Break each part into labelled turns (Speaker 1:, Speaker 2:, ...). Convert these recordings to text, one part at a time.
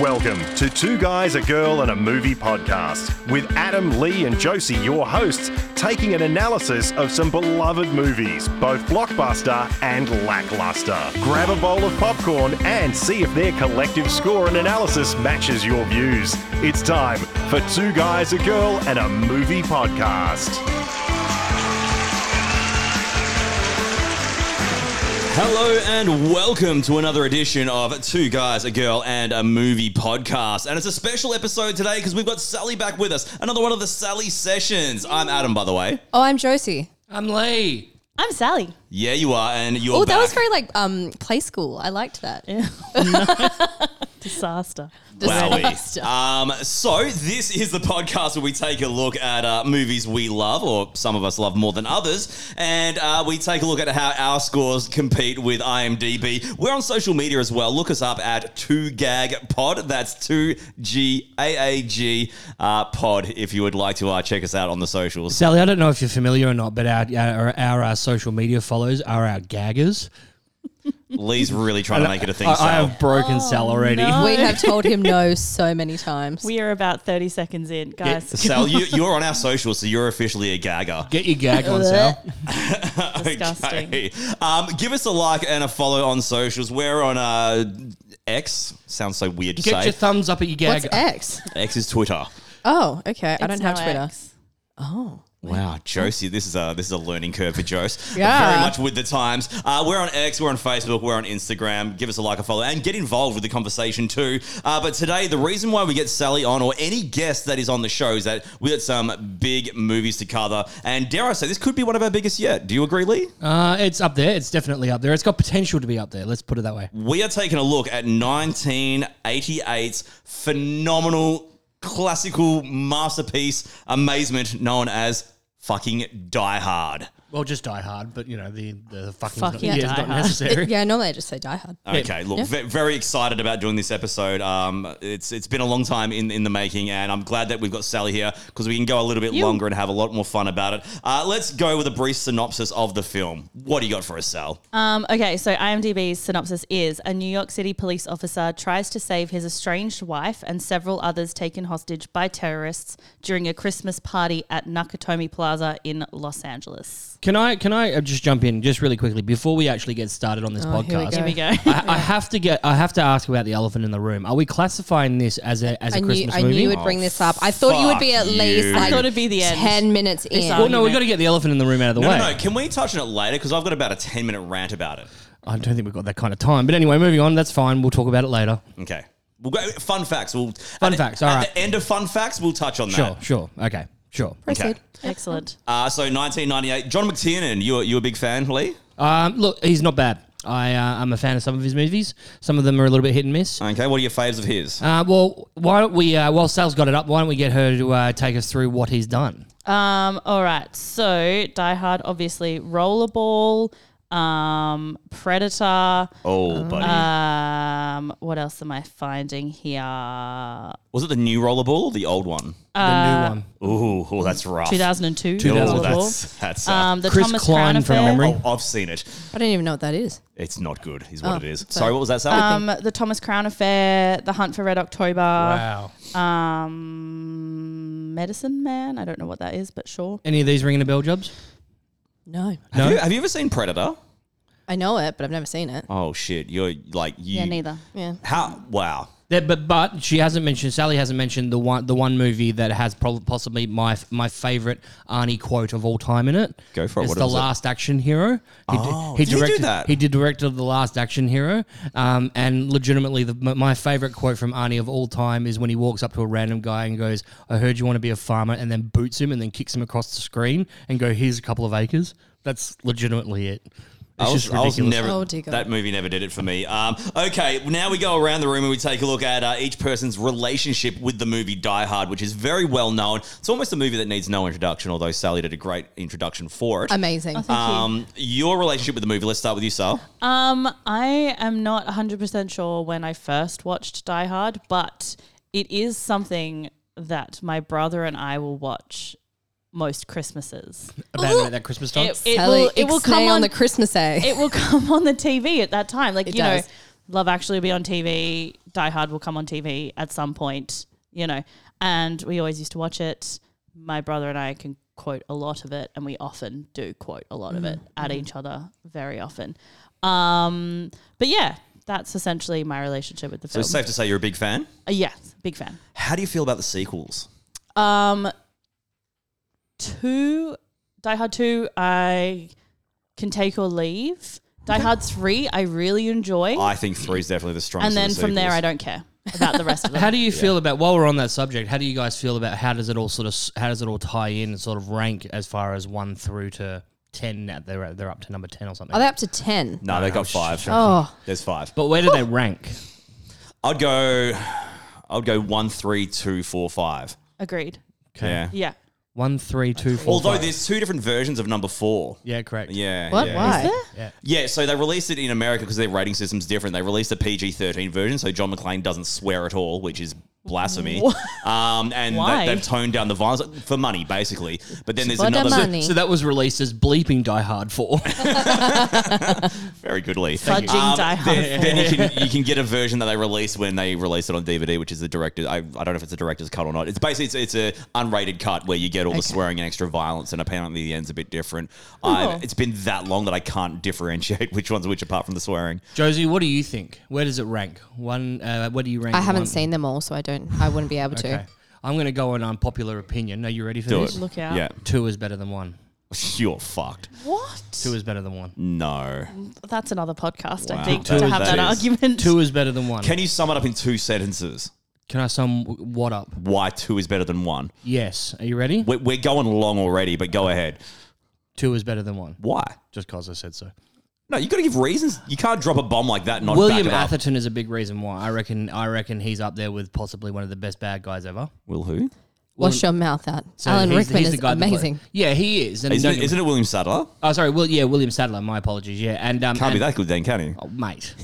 Speaker 1: Welcome to Two Guys, a Girl, and a Movie podcast with Adam, Lee, and Josie, your hosts, taking an analysis of some beloved movies, both blockbuster and lackluster. Grab a bowl of popcorn and see if their collective score and analysis matches your views. It's time for Two Guys, a Girl, and a Movie podcast.
Speaker 2: Hello and welcome to another edition of Two Guys, a Girl, and a Movie podcast. And it's a special episode today because we've got Sally back with us. Another one of the Sally sessions. I'm Adam, by the way.
Speaker 3: Oh, I'm Josie.
Speaker 4: I'm Lee.
Speaker 5: I'm Sally.
Speaker 2: Yeah, you are, and you're.
Speaker 3: Oh, that
Speaker 2: back.
Speaker 3: was very like um play school. I liked that.
Speaker 5: Disaster.
Speaker 2: Wowie. Um, so this is the podcast where we take a look at uh, movies we love, or some of us love more than others, and uh, we take a look at how our scores compete with IMDb. We're on social media as well. Look us up at Two Gag Pod. That's Two G A A G uh, Pod. If you would like to uh, check us out on the socials.
Speaker 4: Sally, I don't know if you're familiar or not, but our our, our, uh social media follows are our gaggers.
Speaker 2: Lee's really trying to make it a thing.
Speaker 4: I, I
Speaker 2: Sal.
Speaker 4: have broken Sal already.
Speaker 5: no.
Speaker 3: We have told him no so many times.
Speaker 5: We are about 30 seconds in, guys.
Speaker 2: Sal, you, you're on our socials, so you're officially a gagger.
Speaker 4: Get your gag on, Sal.
Speaker 5: Disgusting.
Speaker 2: Okay. Um, give us a like and a follow on socials. We're on uh, X. Sounds so weird to
Speaker 4: Get
Speaker 2: say.
Speaker 4: your thumbs up at your gag.
Speaker 3: What's X?
Speaker 2: X is Twitter.
Speaker 3: Oh, okay. I don't
Speaker 5: It's
Speaker 3: have
Speaker 5: now
Speaker 3: Twitter.
Speaker 5: X.
Speaker 2: Wow, Josie, this is a this is a learning curve for Jose.
Speaker 3: Yeah.
Speaker 2: very much with the times. Uh, we're on X, we're on Facebook, we're on Instagram. Give us a like, a follow, and get involved with the conversation too. Uh, but today, the reason why we get Sally on or any guest that is on the show is that we got some big movies to cover, and dare I say, this could be one of our biggest yet. Do you agree, Lee?
Speaker 4: Uh, it's up there. It's definitely up there. It's got potential to be up there. Let's put it that way.
Speaker 2: We are taking a look at 1988's phenomenal classical masterpiece amazement known as fucking Die Hard.
Speaker 4: Well, just Die Hard, but you know the the fucking
Speaker 5: Fuck
Speaker 4: yeah,
Speaker 5: yeah,
Speaker 4: it's
Speaker 5: Die
Speaker 4: not
Speaker 5: Hard.
Speaker 4: necessary.
Speaker 3: Yeah, normally I just say Die Hard.
Speaker 2: Okay, look, ve- very excited about doing this episode. Um, it's it's been a long time in, in the making, and I'm glad that we've got Sally here because we can go a little bit longer and have a lot more fun about it. Uh, let's go with a brief synopsis of the film. What do you got for us, Sal?
Speaker 5: Um, okay, so IMDb's synopsis is a New York City police officer tries to save his estranged wife and several others taken hostage by terrorists during a Christmas party at Nakatomi Plaza in Los Angeles.
Speaker 4: Can I can I uh, just jump in just really quickly before we actually get started on this
Speaker 3: here we
Speaker 4: podcast?
Speaker 3: go. Here
Speaker 5: we go.
Speaker 4: I, I have to get I have to ask about the elephant in the room. Are we classifying this as a as a
Speaker 3: I knew,
Speaker 4: Christmas
Speaker 3: I
Speaker 4: movie? Oh,
Speaker 3: knew you would bring this up. I thought you would be at
Speaker 2: fuck
Speaker 3: least
Speaker 2: you.
Speaker 3: like
Speaker 2: I
Speaker 5: thought it'd be the end.
Speaker 3: 10 minutes in.
Speaker 4: well, no, we got to get the elephant in the room out of the
Speaker 2: No,
Speaker 4: way.
Speaker 2: no, no. Can we touch on it later? Because I've got about a 10 minute rant about it.
Speaker 4: I don't think we've got that kind of time. But anyway, moving on. That's fine. We'll talk about it later.
Speaker 2: Okay. We'll go, fun facts. We'll
Speaker 4: Fun
Speaker 2: at
Speaker 4: facts,
Speaker 2: The,
Speaker 4: all
Speaker 2: at
Speaker 4: right.
Speaker 2: the end of fun facts, we'll touch on
Speaker 4: Sure,
Speaker 2: that.
Speaker 4: sure. Okay, sure.
Speaker 3: Proceed.
Speaker 5: Excellent.
Speaker 2: Uh, so 1998, John McTiernan. You you a big fan, Lee?
Speaker 4: Um, look, he's not bad. I, uh, I'm a fan of some of his movies. Some of them are a little bit hit and miss.
Speaker 2: Okay. What are your faves of his?
Speaker 4: Uh, well, why don't we, uh, while Sal's got it up, why don't we get her to uh, take us through what he's done?
Speaker 5: Um, all right. So Die Hard, obviously, Rollerball, um, Predator.
Speaker 2: oh, buddy.
Speaker 5: Uh, Um, what else am I finding here?
Speaker 2: Was it the new rollerball or the old one?
Speaker 4: The new one.
Speaker 2: Ooh, oh, that's rough.
Speaker 5: 2002.
Speaker 2: Oh,
Speaker 4: 2004.
Speaker 2: that's that's. Uh,
Speaker 5: um, the
Speaker 4: Chris
Speaker 5: Thomas
Speaker 4: Klein
Speaker 5: Crown
Speaker 4: from
Speaker 5: affair.
Speaker 4: memory.
Speaker 2: oh, I've seen it.
Speaker 3: I don't even know what that is.
Speaker 2: It's not good, is what
Speaker 5: Oh,
Speaker 2: it is.
Speaker 3: sorry.
Speaker 2: Sorry, what was that? Sally?
Speaker 5: Um, the Thomas Crown affair. The Hunt for Red October.
Speaker 4: Wow.
Speaker 5: Um, Medicine Man. I don't know what that is, but sure.
Speaker 4: Any of these ringing a bell, Jobs?
Speaker 3: No.
Speaker 2: have, you, have you ever seen Predator?
Speaker 3: I know it, but I've never seen it.
Speaker 2: Oh shit, you're like you.
Speaker 5: Yeah, neither.
Speaker 3: Yeah.
Speaker 2: How? Wow.
Speaker 4: There, but but she hasn't mentioned Sally hasn't mentioned the one the one movie that has prob- possibly my f- my favorite Arnie quote of all time in it.
Speaker 2: Go for it.
Speaker 4: It's
Speaker 2: What
Speaker 4: the
Speaker 2: was it?
Speaker 4: Last Action Hero. He,
Speaker 2: Oh,
Speaker 4: he
Speaker 2: did he do
Speaker 4: directed
Speaker 2: that?
Speaker 4: did directed the Last Action Hero, um, and legitimately the, my- my favorite quote from Arnie of all time is when he walks up to a random guy and goes, "I heard you want to be a farmer," and then boots him and then kicks him across the screen and go, "Here's a couple of acres." That's legitimately it. It's
Speaker 2: I was,
Speaker 4: just
Speaker 2: I was
Speaker 4: ridiculous.
Speaker 2: never,
Speaker 3: Oh, dear God.
Speaker 2: that movie never did it for me. Um, okay, now we go around the room and we take a look at uh, each person's relationship with the movie Die Hard, which is very well known. It's almost a movie that needs no introduction, although Sally did a great introduction for it.
Speaker 3: Amazing.
Speaker 2: Um, your relationship with the movie. Let's start with you, Sal.
Speaker 5: Um, I am not 100% sure when I first watched Die Hard, but it is something that my brother and I will watch most Christmases.
Speaker 4: about, about that Christmas time.
Speaker 5: It, it
Speaker 3: Sally,
Speaker 5: will, it will come
Speaker 3: ixnay
Speaker 5: on,
Speaker 3: on the Christmas day.
Speaker 5: it will come on the TV at that time. Like,
Speaker 3: It
Speaker 5: you
Speaker 3: does.
Speaker 5: know, Love Actually will be on TV. Die Hard will come on TV at some point, you know, and we always used to watch it. My brother and I can quote a lot of it, and we often do quote a lot of it
Speaker 2: Mm-hmm.
Speaker 5: at each other very often. Um, but yeah, that's essentially my relationship with the
Speaker 2: So
Speaker 5: film.
Speaker 2: it's safe to say you're a big fan.
Speaker 5: Uh, yes, big fan.
Speaker 2: How do you feel about the sequels?
Speaker 5: Um, two, Die Hard two, I can take or leave. Die Hard three, I really enjoy,
Speaker 2: I think three is definitely the strongest.
Speaker 5: and then
Speaker 2: of the
Speaker 5: from there, I
Speaker 2: sequels.
Speaker 5: don't care about the rest of
Speaker 4: How
Speaker 5: them.
Speaker 4: do you feel about while we're on that subject? How do you guys feel about how does it all sort of how does it all tie in and sort of rank as far as one through to ten? At they're they're up to number ten or something.
Speaker 3: Are they up to 10?
Speaker 2: No, they got five.
Speaker 3: Oh,
Speaker 2: There's five.
Speaker 4: but where do they rank?
Speaker 2: I'd go. I'd go one, three, two, four, five.
Speaker 5: Agreed.
Speaker 4: Okay.
Speaker 2: Yeah.
Speaker 5: Yeah.
Speaker 4: One, three, two, four.
Speaker 2: Although
Speaker 4: five.
Speaker 2: there's two different versions of number four.
Speaker 4: yeah, correct.
Speaker 2: Yeah.
Speaker 3: what?
Speaker 2: Yeah.
Speaker 3: Why?
Speaker 2: Yeah, so they released it in America because their rating system's different. They released a PG thirteen version, so John McClane doesn't swear at all, which is blasphemy. Um, and
Speaker 5: Why?
Speaker 2: They, they've toned down the violence for money, basically. But then there's
Speaker 3: For the
Speaker 2: another
Speaker 3: money.
Speaker 4: So that was released as bleeping Die Hard four.
Speaker 2: very goodly
Speaker 5: Fudging Die Hard
Speaker 2: Um, Then, then you, can, you can get a version that they release when they release it on DVD, which is the director. I, I don't know if it's a director's cut or not. It's basically it's, it's a unrated cut where you get all the swearing and extra violence, and apparently the end's a bit different. I,
Speaker 5: Cool.
Speaker 2: it's been that long that I can't differentiate which ones which apart from the swearing.
Speaker 4: Josie, what do you think? Where does it rank? One. Uh, where do you rank?
Speaker 3: I haven't
Speaker 4: one-
Speaker 3: seen them all, so I don't. I wouldn't be able to.
Speaker 4: Okay. I'm going to go an unpopular opinion. Are you ready for
Speaker 2: Do
Speaker 4: this?
Speaker 2: it.
Speaker 5: Look out.
Speaker 2: Yeah,
Speaker 4: Two is better than one.
Speaker 2: you're fucked.
Speaker 5: What?
Speaker 4: Two is better than
Speaker 2: Mm.
Speaker 4: one.
Speaker 2: No.
Speaker 5: That's another podcast, I
Speaker 2: Wow.
Speaker 5: think,
Speaker 2: Two
Speaker 5: to
Speaker 2: is
Speaker 5: have that,
Speaker 2: bad.
Speaker 5: argument.
Speaker 4: Two is better than one.
Speaker 2: Can you sum it up in two sentences?
Speaker 4: Can I sum w- what up?
Speaker 2: Why two is better than one?
Speaker 4: Yes. Are you ready?
Speaker 2: We're, we're going long already, but go ahead.
Speaker 4: Two is better than one.
Speaker 2: Why?
Speaker 4: Just because I said so.
Speaker 2: No, you got to give reasons. You can't drop a bomb like that. And not back
Speaker 4: William
Speaker 2: it up.
Speaker 4: Atherton is a big reason why. I reckon. I reckon he's up there with possibly one of the best bad guys ever.
Speaker 2: Will who?
Speaker 3: Wash your mouth out.
Speaker 4: So
Speaker 3: Alan
Speaker 4: he's-
Speaker 3: Rickman
Speaker 4: he's the
Speaker 3: is
Speaker 4: guy that play-
Speaker 3: amazing.
Speaker 4: yeah, he is. And
Speaker 2: Isn't,
Speaker 4: don't-
Speaker 2: it, isn't it William Sadler?
Speaker 4: oh, sorry. Will, yeah, William Sadler. My apologies. Yeah, and um,
Speaker 2: Can't be
Speaker 4: and-
Speaker 2: that good then, can he?
Speaker 4: oh, mate.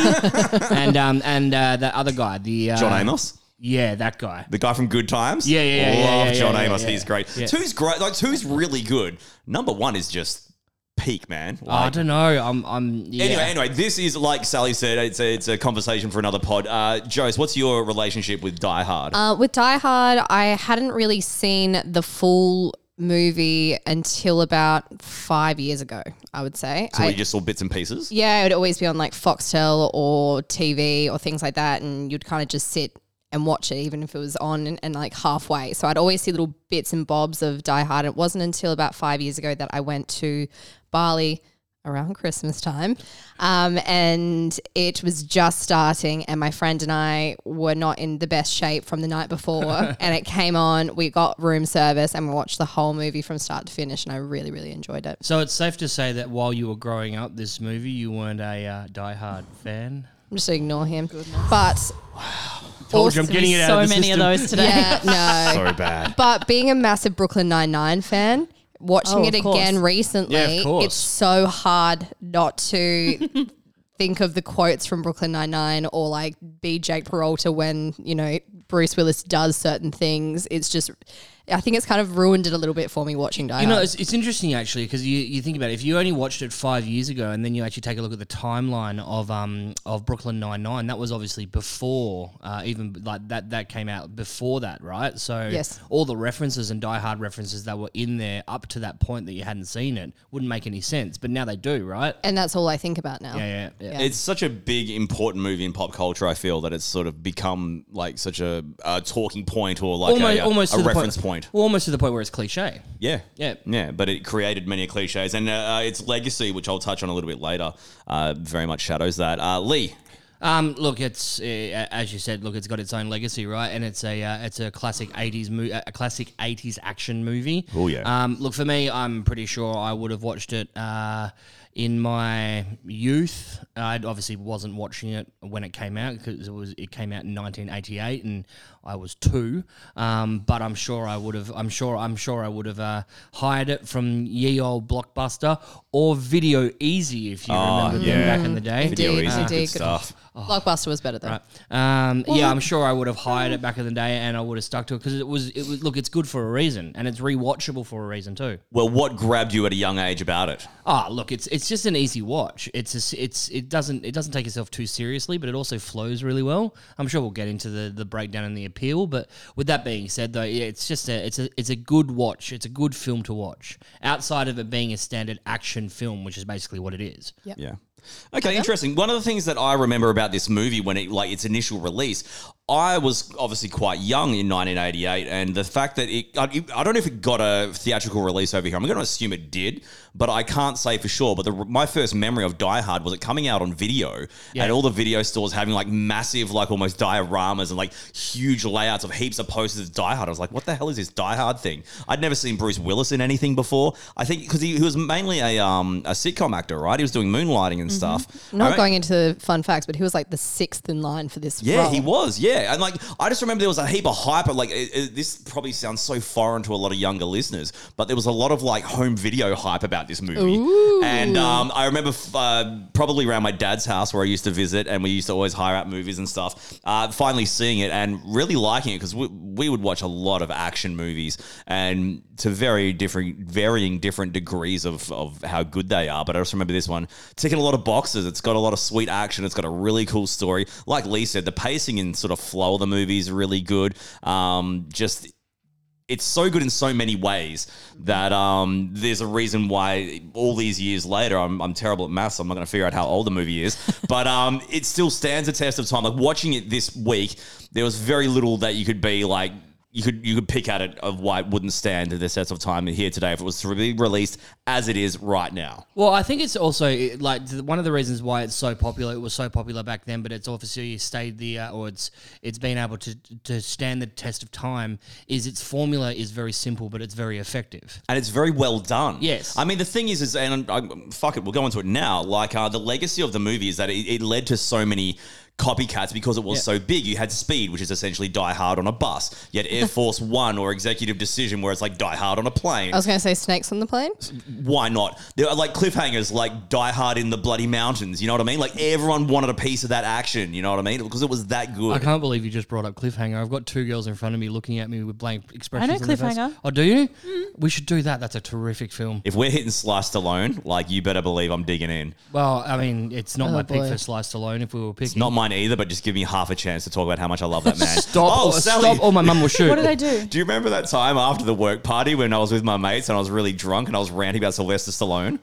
Speaker 4: and um, and uh, that other guy, the uh,
Speaker 2: John Amos,
Speaker 4: Yeah, that guy.
Speaker 2: the guy from Good Times.
Speaker 4: Yeah, yeah, yeah,
Speaker 2: Love
Speaker 4: yeah, yeah,
Speaker 2: John
Speaker 4: yeah,
Speaker 2: Amos.
Speaker 4: yeah.
Speaker 2: He's great.
Speaker 4: Yeah.
Speaker 2: Two's great. Like two's really good. Number one is just peak, man.
Speaker 4: I
Speaker 2: Like,
Speaker 4: don't know. I'm. I'm. Oh, Yeah.
Speaker 2: Anyway, anyway, this is like Sally said. It's a, it's a conversation for another pod. Uh, Jose, what's your relationship with Die Hard?
Speaker 3: Uh, with Die Hard, I hadn't really seen the full movie until about five years ago. I would say.
Speaker 2: so
Speaker 3: I,
Speaker 2: you just saw bits and pieces.
Speaker 3: yeah, it would always be on like Foxtel or TV or things like that, and you'd kind of just sit and watch it, even if it was on and, and like halfway. So I'd always see little bits and bobs of Die Hard. It wasn't until about five years ago that I went to Bali around Christmas time, um, and it was just starting, and my friend and I were not in the best shape from the night before, and it came on. We got room service, and we watched the whole movie from start to finish, and I really, really enjoyed it.
Speaker 4: So it's safe to say that while you were growing up, this movie you weren't a uh, diehard fan.
Speaker 3: I'm just gonna ignore him, but.
Speaker 4: Told you I'm
Speaker 5: There's
Speaker 4: getting it out
Speaker 5: so
Speaker 4: of the
Speaker 5: many
Speaker 4: system.
Speaker 5: of those today.
Speaker 3: Yeah, no.
Speaker 2: So bad.
Speaker 3: But being a massive Brooklyn Nine Nine fan, watching
Speaker 5: Oh,
Speaker 3: it
Speaker 5: of course.
Speaker 3: again recently,
Speaker 4: Yeah, of course.
Speaker 3: it's so hard not to think of the quotes from Brooklyn Nine Nine or like be Jake Peralta when you know Bruce Willis does certain things. It's just, I think it's kind of ruined it a little bit for me watching Die
Speaker 4: You know,
Speaker 3: Hard.
Speaker 4: it's, it's interesting actually because you, you think about it. If you only watched it five years ago, and then you actually take a look at the timeline of um of Brooklyn Nine Nine, that was obviously before uh, even like that that came out before that, right? So
Speaker 3: Yes.
Speaker 4: all the references and Die Hard references that were in there up to that point that you hadn't seen it wouldn't make any sense, but now they do, right?
Speaker 3: and that's all I think about now.
Speaker 4: Yeah, yeah, yeah.
Speaker 2: It's such a big, important movie in pop culture. I feel that it's sort of become like such a, a talking point or like
Speaker 4: almost
Speaker 2: a,
Speaker 4: almost
Speaker 2: a
Speaker 4: to the
Speaker 2: reference
Speaker 4: point,
Speaker 2: point.
Speaker 4: almost to the point where it's cliche.
Speaker 2: Yeah,
Speaker 4: Yeah.
Speaker 2: yeah. But it created many cliches, and uh, uh, its legacy, which I'll touch on a little bit later, uh, very much shadows that. Uh, Lee,
Speaker 4: Um, look, it's uh, as you said. Look, it's got its own legacy, right? And it's a uh, it's a classic eighties mo- a classic eighties action movie.
Speaker 2: Oh, yeah.
Speaker 4: Um, look for me, I'm pretty sure I would have watched it uh, in my youth. I obviously wasn't watching it when it came out because it was it came out in 1988 and I was two. Um, but I'm sure I would have. I'm sure. I'm sure I would have uh, hired it from ye old Blockbuster or Video Easy if you remember them
Speaker 2: Ah, yeah.
Speaker 4: back in the day.
Speaker 3: Video Indeed,
Speaker 2: Easy,
Speaker 3: indeed,
Speaker 2: good
Speaker 3: good
Speaker 2: stuff.
Speaker 3: Blockbuster was better though.
Speaker 4: Um, yeah, I'm sure I would have hired it back in the day, and I would have stuck to it because it was it was look, it's good for a reason, and it's rewatchable for a reason too.
Speaker 2: Well, what grabbed you at a young age about it?
Speaker 4: Ah, look, it's it's it's just an easy watch. It's a s it's it doesn't it doesn't take itself too seriously, but it also flows really well. I'm sure we'll get into the the breakdown and the appeal. But with that being said, though, yeah, it's just a it's a it's a good watch. It's a good film to watch outside of it being a standard action film, which is basically what it is.
Speaker 2: Yeah. Okay, interesting. One of the things that I remember about this movie when it like its initial release, I was obviously quite young in 1988, and the fact that it, I, I don't know if it got a theatrical release over here. I'm going to assume it did, but I can't say for sure. But the, my first memory of Die Hard was it coming out on video, and all the video stores having like massive, like almost dioramas and like huge layouts of heaps of posters of Die Hard. I was like, what the hell is this Die Hard thing? I'd never seen Bruce Willis in anything before. I think because he, he was mainly a um a sitcom actor, right? He was doing moonlighting and stuff. I
Speaker 3: Not
Speaker 2: don't-
Speaker 3: going into fun facts, but he was like the sixth in line for this.
Speaker 2: yeah,
Speaker 3: role.
Speaker 2: he was. Yeah, and like I just remember there was a heap of hype. and, Like it, it- this probably sounds so foreign to a lot of younger listeners, but there was a lot of like home video hype about this movie. And um, I remember f- uh, probably around my dad's house where I used to visit, and we used to always hire out movies and stuff. Uh, finally seeing it and really liking it because we, we would watch a lot of action movies and to very different, varying different degrees of, of how good they are. But I just remember this one ticking a lot of boxes. It's got a lot of sweet action. It's got a really cool story. Like Lee said, the pacing and sort of flow of the movie is really good. Um, just it's so good in so many ways that um, there's a reason why all these years later, I'm, I'm terrible at maths. So I'm not going to figure out how old the movie is, but um, it still stands a test of time. Like watching it this week, there was very little that you could be like. You could you could pick at it of why it wouldn't stand the test of time here today if it was to be released as it is right now.
Speaker 4: Well, I think it's also it- like th- one of the reasons why it's so popular. It was so popular back then, but it's obviously stayed the uh, or it's it's been able to to stand the test of time. Is its formula is very simple, but it's very effective.
Speaker 2: and it's very well done.
Speaker 4: Yes.
Speaker 2: I mean the thing is, is and i fuck it, we'll go into it now. Like uh, the legacy of the movie is that it, it led to so many copycats because it was so big. You had Speed, which is essentially Die Hard on a bus. You had Air Force One or Executive Decision, where it's like Die Hard on a plane.
Speaker 3: I was going to say snakes on the plane.
Speaker 2: Why not? There are like cliffhangers, like Die Hard in the bloody mountains. You know what I mean? Like everyone wanted a piece of that action. You know what I mean? Because it was that good.
Speaker 4: I can't believe you just brought up cliffhanger. I've got two girls in front of me looking at me with blank expressions.
Speaker 5: know
Speaker 4: on their face.
Speaker 5: Cliffhanger. Mm-hmm.
Speaker 4: Oh, do you? We should do that. That's a terrific film.
Speaker 2: If we're hitting sliced alone, like you better believe I'm digging in.
Speaker 4: Well, I mean, it's not my pick
Speaker 3: boy.
Speaker 4: for sliced alone. If we were picking,
Speaker 2: Not mine either, but just give me half a chance to talk about how much I love that man.
Speaker 4: stop,
Speaker 2: Oh,
Speaker 4: or,
Speaker 2: Sally.
Speaker 4: stop, or my mum will shoot.
Speaker 5: What did I do?
Speaker 2: Do you remember that time after the work party when I was with my mates and I was really drunk and I was ranting about Sylvester Stallone?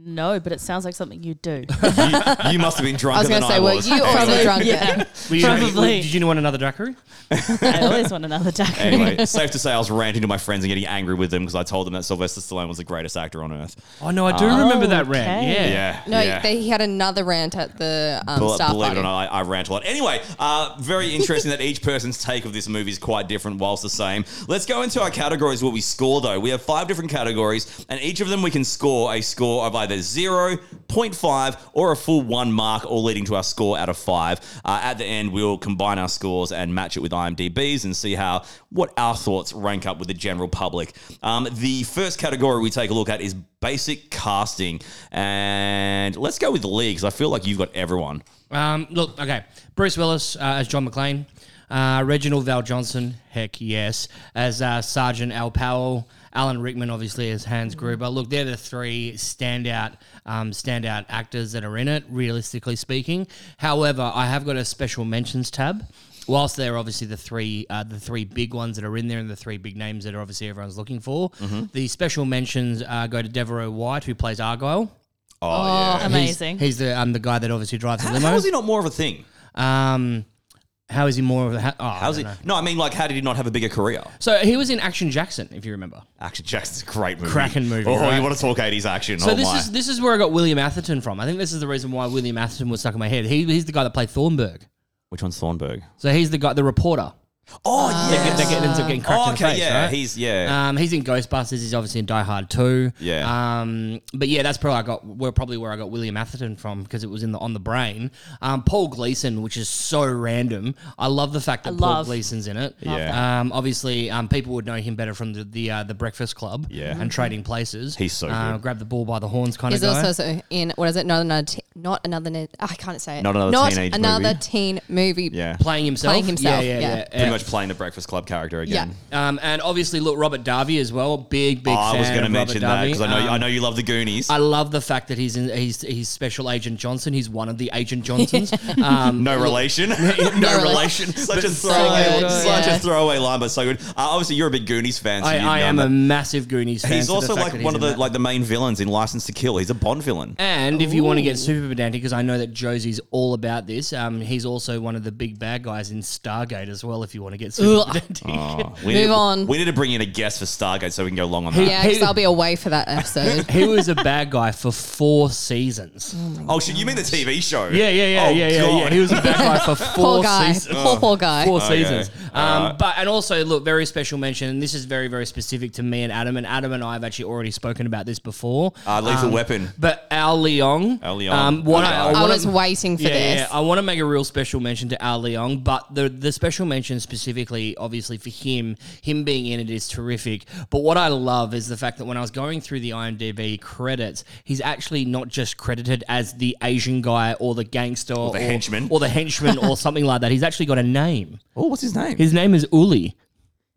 Speaker 5: No, but it sounds like something you do.
Speaker 2: You, you must have been
Speaker 3: I
Speaker 2: drunker
Speaker 3: was
Speaker 2: than
Speaker 3: going to
Speaker 2: I
Speaker 3: say, were
Speaker 2: was.
Speaker 3: you also drunk then?
Speaker 4: Were you-
Speaker 5: Probably.
Speaker 4: Did you want another daiquiri?
Speaker 5: I always want another daiquiri.
Speaker 2: anyway, safe to say I was ranting to my friends and getting angry with them because I told them that Sylvester Stallone was the greatest actor on earth.
Speaker 4: Oh no, I do remember that rant.
Speaker 5: okay.
Speaker 4: Yeah.
Speaker 2: Yeah.
Speaker 3: No,
Speaker 2: yeah.
Speaker 3: they, he had another rant at the um,
Speaker 2: Bel-
Speaker 3: staff
Speaker 2: believe it
Speaker 3: party.
Speaker 2: or not, I, I rant a lot. Anyway, uh, very interesting that each person's take of this movie is quite different, whilst the same. Let's go into our categories where we score, though. We have five different categories, and each of them we can score a score of either 0.5 or a full one mark, all leading to our score out of five. Uh, at the end, we'll combine our scores and match it with IMDb's and see how what our thoughts rank up with the general public. Um, the first category we take a look at is basic casting, and let's go with Lee because I feel like you've got everyone.
Speaker 4: Um, look, okay. Bruce Willis uh, as John McClane. Uh, Reginald Val Johnson, heck yes, as uh, Sergeant Al Powell. Alan Rickman, obviously, as Hans Gruber. Look, they're the three standout, um, standout actors that are in it, realistically speaking. However, I have got a special mentions tab. Whilst they're obviously the three, uh, the three big ones that are in there, and the three big names that are obviously everyone's looking for, the special mentions uh, go to Devereaux White, who plays Argyle.
Speaker 5: Oh, Amazing.
Speaker 4: He's the um, the guy that obviously drives the
Speaker 2: How,
Speaker 4: limo.
Speaker 2: how is he not more of a thing?
Speaker 4: Um, how is he more of a? Ha- oh, I
Speaker 2: How's he?
Speaker 4: don't know.
Speaker 2: No, I mean, like, how did he not have a bigger career?
Speaker 4: So he was in Action Jackson, if you remember.
Speaker 2: Action Jackson's a great movie.
Speaker 4: Cracking movie,
Speaker 2: Oh,
Speaker 4: right?
Speaker 2: you want to talk 80s action?
Speaker 4: So
Speaker 2: oh,
Speaker 4: this
Speaker 2: my.
Speaker 4: is this is where I got William Atherton from. I think this is the reason why William Atherton was stuck in my head. He, he's the guy that played Thornburg.
Speaker 2: Which one's Thornburg?
Speaker 4: So he's the guy, the reporter.
Speaker 2: Oh, yeah.
Speaker 4: They Uh, get, ends up getting cracked
Speaker 2: oh,
Speaker 4: in the
Speaker 2: okay,
Speaker 4: face,
Speaker 2: yeah.
Speaker 4: right?
Speaker 2: He's, yeah.
Speaker 4: Um, he's in Ghostbusters. He's obviously in Die Hard 2.
Speaker 2: Yeah.
Speaker 4: Um, but yeah, that's probably I got where probably where I got William Atherton from because it was in the on the brain. Um, Paul Gleason, which is so random. I love the fact that Paul
Speaker 5: love-
Speaker 4: Gleason's in it.
Speaker 2: Yeah.
Speaker 4: Um, obviously, um, people would know him better from the the, uh, the Breakfast Club.
Speaker 2: Yeah.
Speaker 4: And Trading Places.
Speaker 2: He's so
Speaker 4: uh,
Speaker 2: good.
Speaker 4: grab the ball by the horns kind
Speaker 3: He's
Speaker 4: of guy.
Speaker 3: also so in, what is it? Northern, Iti- not another. Ne- I can't say it.
Speaker 2: Not another
Speaker 3: not
Speaker 2: teenage
Speaker 3: another
Speaker 2: movie.
Speaker 3: teen movie.
Speaker 2: Yeah.
Speaker 4: Playing himself.
Speaker 3: Playing himself,
Speaker 4: Yeah,
Speaker 3: yeah.
Speaker 4: yeah, yeah.
Speaker 2: Pretty much playing the Breakfast Club character again.
Speaker 3: Yeah.
Speaker 4: Um, and obviously, look, Robert Darby as well. Big, big.
Speaker 2: Oh, I was
Speaker 4: going to
Speaker 2: mention that because I know
Speaker 4: um,
Speaker 2: I know you love the Goonies.
Speaker 4: I love the fact that he's in, he's he's Special Agent Johnson. He's one of the Agent Johnsons. Um,
Speaker 2: no relation. no,
Speaker 3: No
Speaker 2: relation. Such a
Speaker 3: so
Speaker 2: throwaway.
Speaker 3: good,
Speaker 2: such
Speaker 3: yeah.
Speaker 2: a throwaway line, but so good. Uh, obviously, you're a big Goonies fan. So
Speaker 4: I,
Speaker 2: you'd
Speaker 4: I
Speaker 2: know
Speaker 4: am
Speaker 2: that.
Speaker 4: a massive Goonies fan.
Speaker 2: He's
Speaker 4: so the
Speaker 2: also
Speaker 4: fact
Speaker 2: like
Speaker 4: that
Speaker 2: one of
Speaker 4: he's in
Speaker 2: the
Speaker 4: that-
Speaker 2: like the main villains in License to Kill. He's a Bond villain.
Speaker 4: And if you want to get super pedantic, because I know that Josie's all about this, um, he's also one of the big bad guys in Stargate as well. If you want to get super
Speaker 3: Ugh.
Speaker 4: pedantic,
Speaker 2: Oh, we
Speaker 3: Move
Speaker 2: need, to-
Speaker 3: on.
Speaker 2: We need to bring in a guest for Stargate so we can go long on that.
Speaker 3: Yeah, because I'll be away for that episode.
Speaker 4: he was a bad guy for four seasons.
Speaker 2: Oh shit! You mean the TV show?
Speaker 4: Yeah, yeah, yeah,
Speaker 2: oh,
Speaker 4: yeah, yeah,
Speaker 2: God.
Speaker 4: yeah. He was a bad guy for
Speaker 3: poor
Speaker 4: four
Speaker 3: guy.
Speaker 4: seasons.
Speaker 3: Poor
Speaker 2: oh.
Speaker 3: poor guy.
Speaker 4: Four
Speaker 2: Okay. Uh,
Speaker 4: seasons. Um, But and also look, very special mention. And this is very very specific to me and Adam. And Adam and I have actually already spoken about this before. Um,
Speaker 2: Uh, Lethal Weapon.
Speaker 4: But Al Leong.
Speaker 2: Al Leong.
Speaker 4: Um, what I,
Speaker 2: I
Speaker 3: I
Speaker 4: wanna-
Speaker 3: was waiting for
Speaker 4: yeah,
Speaker 3: this.
Speaker 4: yeah, I want to make a real special mention to Al Leong, but the the special mention specifically, obviously for him, him being in it is terrific. But what I love is the fact that when I was going through the IMDb credits, he's actually not just credited as the Asian guy or the gangster or
Speaker 2: the henchman.
Speaker 4: or the henchman or something like that. He's actually got a name.
Speaker 2: Oh, what's his name?
Speaker 4: His name is Uli.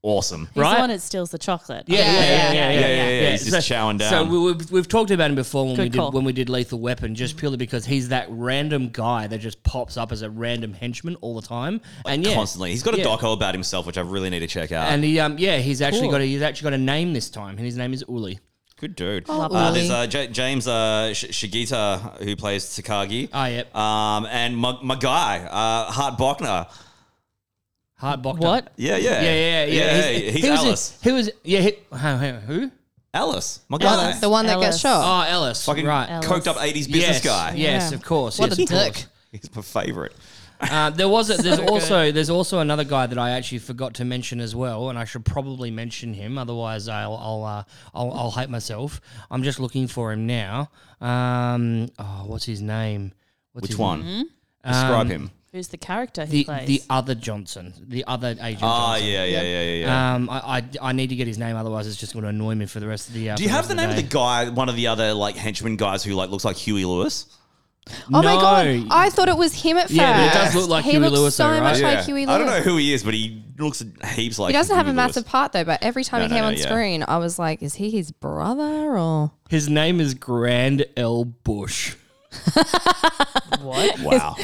Speaker 2: awesome.
Speaker 5: He's
Speaker 4: Right?
Speaker 5: the one that steals the chocolate.
Speaker 4: Yeah, yeah, yeah, yeah, yeah.
Speaker 2: yeah, yeah, yeah. He's just chowing down.
Speaker 4: So we, we've, we've talked about him before when
Speaker 5: Good
Speaker 4: we did
Speaker 5: call.
Speaker 4: when we did Lethal Weapon, just purely because he's that random guy that just pops up as a random henchman all the time, and yeah,
Speaker 2: Constantly, he's got a
Speaker 4: Yeah.
Speaker 2: doco about himself, which I really need to check out.
Speaker 4: And he, um, yeah, he's actually
Speaker 3: Cool.
Speaker 4: got a, he's actually got a name this time, and his name is Uli.
Speaker 2: Good dude.
Speaker 3: Love
Speaker 2: uh,
Speaker 3: that.
Speaker 2: there's uh, J- James uh, Sh- Shigita who plays Takagi.
Speaker 4: Ah, yep.
Speaker 2: Um, and my, my guy, uh, Hart Bochner.
Speaker 4: Hart Bochner.
Speaker 5: What?
Speaker 2: Yeah, yeah,
Speaker 4: Yeah, yeah, yeah.
Speaker 2: He's,
Speaker 4: he was in-
Speaker 2: Alice.
Speaker 4: he was yeah. He, hang on, hang on, who?
Speaker 2: Alice, my guy.
Speaker 3: Alice, the one that
Speaker 5: Ellis.
Speaker 3: gets shot.
Speaker 4: Oh, Ellis.
Speaker 2: Fucking
Speaker 4: right.
Speaker 5: Ellis.
Speaker 2: coked up '80s business
Speaker 4: Yes,
Speaker 2: guy.
Speaker 4: Yes,
Speaker 3: Yeah.
Speaker 4: of course.
Speaker 3: What
Speaker 4: yes,
Speaker 3: a
Speaker 4: of course.
Speaker 3: dick.
Speaker 2: He's my favorite.
Speaker 4: Uh, there was a, there's also there's also another guy that I actually forgot to mention as well, and I should probably mention him, otherwise I'll I'll uh, I'll, I'll hate myself. I'm just looking for him now. Um, oh, what's his name? What's
Speaker 2: Which
Speaker 4: his
Speaker 2: one?
Speaker 4: name? Um,
Speaker 2: Describe him.
Speaker 5: Who's the character he
Speaker 4: The
Speaker 5: plays?
Speaker 4: the other Johnson, the other agent.
Speaker 2: Oh,
Speaker 4: Johnson.
Speaker 2: yeah, yeah, yeah, yeah. yeah.
Speaker 4: Um, I, I I need to get his name, otherwise it's just going to annoy me for the rest of the. Uh,
Speaker 2: Do you have the name of the guy, one of the other like henchman guys who like looks like Huey Lewis?
Speaker 3: Oh my
Speaker 4: No.
Speaker 3: god! I thought it was him at first.
Speaker 4: Yeah, but it does look like
Speaker 3: he
Speaker 4: Huey
Speaker 3: looks
Speaker 4: Lewis
Speaker 3: so
Speaker 4: though, right?
Speaker 3: much
Speaker 2: Yeah.
Speaker 3: like Huey Lewis.
Speaker 2: I don't know who he is, but he looks heaps like.
Speaker 3: He doesn't have
Speaker 2: Huey
Speaker 3: a massive
Speaker 2: Lewis.
Speaker 3: part though, but every time
Speaker 2: No,
Speaker 3: he
Speaker 2: no,
Speaker 3: came
Speaker 2: no,
Speaker 3: on
Speaker 2: yeah.
Speaker 3: screen, I was like, "Is he his brother or
Speaker 4: His name is Grand L Bush.
Speaker 5: what?
Speaker 2: Wow,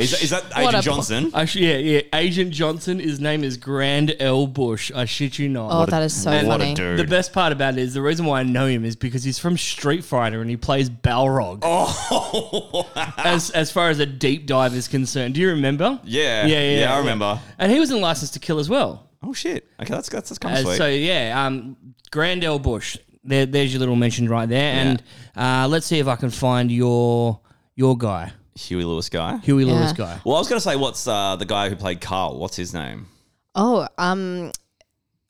Speaker 2: is,
Speaker 4: sh-
Speaker 2: is that
Speaker 3: a-
Speaker 2: Agent Johnson?
Speaker 4: I sh- yeah, yeah. Agent Johnson, his name is Grand L. Bush. I shit you not.
Speaker 3: Oh, that is so
Speaker 4: and
Speaker 2: what
Speaker 3: funny.
Speaker 2: a
Speaker 4: The
Speaker 2: dude!
Speaker 4: best part about it is the reason why I know him is because he's from Street Fighter and he plays Balrog.
Speaker 2: Oh,
Speaker 4: As as far as a deep dive is concerned, do you remember?
Speaker 2: yeah,
Speaker 4: yeah, yeah.
Speaker 2: I remember.
Speaker 4: And he was in License to Kill as well.
Speaker 2: Oh shit! Okay, that's that's, that's kind
Speaker 4: Uh,
Speaker 2: of Oh, sweet.
Speaker 4: so yeah, um, Grand L. Bush. There, there's your little mention right there. And uh, let's see if I can find your your guy,
Speaker 2: Huey Lewis guy.
Speaker 4: Huey Lewis
Speaker 3: Yeah.
Speaker 4: guy.
Speaker 2: Well, I was gonna say, what's uh, the guy who played Carl? What's his name?
Speaker 3: Oh, um,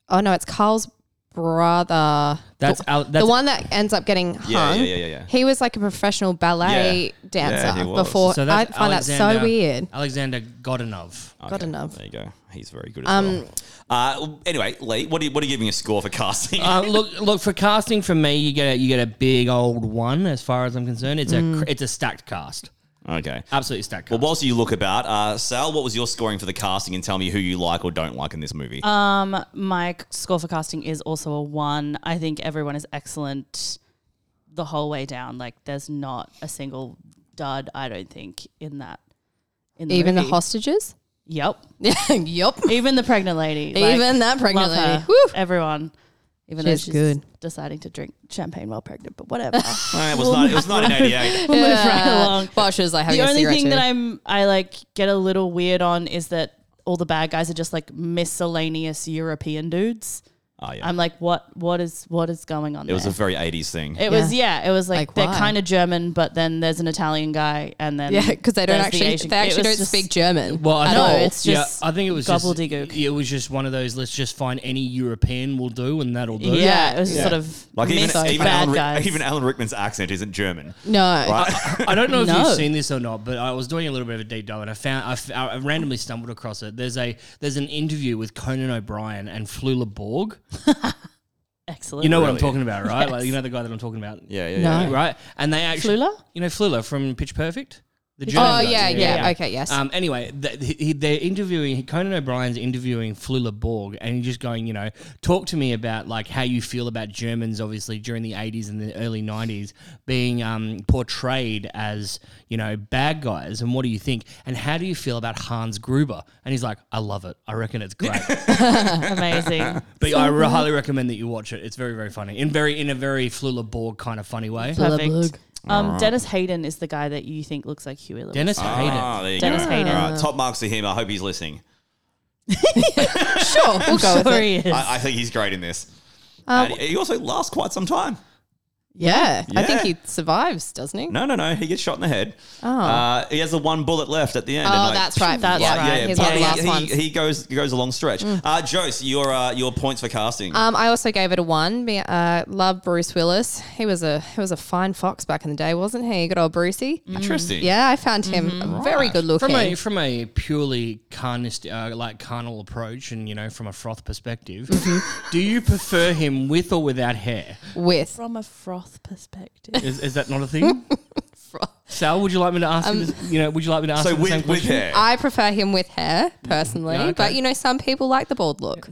Speaker 3: oh no, it's Carl's brother.
Speaker 4: That's
Speaker 3: the,
Speaker 4: Al- that's-
Speaker 3: the one that ends up getting hung.
Speaker 2: Yeah, yeah, yeah, yeah, yeah.
Speaker 3: He was like a professional ballet
Speaker 2: Yeah. Yeah,
Speaker 3: dancer
Speaker 2: he was.
Speaker 3: before.
Speaker 4: So
Speaker 3: I
Speaker 4: that's
Speaker 3: find that so
Speaker 4: Alexander-
Speaker 3: weird.
Speaker 4: Alexander Godunov.
Speaker 2: Oh,
Speaker 3: Got enough.
Speaker 2: There you go. He's very good as
Speaker 3: Um,
Speaker 2: well. Uh, anyway, Lee, what are you, what are you giving a score for casting?
Speaker 4: Uh, look, look for casting from me. You get a, you get a big old one. As far as I'm concerned, it's a cr- it's a stacked cast.
Speaker 2: okay.
Speaker 4: Absolutely stacked.
Speaker 2: Well,
Speaker 4: Cast.
Speaker 2: whilst you look about, uh, Sal, what was your scoring for the casting, and tell me who you like or don't like in this movie?
Speaker 3: Uh,
Speaker 5: My score for casting is also a one. I think everyone is excellent the whole way down. Like, there's not a single dud. I don't think in that. In
Speaker 3: Even the
Speaker 5: movie.
Speaker 3: hostages.
Speaker 5: Yep.
Speaker 3: yup.
Speaker 5: Even the pregnant lady.
Speaker 3: Even that pregnant
Speaker 5: love her.
Speaker 3: lady. Woo.
Speaker 5: Everyone. Even
Speaker 3: She's
Speaker 5: though she's
Speaker 3: good.
Speaker 5: deciding to drink champagne while pregnant, but whatever.
Speaker 2: All right, it was not, it was 1988.
Speaker 5: we'll move right along.
Speaker 3: Well, she was like having
Speaker 5: the
Speaker 3: a
Speaker 5: only
Speaker 3: cigarette
Speaker 5: thing that
Speaker 3: too.
Speaker 5: I'm I like get a little weird on is that all the bad guys are just like miscellaneous European dudes.
Speaker 2: Oh, yeah.
Speaker 5: I'm like, what what is what is going on?
Speaker 2: it was a
Speaker 5: there?
Speaker 2: very 80s thing.
Speaker 5: it was yeah, it was like,
Speaker 3: Like,
Speaker 5: they're
Speaker 3: why?
Speaker 5: kind of German, but then there's an Italian guy, and then
Speaker 3: yeah, because they don't
Speaker 5: there's the
Speaker 3: actually
Speaker 5: Asian-
Speaker 3: they
Speaker 5: it
Speaker 3: actually
Speaker 5: was
Speaker 3: don't
Speaker 5: just-
Speaker 3: speak German
Speaker 4: Well, I
Speaker 3: at
Speaker 4: know
Speaker 3: all.
Speaker 5: it's just
Speaker 4: yeah, I think it was just-
Speaker 5: gobbledygook.
Speaker 4: it was just one of those. Let's just find any European will do, and that'll do.
Speaker 5: Yeah, it was just
Speaker 2: Yeah.
Speaker 5: sort of
Speaker 2: Like even,
Speaker 5: mixed
Speaker 2: even,
Speaker 5: bad
Speaker 2: Alan, Rick-
Speaker 5: guys.
Speaker 2: even Alan Rickman's accent isn't German.
Speaker 3: no,
Speaker 4: I don't know if
Speaker 5: No.
Speaker 4: you've seen this or not, but I was doing a little bit of a deep dive, and I found I, f- I randomly stumbled across it. There's a there's an interview with Conan O'Brien and Flula Borg.
Speaker 5: Excellent.
Speaker 4: You know what I'm
Speaker 2: Really?
Speaker 4: talking about, right? Like you know the guy that I'm talking about,
Speaker 2: Yeah, yeah,
Speaker 3: No.
Speaker 2: yeah.
Speaker 4: right? And they actually,
Speaker 5: Flula?
Speaker 4: you know, Flula from Pitch Perfect, the German
Speaker 3: Oh
Speaker 4: guy.
Speaker 3: yeah, yeah,
Speaker 5: yeah.
Speaker 3: Okay, yes.
Speaker 4: Um, anyway, th- he, they're interviewing Conan O'Brien's interviewing Flula Borg, and he's just going, you know, talk to me about like how you feel about Germans, obviously during the '80s and the early '90s, being um, portrayed as you know bad guys, and what do you think, and how do you feel about Hans Gruber? And he's like, I love it. I reckon it's great,
Speaker 5: Amazing.
Speaker 4: but I re- highly recommend that you watch it. It's very, very funny in very in a very Flula Borg kind of funny way.
Speaker 5: Perfect. Um, Dennis Hayden is the guy that you think looks like Huey Lewis.
Speaker 4: Dennis Hayden.
Speaker 2: Ah, there you
Speaker 5: Dennis
Speaker 2: go.
Speaker 5: Hayden.
Speaker 2: All right, top marks to him. I hope he's listening.
Speaker 3: sure, Oh, we'll go with
Speaker 5: Sure
Speaker 3: it.
Speaker 5: he is.
Speaker 2: I, I think he's great in this.
Speaker 3: Uh,
Speaker 2: and he also lasts quite some time.
Speaker 3: Yeah, I think
Speaker 2: Yeah.
Speaker 3: he survives, doesn't he?
Speaker 2: No, no, no. He gets shot in the head. Oh. Uh, he has the one bullet left at the end. and,
Speaker 3: Oh,
Speaker 2: like,
Speaker 3: that's right.
Speaker 5: That's
Speaker 3: yeah,
Speaker 5: right.
Speaker 3: He's
Speaker 2: but
Speaker 3: one of the
Speaker 2: he-
Speaker 3: last
Speaker 2: he,
Speaker 3: ones. Mm.
Speaker 2: he goes he goes a long stretch. Uh, Jose, your uh, your points for casting.
Speaker 3: Um, I also gave it a one. Me- Uh, love Bruce Willis. He was a he was a fine fox back in the day, wasn't he? Good old Brucey.
Speaker 2: Interesting.
Speaker 3: Yeah, I found him very good looking.
Speaker 4: from a from a purely carnist, uh, like carnal approach, and you know, from a froth perspective, do you prefer him with or without hair?
Speaker 3: with
Speaker 5: From a froth perspective.
Speaker 4: Is, is that not a thing? Sal, would you like me to ask you? This, you know, would you like me to ask
Speaker 2: So
Speaker 4: you the same
Speaker 2: with with
Speaker 4: question?
Speaker 2: hair.
Speaker 3: I prefer him with hair personally,
Speaker 4: Yeah, okay.
Speaker 3: but you know some people like the bald look.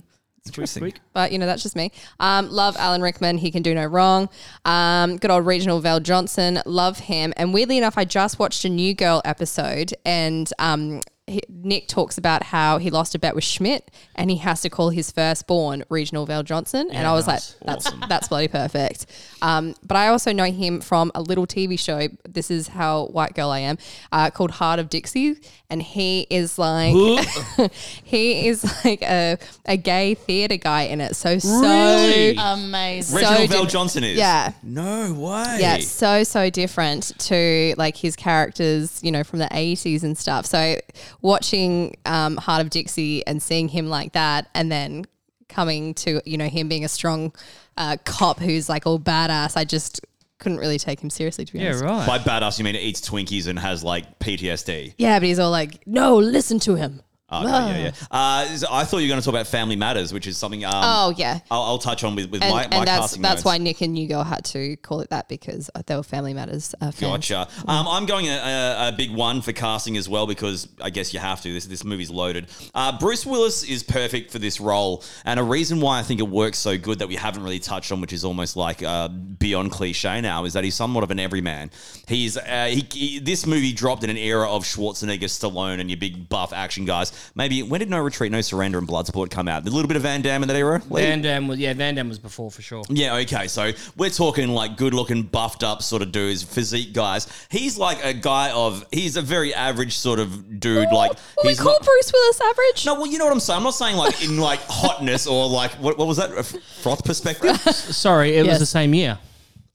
Speaker 2: Interesting.
Speaker 3: But you know that's just me. Um, love Alan Rickman. He can do no wrong. Um, good old regional Val Johnson. Love him. And weirdly enough, I just watched a New Girl episode, and um, he, Nick talks about how he lost a bet with Schmidt, and he has to call his firstborn regional Val Johnson. and I was
Speaker 4: nice.
Speaker 3: like, that's that's bloody perfect. Um, but I also know him from a little TV show. This is how white girl I am, uh, called Heart of Dixie, and he is like he is like a, a gay theater guy in it. So so
Speaker 4: Really?
Speaker 5: Amazing.
Speaker 2: Reginald
Speaker 3: So
Speaker 2: Val
Speaker 3: did-
Speaker 2: Johnson is.
Speaker 3: yeah.
Speaker 2: No way.
Speaker 3: yeah, it's so so different to like his characters, you know, from the eighties and stuff. So watching um, Heart of Dixie and seeing him like that, and then coming to you know him being a strong uh, cop who's like all badass, I just couldn't really take him seriously to be
Speaker 4: Yeah,
Speaker 3: honest.
Speaker 4: right.
Speaker 2: By badass, you mean it eats Twinkies and has like PTSD.
Speaker 3: Yeah, but he's all like, no, listen to him.
Speaker 2: Oh, okay, yeah, yeah. Uh, so I thought you were going to talk about Family Matters, which is something um,
Speaker 3: Oh yeah.
Speaker 2: I'll, I'll touch on with, with
Speaker 3: And,
Speaker 2: my,
Speaker 3: and
Speaker 2: my
Speaker 3: that's
Speaker 2: casting
Speaker 3: that's
Speaker 2: notes.
Speaker 3: why Nick and New Girl had to call it that because they were Family Matters uh, fans.
Speaker 2: Gotcha. Um, I'm going a, a, a big one for casting as well because I guess you have to. This this movie's loaded. Uh, Bruce Willis is perfect for this role, and a reason why I think it works so good that we haven't really touched on, which is almost like uh, beyond cliche now, is that he's somewhat of an everyman. He's uh, he, he- this movie dropped in an era of Schwarzenegger, Stallone, and your big buff action guys. Maybe when did No Retreat, No Surrender, and Bloodsport come out? A little bit of Van Damme in that era. Lee?
Speaker 4: Van Damme was yeah, Van Damme was before for sure.
Speaker 2: Yeah, okay. So we're talking like good looking, buffed up sort of dudes, physique guys. He's like a guy of, he's a very average sort of dude. like,
Speaker 3: Well, we
Speaker 2: he's
Speaker 3: call
Speaker 2: not-
Speaker 3: Bruce Willis average.
Speaker 2: No, well, you know what I'm saying. I'm not saying like in like hotness or like, what, what was that? A f- froth perspective?
Speaker 4: Sorry, it
Speaker 3: Yes.
Speaker 4: was the same year.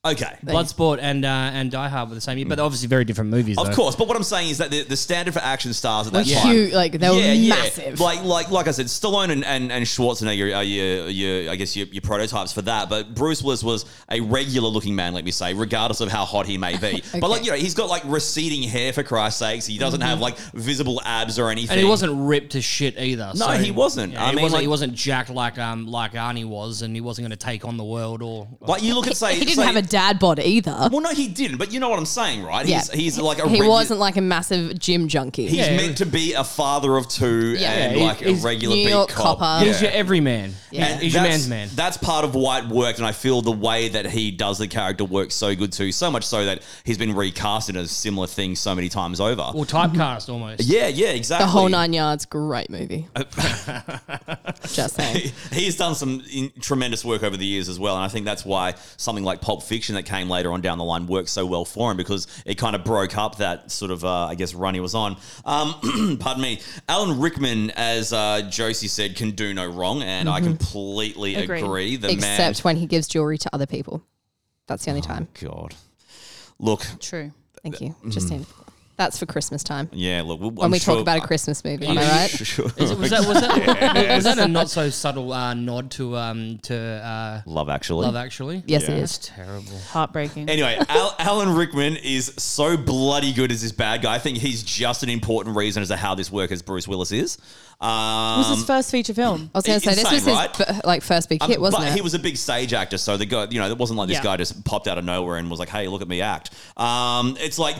Speaker 2: Okay.
Speaker 4: Bloodsport and uh, and Die Hard were the same year, but obviously very different movies.
Speaker 2: Mm. Of
Speaker 4: though.
Speaker 2: course, but what I'm saying is that the, the standard for action stars at that
Speaker 3: Were
Speaker 2: time,
Speaker 3: huge, like, they were massive.
Speaker 2: Like like like I said, Stallone and, and, and Schwarzenegger are your, your I guess your, your prototypes for that. But Bruce Willis was a regular looking man, let me say, regardless of how hot he may be. But like you know, he's got like receding hair for Christ's sakes. He doesn't
Speaker 3: Mm-hmm.
Speaker 2: have like visible abs or anything.
Speaker 4: And he wasn't ripped to shit either.
Speaker 2: No,
Speaker 4: so-
Speaker 2: he wasn't.
Speaker 4: Yeah,
Speaker 2: I
Speaker 4: he
Speaker 2: mean,
Speaker 4: wasn't.
Speaker 2: like-
Speaker 4: he wasn't jacked like um like Arnie was, and he wasn't going to take on the world or
Speaker 2: Like you look at say
Speaker 3: he didn't
Speaker 2: say-
Speaker 3: have a dad bod either.
Speaker 2: Well, no, he didn't. But you know what I'm saying, right?
Speaker 3: Yeah.
Speaker 2: He's he's like a
Speaker 3: He
Speaker 2: regu-
Speaker 3: wasn't like a massive gym junkie.
Speaker 2: He's
Speaker 4: Yeah.
Speaker 2: meant to be a father of two
Speaker 3: Yeah.
Speaker 2: and
Speaker 4: Yeah,
Speaker 2: like
Speaker 4: he's-
Speaker 2: a
Speaker 4: he's
Speaker 2: regular
Speaker 3: New
Speaker 2: beat
Speaker 3: York
Speaker 2: cop.
Speaker 3: copper.
Speaker 4: He's
Speaker 2: Yeah.
Speaker 4: your everyman.
Speaker 3: Yeah.
Speaker 4: He's, he's your man's man.
Speaker 2: That's part of why it worked, and I feel the way that he does the character works so good too. So much so that he's been recast in a similar thing so many times over.
Speaker 4: Or typecast almost.
Speaker 2: yeah, yeah, exactly.
Speaker 3: the whole nine yards, great movie. Just saying.
Speaker 2: He's done some in- tremendous work over the years as well, and I think that's why something like Pulp Fiction that came later on down the line worked so well for him because it kind of broke up that sort of uh, I guess run he was on. Um, pardon me, Alan Rickman, as uh, Josie said, can do no wrong, and
Speaker 4: Mm-hmm.
Speaker 2: I completely
Speaker 5: Agree.
Speaker 2: agree. The man,
Speaker 3: Except when he gives jewelry to other people. That's the only time.
Speaker 2: God, look,
Speaker 5: True.
Speaker 2: Mm.
Speaker 3: Thank you. Just saying. That's for Christmas time.
Speaker 2: Yeah, look, we'll,
Speaker 3: When we talk about a Christmas movie, am I right?
Speaker 4: Is it, was that was that, was that a not so subtle uh, nod to um to uh,
Speaker 2: Love Actually.
Speaker 4: Love Actually?
Speaker 3: Yes, it
Speaker 4: That's
Speaker 3: is.
Speaker 4: terrible.
Speaker 5: Heartbreaking.
Speaker 2: Anyway, Al- Alan Rickman is so bloody good as this bad guy. I think he's just an important reason as to how this work as Bruce Willis is. Um,
Speaker 5: this was his first feature film.
Speaker 3: I was going to say this
Speaker 2: Insane,
Speaker 3: was his
Speaker 2: right?
Speaker 3: b- like first big
Speaker 2: I
Speaker 3: hit,
Speaker 2: mean,
Speaker 3: wasn't
Speaker 2: Um, but
Speaker 3: it?
Speaker 2: he was a big stage actor, so the guy, you know, it wasn't like this
Speaker 5: Yeah.
Speaker 2: guy just popped out of nowhere and was like, "Hey, look at me act." Um, it's like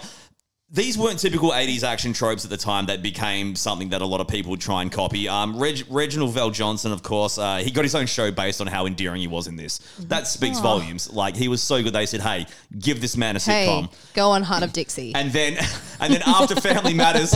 Speaker 2: these weren't typical '80s action tropes at the time that became something that a lot of people would try and copy. Um, Reg- Reginald Val Johnson, of course, uh, he got his own show based on how endearing he was in this. That speaks volumes. Like he was so good, they said, "Hey, give this man a sitcom."
Speaker 3: hey, go on, Heart of Dixie.
Speaker 2: And then, and then after Family Matters,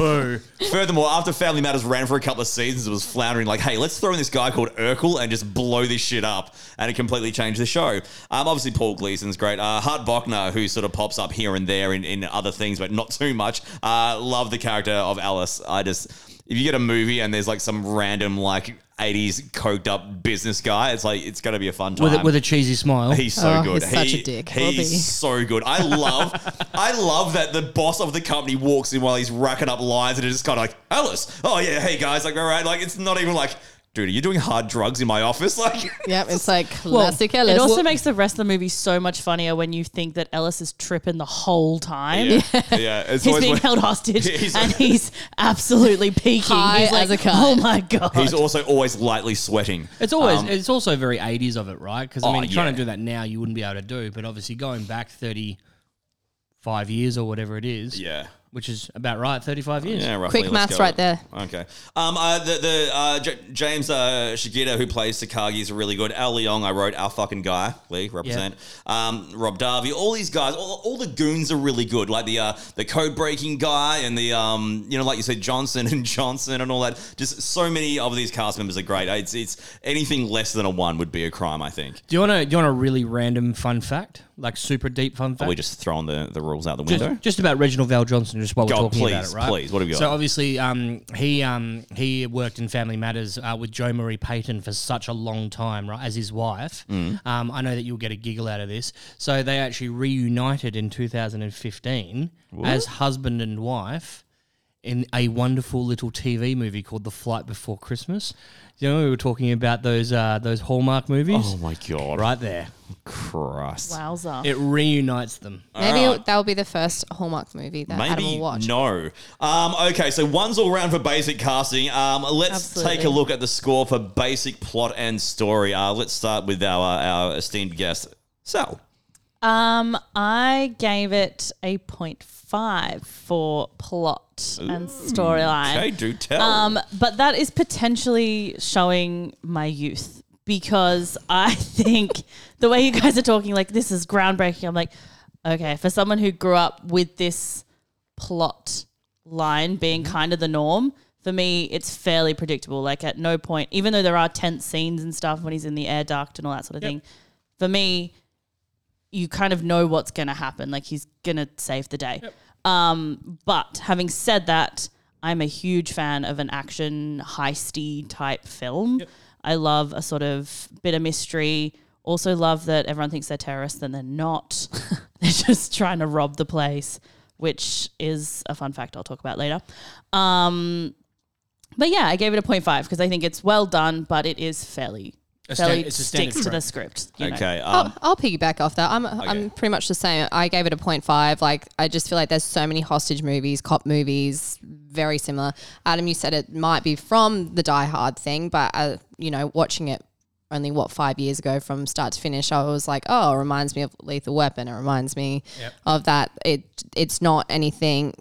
Speaker 2: furthermore, after Family Matters ran for a couple of seasons, it was floundering. Like, hey, let's throw in this guy called Urkel and just blow this shit up, and it completely changed the show. Um, obviously, Paul Gleason's great. Uh, Hart Bochner, who sort of pops up here and there in, in other things, but not too much. Uh, love the character of Alice. I just, if you get a movie and there's like some random like '80s coked up business guy, it's like it's gonna be a fun time.
Speaker 4: With a, with a cheesy smile.
Speaker 2: He's so
Speaker 3: Oh,
Speaker 2: good.
Speaker 3: he's such a dick. Bobby.
Speaker 2: He's so good. I love, I love that the boss of the company walks in while he's racking up lines, and it's just kind of like Alice. Oh yeah, hey guys, like all right, like it's not even like, dude, are you doing hard drugs in my office? Like,
Speaker 3: yep, it's like classic Ellis.
Speaker 5: It also
Speaker 3: Well,
Speaker 5: makes the rest of the movie so much funnier when you think that Ellis is tripping the whole time.
Speaker 2: yeah, yeah. It's
Speaker 5: He's
Speaker 2: always
Speaker 5: being
Speaker 2: when-
Speaker 5: held hostage
Speaker 2: Yeah, he's-
Speaker 5: and he's absolutely peaking.
Speaker 3: High
Speaker 5: he's
Speaker 3: as a kite.
Speaker 5: oh my god.
Speaker 2: He's also always lightly sweating.
Speaker 4: It's always it's also very 80s of it, right? Because I
Speaker 2: um, Oh,
Speaker 4: mean, trying
Speaker 2: yeah.
Speaker 4: to do that now you wouldn't be able to do, but obviously going back 35 years or whatever it is,
Speaker 2: Yeah.
Speaker 4: which is about right, 35 years.
Speaker 2: Yeah, roughly.
Speaker 3: Quick
Speaker 2: Let's
Speaker 3: maths
Speaker 2: go.
Speaker 3: right there.
Speaker 2: Okay. Um, uh, the the uh, J- James uh, Shigeta who plays Takagi is really good. Al Leong, I wrote our fucking guy. Lee represent. Um, Rob Darby, all these guys, all, all the goons are really good. Like the uh, the code breaking guy and the um, you know, like you said, Johnson and Johnson and all that. Just so many of these cast members are great. It's it's anything less than a one would be a crime, I think.
Speaker 4: Do you want to do you want a really random fun fact, like super deep fun
Speaker 2: Are
Speaker 4: fact?
Speaker 2: we just throwing the, the rules out the
Speaker 4: Just-
Speaker 2: window?
Speaker 4: just about Reginald Val Johnson, just while we're
Speaker 2: Go on,
Speaker 4: talking about
Speaker 2: please,
Speaker 4: it, right?
Speaker 2: please, what have you got?
Speaker 4: So obviously, um, he um, he worked in Family Matters uh, with Joe Marie Payton for such a long time, right, as his wife.
Speaker 2: Mm.
Speaker 4: Um, I know that you'll get a giggle out of this. So they actually reunited in 2015 as husband and wife. In a wonderful little TV movie called The Flight Before Christmas, you know we were talking about those uh, those Hallmark movies.
Speaker 2: Oh my god!
Speaker 4: Right there,
Speaker 2: Christ.
Speaker 5: Wowza.
Speaker 4: it reunites them.
Speaker 3: maybe that will be the first Hallmark movie that Adam will watch.
Speaker 2: No. Um, okay, so one's all round for basic casting. Um, let's
Speaker 5: Absolutely.
Speaker 2: take a look at the score for basic plot and story. Uh, let's start with our uh, our esteemed guest, Sal.
Speaker 5: Um, I gave it a point five for plot and storyline.
Speaker 2: Okay, do tell.
Speaker 5: Um, but that is potentially showing my youth because I think the way you guys are talking, like this is groundbreaking. I'm like, okay, for someone who grew up with this plot line being kind of the norm, for me, it's fairly predictable. Like at no point, even though there are tense scenes and stuff when he's in the air duct and all that sort of thing, for me, you kind of know what's going to happen. Like he's going to save the day. Um, but having said that, I'm a huge fan of an action heisty type film. I love a sort of bit of mystery. Also love that everyone thinks they're terrorists and they're not. they're just trying to rob the place, which is a fun fact I'll talk about later. Um, but yeah, I gave it a 0.5 because I think it's well done, but it is fairly,
Speaker 4: sta-
Speaker 5: fairly
Speaker 4: it's a standard
Speaker 5: sticks to the
Speaker 4: trope.
Speaker 5: script. you know.
Speaker 2: okay. Um,
Speaker 3: I'll, I'll piggyback off that. I'm I'm pretty much the same. I gave it a 0.5. Like I just feel like there's so many hostage movies, cop movies, very similar. Adam, you said it might be from the Die Hard thing, but uh, you know, watching it only what five years ago from start to finish, I was like, oh, it reminds me of Lethal Weapon. It reminds me of that. It it's not anything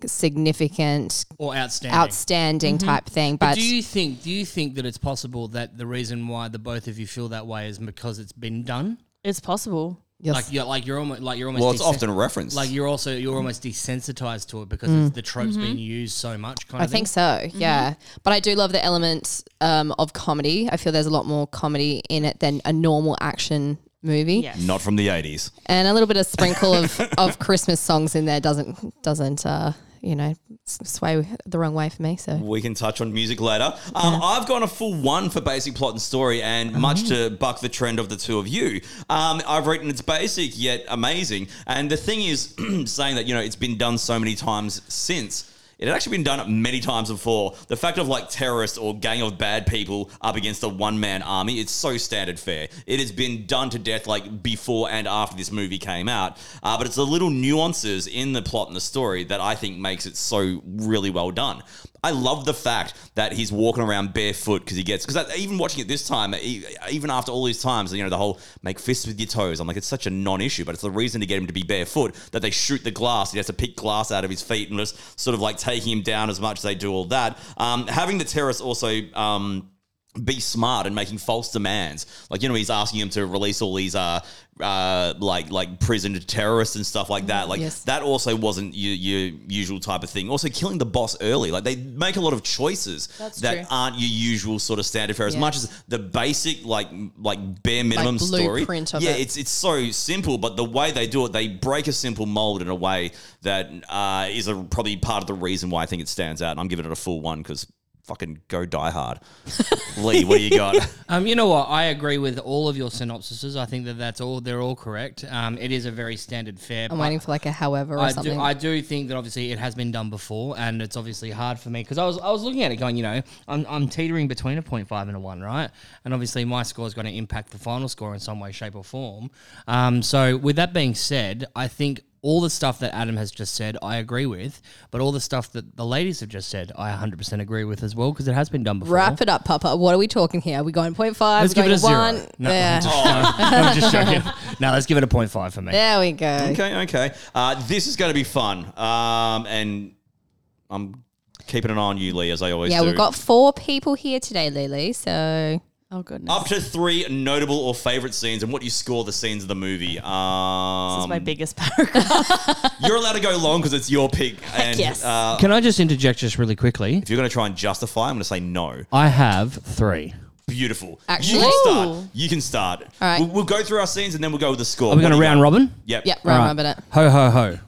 Speaker 3: significant,
Speaker 4: Or outstanding.
Speaker 3: outstanding type thing, but.
Speaker 4: do you think do you think that it's possible that the reason why the both of you feel that way is because it's been done?
Speaker 5: It's possible.
Speaker 3: Yes.
Speaker 4: Like you're like you're almost like you're almost
Speaker 2: well, it's
Speaker 4: desen-
Speaker 2: often referenced.
Speaker 4: like you're also you're almost desensitized to it because it's, the trope's being used so much. Kind
Speaker 3: I
Speaker 4: of thing.
Speaker 3: think so,
Speaker 4: Mm-hmm.
Speaker 3: yeah. But I do love the element um, of comedy. I feel there's a lot more comedy in it than a normal action movie,
Speaker 5: Yes.
Speaker 2: not from the eighties.
Speaker 3: and a little bit of sprinkle of, of Christmas songs in there doesn't doesn't uh, you know s- sway the wrong way for me. So
Speaker 2: We can touch on music later. Um, I've gone a full one for basic plot and story, and much to buck the trend of the two of you, um, I've written it's basic yet amazing. And the thing is, saying that you know it's been done so many times since. It had actually been done many times before. The fact of like terrorists or gang of bad people up against a one man army, it's so standard fare. It has been done to death like before and after this movie came out. Uh, but it's the little nuances in the plot and the story that I think makes it so really well done. I love the fact that he's walking around barefoot because he gets because even watching it this time, e- even after all these times, you know the whole make fists with your toes. I'm like, it's such a non-issue, but it's the reason to get him to be barefoot that they shoot the glass. He has to pick glass out of his feet and just sort of like taking him down as much as they do all that. Um, having the terrorists also. Um, be smart and making false demands. Like you know, he's asking him to release all these uh, uh, like like prison terrorists and stuff like that. Like
Speaker 3: Yes.
Speaker 2: that also wasn't your, your usual type of thing. Also, killing the boss early. Like they make a lot of choices
Speaker 5: That's
Speaker 2: that
Speaker 5: true.
Speaker 2: aren't your usual sort of standard fare. As
Speaker 3: Yeah.
Speaker 2: much as the basic like like bare minimum story,
Speaker 3: blueprint of
Speaker 2: yeah,
Speaker 3: it.
Speaker 2: it's it's so simple. But the way they do it, they break a simple mold in a way that uh, is a, probably part of the reason why I think it stands out. And I'm giving it a full one because. Fucking go die hard. Lee, what do you got?
Speaker 4: Um, you know what? I agree with all of your synopsises. I think that that's all. They're all correct. Um, it is a very standard fare.
Speaker 3: I'm
Speaker 4: but-
Speaker 3: waiting for like a however or
Speaker 4: I
Speaker 3: something.
Speaker 4: do, I do think that obviously it has been done before, and it's obviously hard for me because I was I was looking at it going, you know, I'm, I'm teetering between a 0.5 and a one, right? And obviously my score is going to impact the final score in some way, shape, or form. Um, so with that being said, I think. All the stuff that Adam has just said, I agree with, but all the stuff that the ladies have just said, I 100% agree with as well because it has been done before.
Speaker 3: Wrap it up, Papa. What are we talking here? Are we going 0.5?
Speaker 4: Let's
Speaker 3: We're
Speaker 4: give
Speaker 3: going
Speaker 4: it a zero.
Speaker 3: one?
Speaker 4: No,
Speaker 3: yeah.
Speaker 4: I'm just, I'm just joking. No, let's give it a 0.5 for me.
Speaker 3: There we go.
Speaker 2: Okay, okay. Uh, this is going to be fun, um, and I'm keeping an eye on you, Lee, as I always
Speaker 3: Yeah,
Speaker 2: do.
Speaker 3: we've got four people here today, Lily. So
Speaker 5: Oh goodness,
Speaker 2: up to three notable or favorite scenes, and what you score the scenes of the movie. Um,
Speaker 5: this is my biggest paragraph.
Speaker 2: you're allowed to go long because it's your pick. and,
Speaker 5: yes.
Speaker 2: uh,
Speaker 4: Can I just interject just really quickly?
Speaker 2: if you're going to try and justify, I'm going to say no.
Speaker 4: I have three.
Speaker 2: Beautiful.
Speaker 3: Actually-
Speaker 2: you can start.
Speaker 5: Ooh.
Speaker 2: You can start.
Speaker 3: All right.
Speaker 2: We'll, we'll go through our scenes and then we'll go with the score.
Speaker 4: Are we
Speaker 2: What do
Speaker 4: going to
Speaker 2: you
Speaker 4: round
Speaker 2: got?
Speaker 4: robin?
Speaker 2: Yep.
Speaker 3: yep,
Speaker 4: All
Speaker 3: right,
Speaker 4: right.
Speaker 3: remember that.
Speaker 4: Ho ho ho.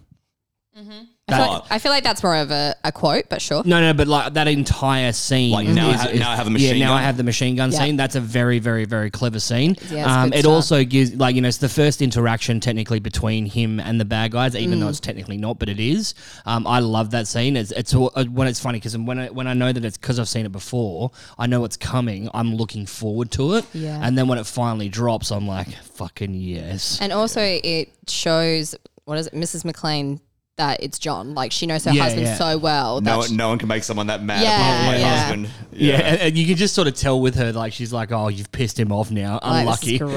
Speaker 3: I feel,
Speaker 2: Oh.
Speaker 3: like, I feel like that's more of a, a quote, but sure.
Speaker 4: No, no, but like that entire scene.
Speaker 2: Like,
Speaker 4: is-
Speaker 2: now I
Speaker 4: is-
Speaker 2: ha-
Speaker 4: is-
Speaker 2: now I have a machine
Speaker 4: Yeah, now
Speaker 2: gun?
Speaker 4: I have the machine gun
Speaker 3: Yeah.
Speaker 4: scene. That's a very, very, very clever scene. Um,
Speaker 3: Yeah, it's a good
Speaker 4: it
Speaker 3: start.
Speaker 4: also gives like you know it's the first interaction technically between him and the bad guys, even
Speaker 3: Mm.
Speaker 4: though it's technically not, but it is. Um, I love that scene. It's, it's all- uh, when it's funny because when I, when I know that it's because I've seen it before, I know it's coming. I'm looking forward to it.
Speaker 3: Yeah.
Speaker 4: And then when it finally drops, I'm like, fucking yes.
Speaker 3: And also, it shows what is it, Mrs. McLean, that it's John. Like she knows her
Speaker 4: Yeah,
Speaker 3: husband
Speaker 4: yeah.
Speaker 3: so well. that
Speaker 2: No,
Speaker 3: she-
Speaker 2: no one can make someone that mad
Speaker 3: Yeah,
Speaker 2: apart from my
Speaker 3: yeah.
Speaker 2: husband.
Speaker 4: Yeah, and, and you can just sort of tell with her, like she's like, "Oh, you've pissed him off now.
Speaker 3: like,
Speaker 4: Unlucky."
Speaker 3: This is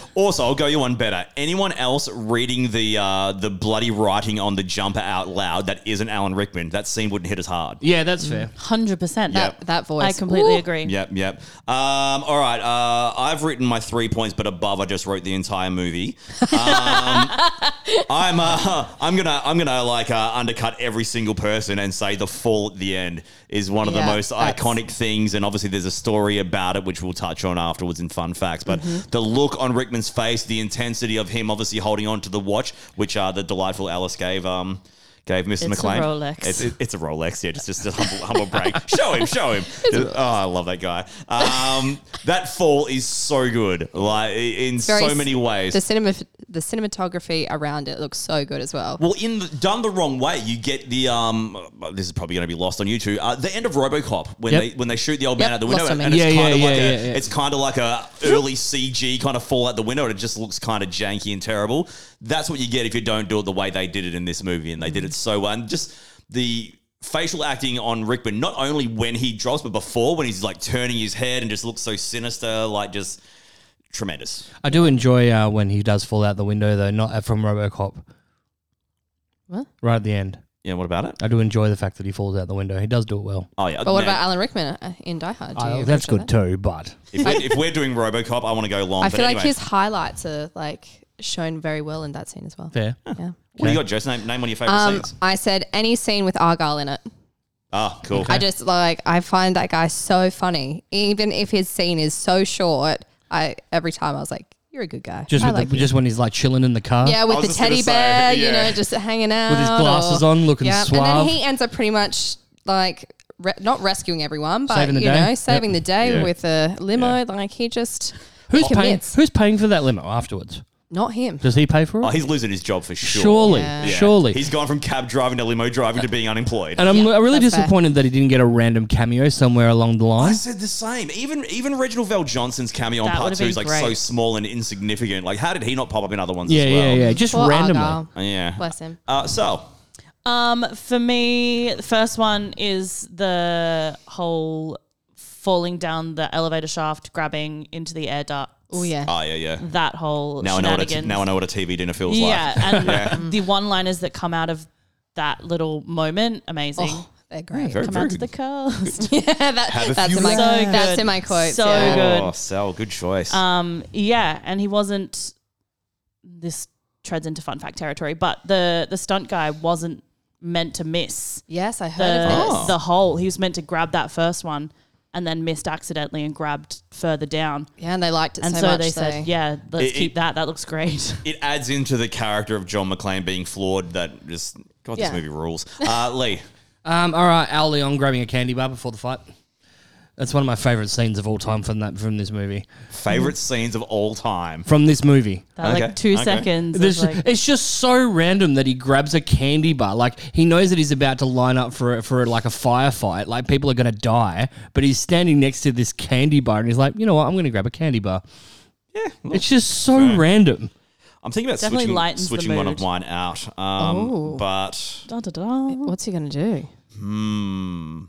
Speaker 3: great.
Speaker 2: Also, I'll go you one better. Anyone else reading the uh, the bloody writing on the jumper out loud that isn't Alan Rickman, that scene wouldn't hit as hard.
Speaker 4: yeah,
Speaker 3: Mm.
Speaker 4: that's fair.
Speaker 5: Hundred percent.
Speaker 3: That, that voice.
Speaker 5: I completely
Speaker 3: Ooh.
Speaker 5: agree.
Speaker 2: Yep, yep. Um, all right, uh, I've written my three points, but above, I just wrote the entire movie. Um, I'm uh, I'm gonna I'm gonna like uh, undercut every single person and say the fall at the end is one of
Speaker 3: Yeah,
Speaker 2: the most
Speaker 3: that's-
Speaker 2: iconic things, and obviously there's a story about it which we'll touch on afterwards in fun facts. But the look on Rickman's face, the intensity of him obviously holding on to the watch, which uh, the delightful Alice gave. Um, Gave Mr.
Speaker 5: a
Speaker 2: McLean.
Speaker 5: Rolex.
Speaker 2: It's, it- it's a Rolex, yeah. Just, just a humble, humble break. Show him, show him. Oh, I love that guy. Um, that fall is so good, like i- in
Speaker 3: Very
Speaker 2: so
Speaker 3: s-
Speaker 2: many ways.
Speaker 3: The cinema, the cinematography around it looks so good as well.
Speaker 2: Well, in the, done the wrong way, you get the um. This is probably going to be lost on you two. Uh, the end of RoboCop when
Speaker 4: Yep.
Speaker 2: they when they shoot the old
Speaker 3: Yep,
Speaker 2: man out the window,
Speaker 3: lost on
Speaker 2: and,
Speaker 3: me.
Speaker 2: and it's
Speaker 4: Yeah, yeah,
Speaker 2: kind of
Speaker 4: yeah,
Speaker 2: like a
Speaker 4: yeah, yeah.
Speaker 2: it's kind of like a early CG kind of fall out the window, and it just looks kind of janky and terrible. That's what you get if you don't do it the way they did it in this movie, and they did it so well. And just the facial acting on Rickman, not only when he drops, but before when he's like turning his head and just looks so sinister, like just tremendous.
Speaker 4: I do enjoy uh, when he does fall out the window, though, not uh, from RoboCop.
Speaker 3: What?
Speaker 4: Right at the end,
Speaker 2: Yeah, what about it?
Speaker 4: I do enjoy the fact that he falls out the window. He does do it well.
Speaker 2: Oh yeah,
Speaker 3: But what
Speaker 2: man.
Speaker 3: about Alan Rickman uh, in Die Hard? Do
Speaker 4: I-
Speaker 3: you
Speaker 4: Oh, that's
Speaker 3: appreciate
Speaker 4: good
Speaker 3: that?
Speaker 4: too, but
Speaker 2: If we're, if we're doing RoboCop, I want to go long.
Speaker 3: I
Speaker 2: but
Speaker 3: feel like
Speaker 2: anyway.
Speaker 3: his highlights are like shown very well in that scene as well.
Speaker 4: fair.
Speaker 3: Yeah.
Speaker 2: What do you got, Jess? Name, name one of your favorite
Speaker 3: Um,
Speaker 2: scenes.
Speaker 3: I said any scene with Argyle in it.
Speaker 2: Ah, cool.
Speaker 3: I just like I find that guy so funny. Even if his scene is so short, I every time I was like, "You're a good guy."
Speaker 4: Just
Speaker 3: I
Speaker 4: with
Speaker 3: like
Speaker 4: the,
Speaker 3: you."
Speaker 4: just when he's like chilling in the car.
Speaker 3: yeah,
Speaker 2: I
Speaker 3: with
Speaker 2: was
Speaker 3: the
Speaker 2: just gonna
Speaker 3: teddy
Speaker 2: say,
Speaker 3: bear, you
Speaker 2: yeah.
Speaker 3: know, just hanging out
Speaker 4: his glasses
Speaker 3: or-
Speaker 4: on, looking
Speaker 3: And
Speaker 4: suave.
Speaker 3: then he ends up pretty much like re- not rescuing everyone, but
Speaker 4: Saving the
Speaker 3: you
Speaker 4: day.
Speaker 3: know, saving
Speaker 4: Yep.
Speaker 3: the day
Speaker 2: Yeah.
Speaker 3: with a limo. Like he just
Speaker 4: Who's
Speaker 3: he
Speaker 4: paying?
Speaker 3: commits.
Speaker 4: Who's paying for that limo afterwards?
Speaker 3: Not him.
Speaker 4: Does he pay for it?
Speaker 2: Oh, he's losing his job for sure.
Speaker 4: surely,
Speaker 3: Yeah.
Speaker 2: Yeah.
Speaker 4: surely.
Speaker 2: He's gone from cab driving to limo driving to being unemployed.
Speaker 4: and I'm
Speaker 3: Yeah,
Speaker 4: really
Speaker 3: that's fair.
Speaker 4: disappointed that he didn't get a random cameo somewhere along the
Speaker 2: I
Speaker 4: line.
Speaker 2: said the same. Even even Reginald Val Johnson's cameo on
Speaker 5: That
Speaker 2: part
Speaker 5: would've
Speaker 2: two is
Speaker 5: been
Speaker 2: like so
Speaker 5: great.
Speaker 2: small and insignificant. Like, how did he not pop up in other ones
Speaker 4: Yeah,
Speaker 2: as well?
Speaker 4: yeah, yeah. Just
Speaker 3: Poor
Speaker 4: randomly.
Speaker 3: Argyle.
Speaker 2: Yeah.
Speaker 3: Bless him.
Speaker 2: Uh, so,
Speaker 5: Um, for me, the first one is the whole falling down the elevator shaft, grabbing into the air ducts.
Speaker 3: Oh yeah.
Speaker 2: oh, yeah, yeah.
Speaker 5: That whole
Speaker 2: Now I, know what a t-
Speaker 5: Mm-hmm. shenanigans.
Speaker 2: now I know what a TV dinner feels
Speaker 5: yeah,
Speaker 2: like.
Speaker 5: and the one-liners that come out of that little moment, amazing.
Speaker 3: Oh, they're great.
Speaker 2: Very,
Speaker 5: come
Speaker 2: very
Speaker 5: out to the
Speaker 2: good.
Speaker 5: coast.
Speaker 3: yeah, that,
Speaker 2: a
Speaker 3: that's
Speaker 2: few
Speaker 3: in my
Speaker 5: laughs. So
Speaker 3: that's
Speaker 5: good.
Speaker 3: in my quotes.
Speaker 5: So
Speaker 3: yeah.
Speaker 5: good.
Speaker 2: Oh, Sal, good choice.
Speaker 5: Um, yeah, and he wasn't. This treads into fun fact territory, but the the stunt guy wasn't meant to miss
Speaker 3: Yes, I heard
Speaker 5: the
Speaker 3: of this.
Speaker 2: Oh.
Speaker 5: the hole. He was meant to grab that first one, and then missed accidentally and grabbed further down.
Speaker 3: Yeah, and they liked it
Speaker 5: And
Speaker 3: so,
Speaker 5: so,
Speaker 3: much.
Speaker 5: they
Speaker 3: so.
Speaker 5: said, "Yeah, let's
Speaker 2: It-
Speaker 5: keep
Speaker 2: it-
Speaker 5: that. That looks great."
Speaker 2: it adds into the character of John McClane being flawed that just, God,
Speaker 3: Yeah.
Speaker 2: this movie rules. Uh, Lee,
Speaker 4: Um, all right, Al Leon grabbing a candy bar before the fight. That's one of my favorite scenes of all time from that from this movie.
Speaker 2: favorite scenes of all time.
Speaker 4: From this movie.
Speaker 5: That,
Speaker 2: Okay,
Speaker 5: Like two
Speaker 2: okay.
Speaker 5: seconds. of,
Speaker 4: There's-
Speaker 5: like,
Speaker 4: it's just so random that he grabs a candy bar. Like he knows that he's about to line up for for like a firefight. Like people are going to die, but he's standing next to this candy bar, and he's like, you know what? I'm going to grab a candy bar.
Speaker 2: Yeah,
Speaker 4: It's just so random.
Speaker 2: I'm thinking about
Speaker 5: Definitely
Speaker 2: switching,
Speaker 5: lightens the
Speaker 2: switching one of
Speaker 5: mood.
Speaker 2: mine out. Um,
Speaker 3: Ooh.
Speaker 2: but
Speaker 5: dun, dun, dun.
Speaker 3: "What's he gonna do?"
Speaker 2: hmm,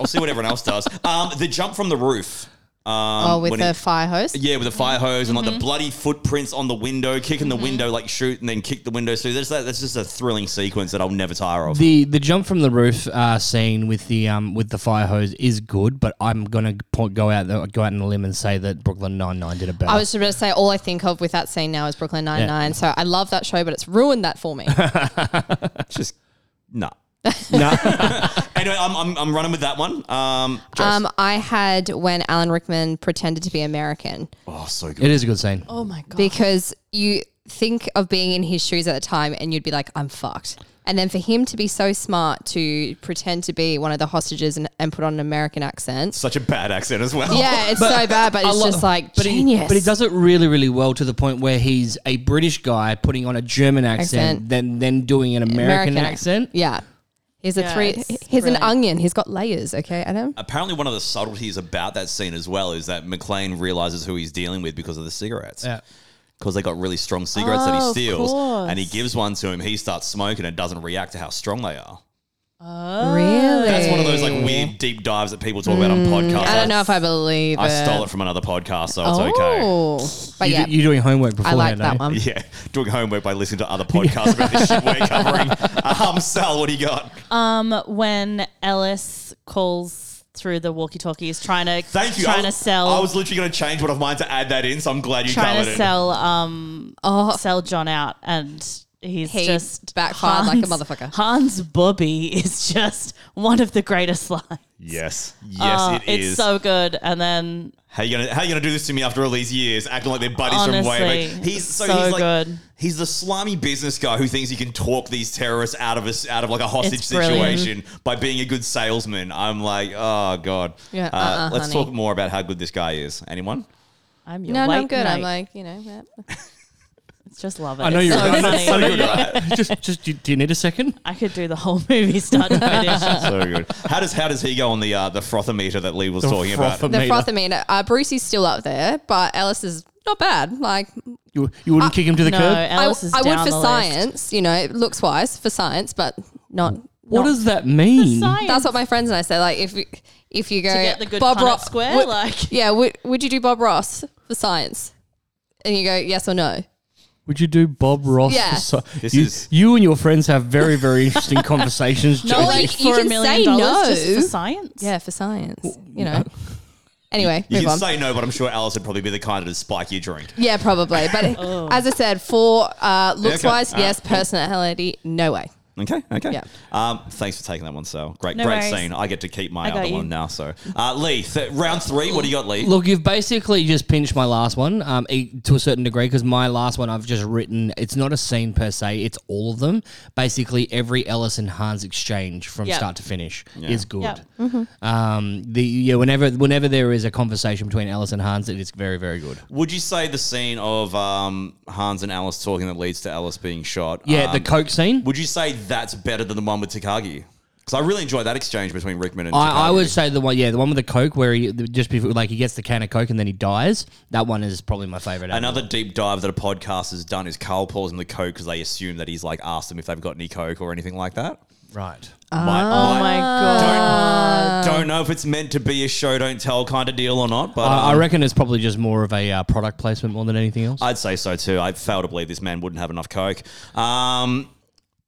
Speaker 2: I'll see what everyone else does. Um, the jump from the roof. Um,
Speaker 3: oh, with
Speaker 2: when
Speaker 3: the Mm-hmm.
Speaker 2: he-
Speaker 3: fire hose.
Speaker 2: Yeah, with a fire hose and like the bloody footprints on the window, kicking
Speaker 3: Mm-hmm.
Speaker 2: the window like shoot, and then kick the window. So that's that, that's just a thrilling sequence that I'll never tire of.
Speaker 4: The the jump from the roof uh, scene with the um with the fire hose is good, but I'm gonna point, go out there, go out on a limb and say that Brooklyn Nine Nine did it better.
Speaker 3: I was just about to say all I think of with that scene now is Brooklyn Nine Nine. So I love that show, but it's ruined that for me.
Speaker 2: It's just nah.
Speaker 4: no,
Speaker 2: Anyway, I'm, I'm, I'm running with that one. Um, Joyce.
Speaker 3: um, I had when Alan Rickman pretended to be American
Speaker 2: oh, so good.
Speaker 4: it is a good scene.
Speaker 5: Oh my god!
Speaker 3: because you think of being in his shoes at the time and you'd be like, I'm fucked. And then for him to be so smart to pretend to be one of the hostages and, and put on an American accent.
Speaker 2: Such a bad accent as well.
Speaker 3: Yeah, it's so bad, but it's
Speaker 4: lo-
Speaker 3: just like
Speaker 4: but
Speaker 3: genius.
Speaker 4: He, but he does it really, really well to the point where he's a British guy putting on a German accent,
Speaker 3: Accent.
Speaker 4: then then doing an American, accent.
Speaker 3: Yeah. He's a
Speaker 5: Yeah,
Speaker 3: three.
Speaker 5: it's
Speaker 3: He's an
Speaker 5: brilliant.
Speaker 3: onion. He's got layers. Okay, Adam.
Speaker 2: Apparently, one of the subtleties about that scene as well is that McLean realizes who he's dealing with because of the cigarettes.
Speaker 4: Yeah.
Speaker 2: Because they got really strong cigarettes that
Speaker 5: Oh,
Speaker 2: he
Speaker 5: of
Speaker 2: steals,
Speaker 5: course.
Speaker 2: and he gives one to him. He starts smoking and doesn't react to how strong they are.
Speaker 3: really?
Speaker 2: That's one of those like weird deep dives that people talk about on podcasts.
Speaker 3: I don't know if I believe.
Speaker 2: I
Speaker 3: it.
Speaker 2: stole it from another podcast, so it's okay.
Speaker 3: oh, but
Speaker 4: You,
Speaker 3: yeah,
Speaker 4: are doing homework
Speaker 3: I like
Speaker 4: beforehand.
Speaker 3: that
Speaker 4: eh?
Speaker 3: one.
Speaker 2: Yeah, doing homework by listening to other podcasts about this shit we're covering. Um, Sal, what do you got?
Speaker 5: Um, when Ellis calls through the walkie-talkies, trying to
Speaker 2: Thank you.
Speaker 5: trying
Speaker 2: I was,
Speaker 5: to sell,
Speaker 2: I was literally going to change one of mine to add that in, so I'm glad you
Speaker 5: trying
Speaker 2: covered
Speaker 5: to
Speaker 2: it.
Speaker 5: sell um
Speaker 3: Oh,
Speaker 5: sell John out, and he's
Speaker 3: He
Speaker 5: just
Speaker 3: backfired like a motherfucker.
Speaker 5: Hans Bobby is just one of the greatest lines.
Speaker 2: Yes, yes,
Speaker 5: Uh,
Speaker 2: it
Speaker 5: it's
Speaker 2: is.
Speaker 5: so good, and then
Speaker 2: How you gonna How you gonna do this to me after all these years, acting like they're buddies from way
Speaker 5: Honestly,
Speaker 2: back? He's so,
Speaker 5: so
Speaker 2: he's like,
Speaker 5: good.
Speaker 2: He's the slimy business guy who thinks he can talk these terrorists out of us out of like a hostage
Speaker 5: It's brilliant.
Speaker 2: situation by being a good salesman. I'm like, oh god.
Speaker 3: Yeah,
Speaker 2: Uh,
Speaker 3: uh-uh,
Speaker 2: let's
Speaker 3: honey.
Speaker 2: talk more about how good this guy is. Anyone?
Speaker 5: I'm your
Speaker 3: no, no, I'm
Speaker 5: wake
Speaker 3: good. I'm
Speaker 5: mate.
Speaker 3: like, you know, yeah.
Speaker 5: It's just love it.
Speaker 4: I know you're
Speaker 5: It's so
Speaker 4: right.
Speaker 5: funny.
Speaker 2: So good, right?
Speaker 4: just, just do, do you need a second?
Speaker 5: I could do the whole movie start to finish.
Speaker 2: So good. How does How does he go on the uh, the frothometer that Lee was talking about?
Speaker 3: the
Speaker 4: Frothometer.
Speaker 3: frothamina. Uh, Brucey's still up there, but Ellis is not bad. Like,
Speaker 4: You, you
Speaker 3: Uh,
Speaker 4: wouldn't kick him to the
Speaker 5: no,
Speaker 4: curb.
Speaker 3: I,
Speaker 5: Ellis is
Speaker 3: I
Speaker 5: down
Speaker 3: would for
Speaker 5: the
Speaker 3: science, you know, looks wise for science, but not.
Speaker 4: What
Speaker 3: not-
Speaker 4: does that mean?
Speaker 2: Hmm.
Speaker 5: List. Science.
Speaker 3: That's what my friends and I say. Like, if you- if you go
Speaker 5: get the good
Speaker 3: Bob
Speaker 5: Punnett
Speaker 3: Ross
Speaker 5: square, like-
Speaker 3: yeah, would would you do Bob Ross for science? And you go yes or no.
Speaker 4: Would you do Bob Ross?
Speaker 3: Yeah.
Speaker 4: for so-
Speaker 2: This
Speaker 4: you,
Speaker 2: is-
Speaker 4: you and your friends have very, very interesting conversations.
Speaker 3: No,
Speaker 4: Joey.
Speaker 3: like, you
Speaker 5: for a
Speaker 3: can
Speaker 5: million
Speaker 3: say
Speaker 5: dollars just
Speaker 3: no.
Speaker 5: for science.
Speaker 3: Yeah, for science. You know. Anyway,
Speaker 2: You
Speaker 3: move
Speaker 2: can
Speaker 3: on.
Speaker 2: say no, but I'm sure Alice would probably be the kind to spike your drink.
Speaker 3: yeah, probably. But as I said, for uh, looks
Speaker 2: Oh. Okay.
Speaker 3: wise,
Speaker 2: All
Speaker 3: yes. Personality, no way.
Speaker 2: Okay, okay.
Speaker 3: Yeah.
Speaker 2: Um, thanks for taking that one, Sal. Great,
Speaker 5: No
Speaker 2: great
Speaker 5: worries.
Speaker 2: scene. I get to keep my
Speaker 5: I got
Speaker 2: other
Speaker 5: you.
Speaker 2: one now. So, uh, Lee, th- round three. What do you got, Lee?
Speaker 4: Look, you've basically just pinched my last one um, e- to a certain degree because my last one I've just written, it's not a scene per se, it's all of them. Basically, every Ellis and Hans exchange from
Speaker 5: Yep.
Speaker 4: start to finish is good.
Speaker 5: Yep.
Speaker 4: Um, the yeah, whenever whenever there is a conversation between Ellis and Hans, it is very very good.
Speaker 2: Would you say the scene of um, Hans and Alice talking that leads to Alice being shot?
Speaker 4: Yeah, the
Speaker 2: um,
Speaker 4: Coke scene.
Speaker 2: Would you say that's better than the one with Takagi? Because I really enjoyed that exchange between Rickman and
Speaker 4: I, I
Speaker 2: Takagi.
Speaker 4: would say the one, yeah, the one with the Coke where he just before, like he gets the can of Coke and then he dies. That one is probably my favorite.
Speaker 2: Another deep dive that a podcast has done is Carl pours him the coke because they assume that he's like asked them if they've got any coke or anything like that.
Speaker 4: right.
Speaker 2: Might-
Speaker 5: Oh
Speaker 2: might-
Speaker 5: my god.
Speaker 2: Don't know if it's meant to be a show don't tell kind of deal or not, but
Speaker 4: I, I
Speaker 2: um,
Speaker 4: reckon it's probably just more of a uh, product placement more than anything else.
Speaker 2: I'd say so too. I fail to believe this man wouldn't have enough coke. Um,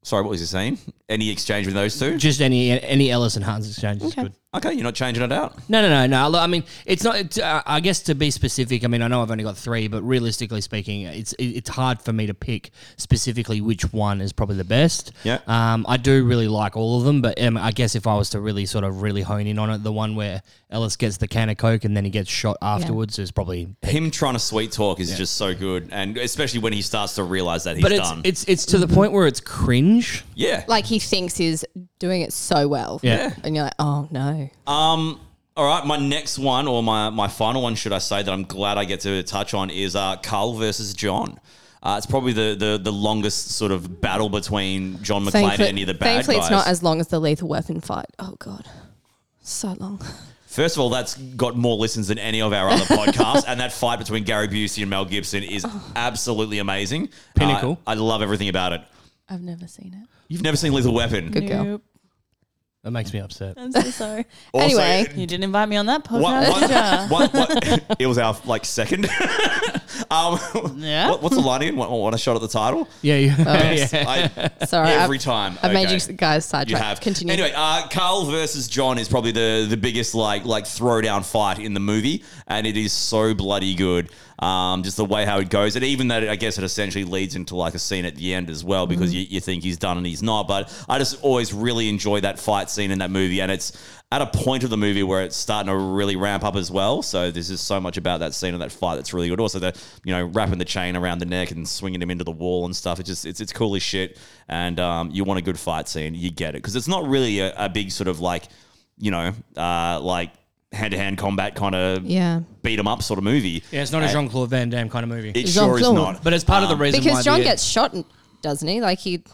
Speaker 2: sorry, what was he saying? Any exchange with those two?
Speaker 4: just any any Ellis and Hans exchange is good.
Speaker 2: Okay, you're not changing it out.
Speaker 4: No, no, no, no. Look, I mean, it's not. It's, uh, I guess to be specific, I mean, I know I've only got three, but realistically speaking, it's it- it's hard for me to pick specifically which one is probably the best.
Speaker 2: Yeah.
Speaker 4: Um, I do really like all of them, but um, I guess if I was to really sort of really hone in on it, the one where Ellis gets the can of coke and then he gets shot afterwards is probably.
Speaker 2: Him trying to sweet talk is just so good, and especially when he starts to realize that he's
Speaker 4: But it's
Speaker 2: done.
Speaker 4: it's it's to the point where it's cringe.
Speaker 2: yeah.
Speaker 3: Like he thinks he's doing it so well.
Speaker 4: Yeah.
Speaker 3: And you're like, oh no.
Speaker 2: All right, my next one, or my, my final one, should I say, that I'm glad I get to touch on is uh, Carl versus John. Uh, it's probably the, the, the longest sort of battle between John McClane and any of the bad
Speaker 3: thankfully
Speaker 2: guys.
Speaker 3: it's not as long as the lethal weapon fight. Oh god. So long.
Speaker 2: First of all, that's got more listens than any of our other podcasts, and that fight between Gary Busey and Mel Gibson is absolutely amazing.
Speaker 4: Pinnacle.
Speaker 2: Uh, I love everything about it.
Speaker 5: I've never seen it.
Speaker 2: You've never seen Lethal Weapon.
Speaker 3: Good girl.
Speaker 5: Nope.
Speaker 4: That makes me upset.
Speaker 5: I'm so sorry.
Speaker 2: Also,
Speaker 3: Anyway.
Speaker 5: you didn't invite me on that podcast.
Speaker 2: What,
Speaker 5: did ya?
Speaker 2: what, what, what- it was our like second. um,
Speaker 5: Yeah.
Speaker 2: what- what's the line again? What, what a shot at the title.
Speaker 4: Yeah, you,
Speaker 2: Yes,
Speaker 4: yeah.
Speaker 2: I-
Speaker 3: Sorry.
Speaker 2: every
Speaker 3: I've,
Speaker 2: time.
Speaker 3: I've made
Speaker 2: Okay.
Speaker 3: you guys sidetrack.
Speaker 2: You have.
Speaker 3: Continue.
Speaker 2: Anyway, uh, Carl versus John is probably the the biggest like like throwdown fight in the movie, and it is so bloody good. Um, just the way how it goes, and even that I guess it essentially leads into like a scene at the end as well, because
Speaker 3: Mm-hmm.
Speaker 2: you, you think he's done and he's not. But I just always really enjoy that fight scene in that movie, and it's at a point of the movie where it's starting to really ramp up as well. So this is so much about that scene and that fight that's really good. Also the you know wrapping the chain around the neck and swinging him into the wall and stuff. It just it's it's cool as shit. And um, you want a good fight scene, you get it because it's not really a, a big sort of like you know uh, like hand to hand combat kind of
Speaker 3: Yeah.
Speaker 2: beat 'em up sort of movie.
Speaker 4: yeah, it's not a Jean Claude Van Damme kind of movie.
Speaker 2: It sure
Speaker 3: Jean-Claude.
Speaker 2: is not.
Speaker 4: but it's part of the reason why
Speaker 3: Ah. Because John
Speaker 4: the-
Speaker 3: gets shot, doesn't he? Like he,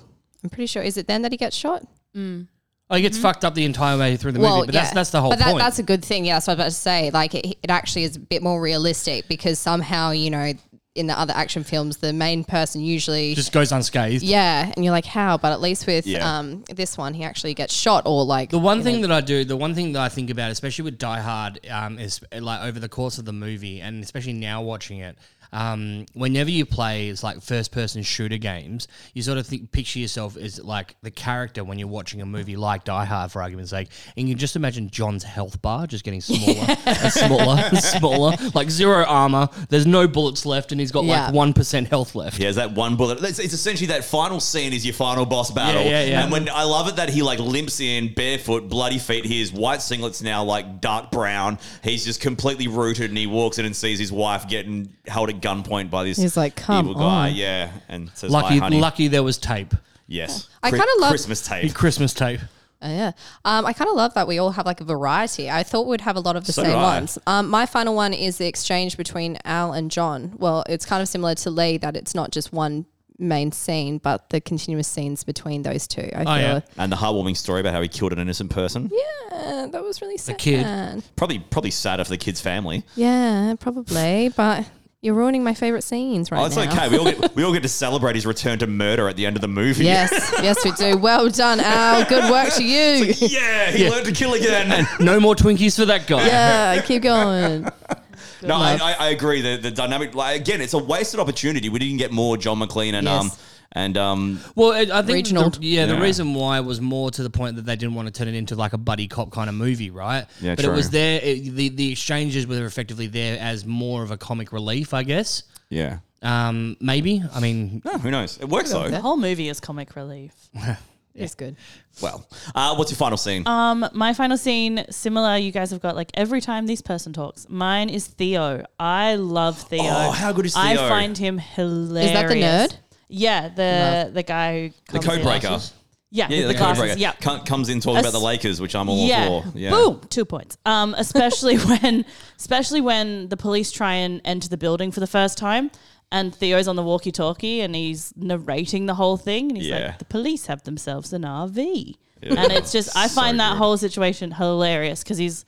Speaker 3: I'm pretty sure. Is it then that he gets shot?
Speaker 4: Oh, he gets fucked up the entire way through the movie, but that's that's the whole
Speaker 3: Mm-hmm. but that,
Speaker 4: point.
Speaker 3: That's a good thing. Yeah, that's what I was about to say. Like it, it actually is a bit more realistic because somehow you know in the other action films the main person usually.
Speaker 4: just goes unscathed.
Speaker 3: yeah, and you're like, how? But at least with
Speaker 2: Yeah.
Speaker 3: um, this one, he actually gets shot or like
Speaker 4: The one thing that I do, the one thing that I think about, especially with Die Hard, um, is like over the course of the movie, and especially now watching it, um, whenever you play it's like first person shooter games, you sort of think, picture yourself as like the character when you're watching a movie like Die Hard, for argument's sake, and you just imagine John's health bar just getting smaller and smaller and smaller, like zero armor, there's no bullets left, and he's got
Speaker 3: Yeah.
Speaker 4: like one percent health left.
Speaker 2: Yeah, it's that one bullet. It's, it's essentially that final scene is your final boss battle.
Speaker 4: Yeah, yeah, yeah.
Speaker 2: And when I love it that he like limps in barefoot, bloody feet. His white singlet's now like dark brown. He's just completely rooted, and he walks in and sees his wife getting held at gunpoint by this.
Speaker 3: He's like, "Come
Speaker 2: evil guy.
Speaker 3: on."
Speaker 2: Yeah, and says,
Speaker 4: Lucky,
Speaker 2: "Hi, honey."
Speaker 4: lucky there was tape,
Speaker 2: yes.
Speaker 3: I
Speaker 2: Chri-
Speaker 3: kinda love-
Speaker 2: Christmas tape.
Speaker 4: Christmas tape.
Speaker 3: Oh, yeah. Um, I kind of love that we all have like a variety. I thought we'd have a lot of the
Speaker 2: So do
Speaker 3: same
Speaker 2: I.
Speaker 3: ones. Um, my final one is the exchange between Al and John. Well, it's kind of similar to Lee that it's not just one main scene, but the continuous scenes between those two. I
Speaker 4: Oh, yeah.
Speaker 3: feel
Speaker 2: And the heartwarming story about how he killed an innocent person.
Speaker 3: Uh, that was really sad.
Speaker 4: kid.
Speaker 2: Probably, probably sadder for the kid's family.
Speaker 3: Yeah, probably. But you're ruining my favorite scenes right
Speaker 2: Oh, it's
Speaker 3: now.
Speaker 2: okay. We all get, we all get to celebrate his return to murder at the end of the movie.
Speaker 3: Yes, yes, we do. Well done, Al. Good work to you.
Speaker 2: yeah. He
Speaker 4: Yeah.
Speaker 2: learned to kill again.
Speaker 4: No more Twinkies for that guy.
Speaker 3: Yeah, keep going.
Speaker 2: No, I,
Speaker 3: love.
Speaker 2: I, I agree. The the dynamic like, again, it's a wasted opportunity. We didn't get more John McLean and
Speaker 3: Yes.
Speaker 2: um and um
Speaker 4: Well, it, I think the-
Speaker 3: Reginald.
Speaker 4: yeah, the
Speaker 2: Yeah.
Speaker 4: reason why was more to the point that they didn't want to turn it into like a buddy cop kind of movie, right?
Speaker 2: Yeah,
Speaker 4: but
Speaker 2: true.
Speaker 4: it was there. It, the the exchanges were effectively there as more of a comic relief, I guess.
Speaker 2: yeah.
Speaker 4: Um, maybe. I mean,
Speaker 2: No, who knows? It works though.
Speaker 5: The whole movie is comic relief.
Speaker 3: It's good.
Speaker 2: Well, uh, what's your final scene?
Speaker 5: Um, my final scene, similar. You guys have got like every time this person talks. Mine is Theo. I love Theo.
Speaker 2: Oh, how good is
Speaker 5: I
Speaker 2: Theo?
Speaker 5: find him hilarious.
Speaker 3: Is that the nerd?
Speaker 5: Yeah, the the guy who
Speaker 2: the
Speaker 5: comes in.
Speaker 2: code breaker. Yeah,
Speaker 5: Yeah, with
Speaker 2: the,
Speaker 5: the
Speaker 2: code
Speaker 5: glasses.
Speaker 2: breaker.
Speaker 5: Yeah,
Speaker 2: Com- comes in talking
Speaker 5: As-
Speaker 2: about the Lakers, which I'm all for. Yeah.
Speaker 5: Boom. Two points. Um, especially when, especially when the police try and enter the building for the first time, and Theo's on the walkie-talkie and he's narrating the whole thing, and he's
Speaker 2: Yeah.
Speaker 5: like, "The police have themselves an RV," and it's just I
Speaker 2: So
Speaker 5: find that
Speaker 2: good.
Speaker 5: whole situation hilarious because he's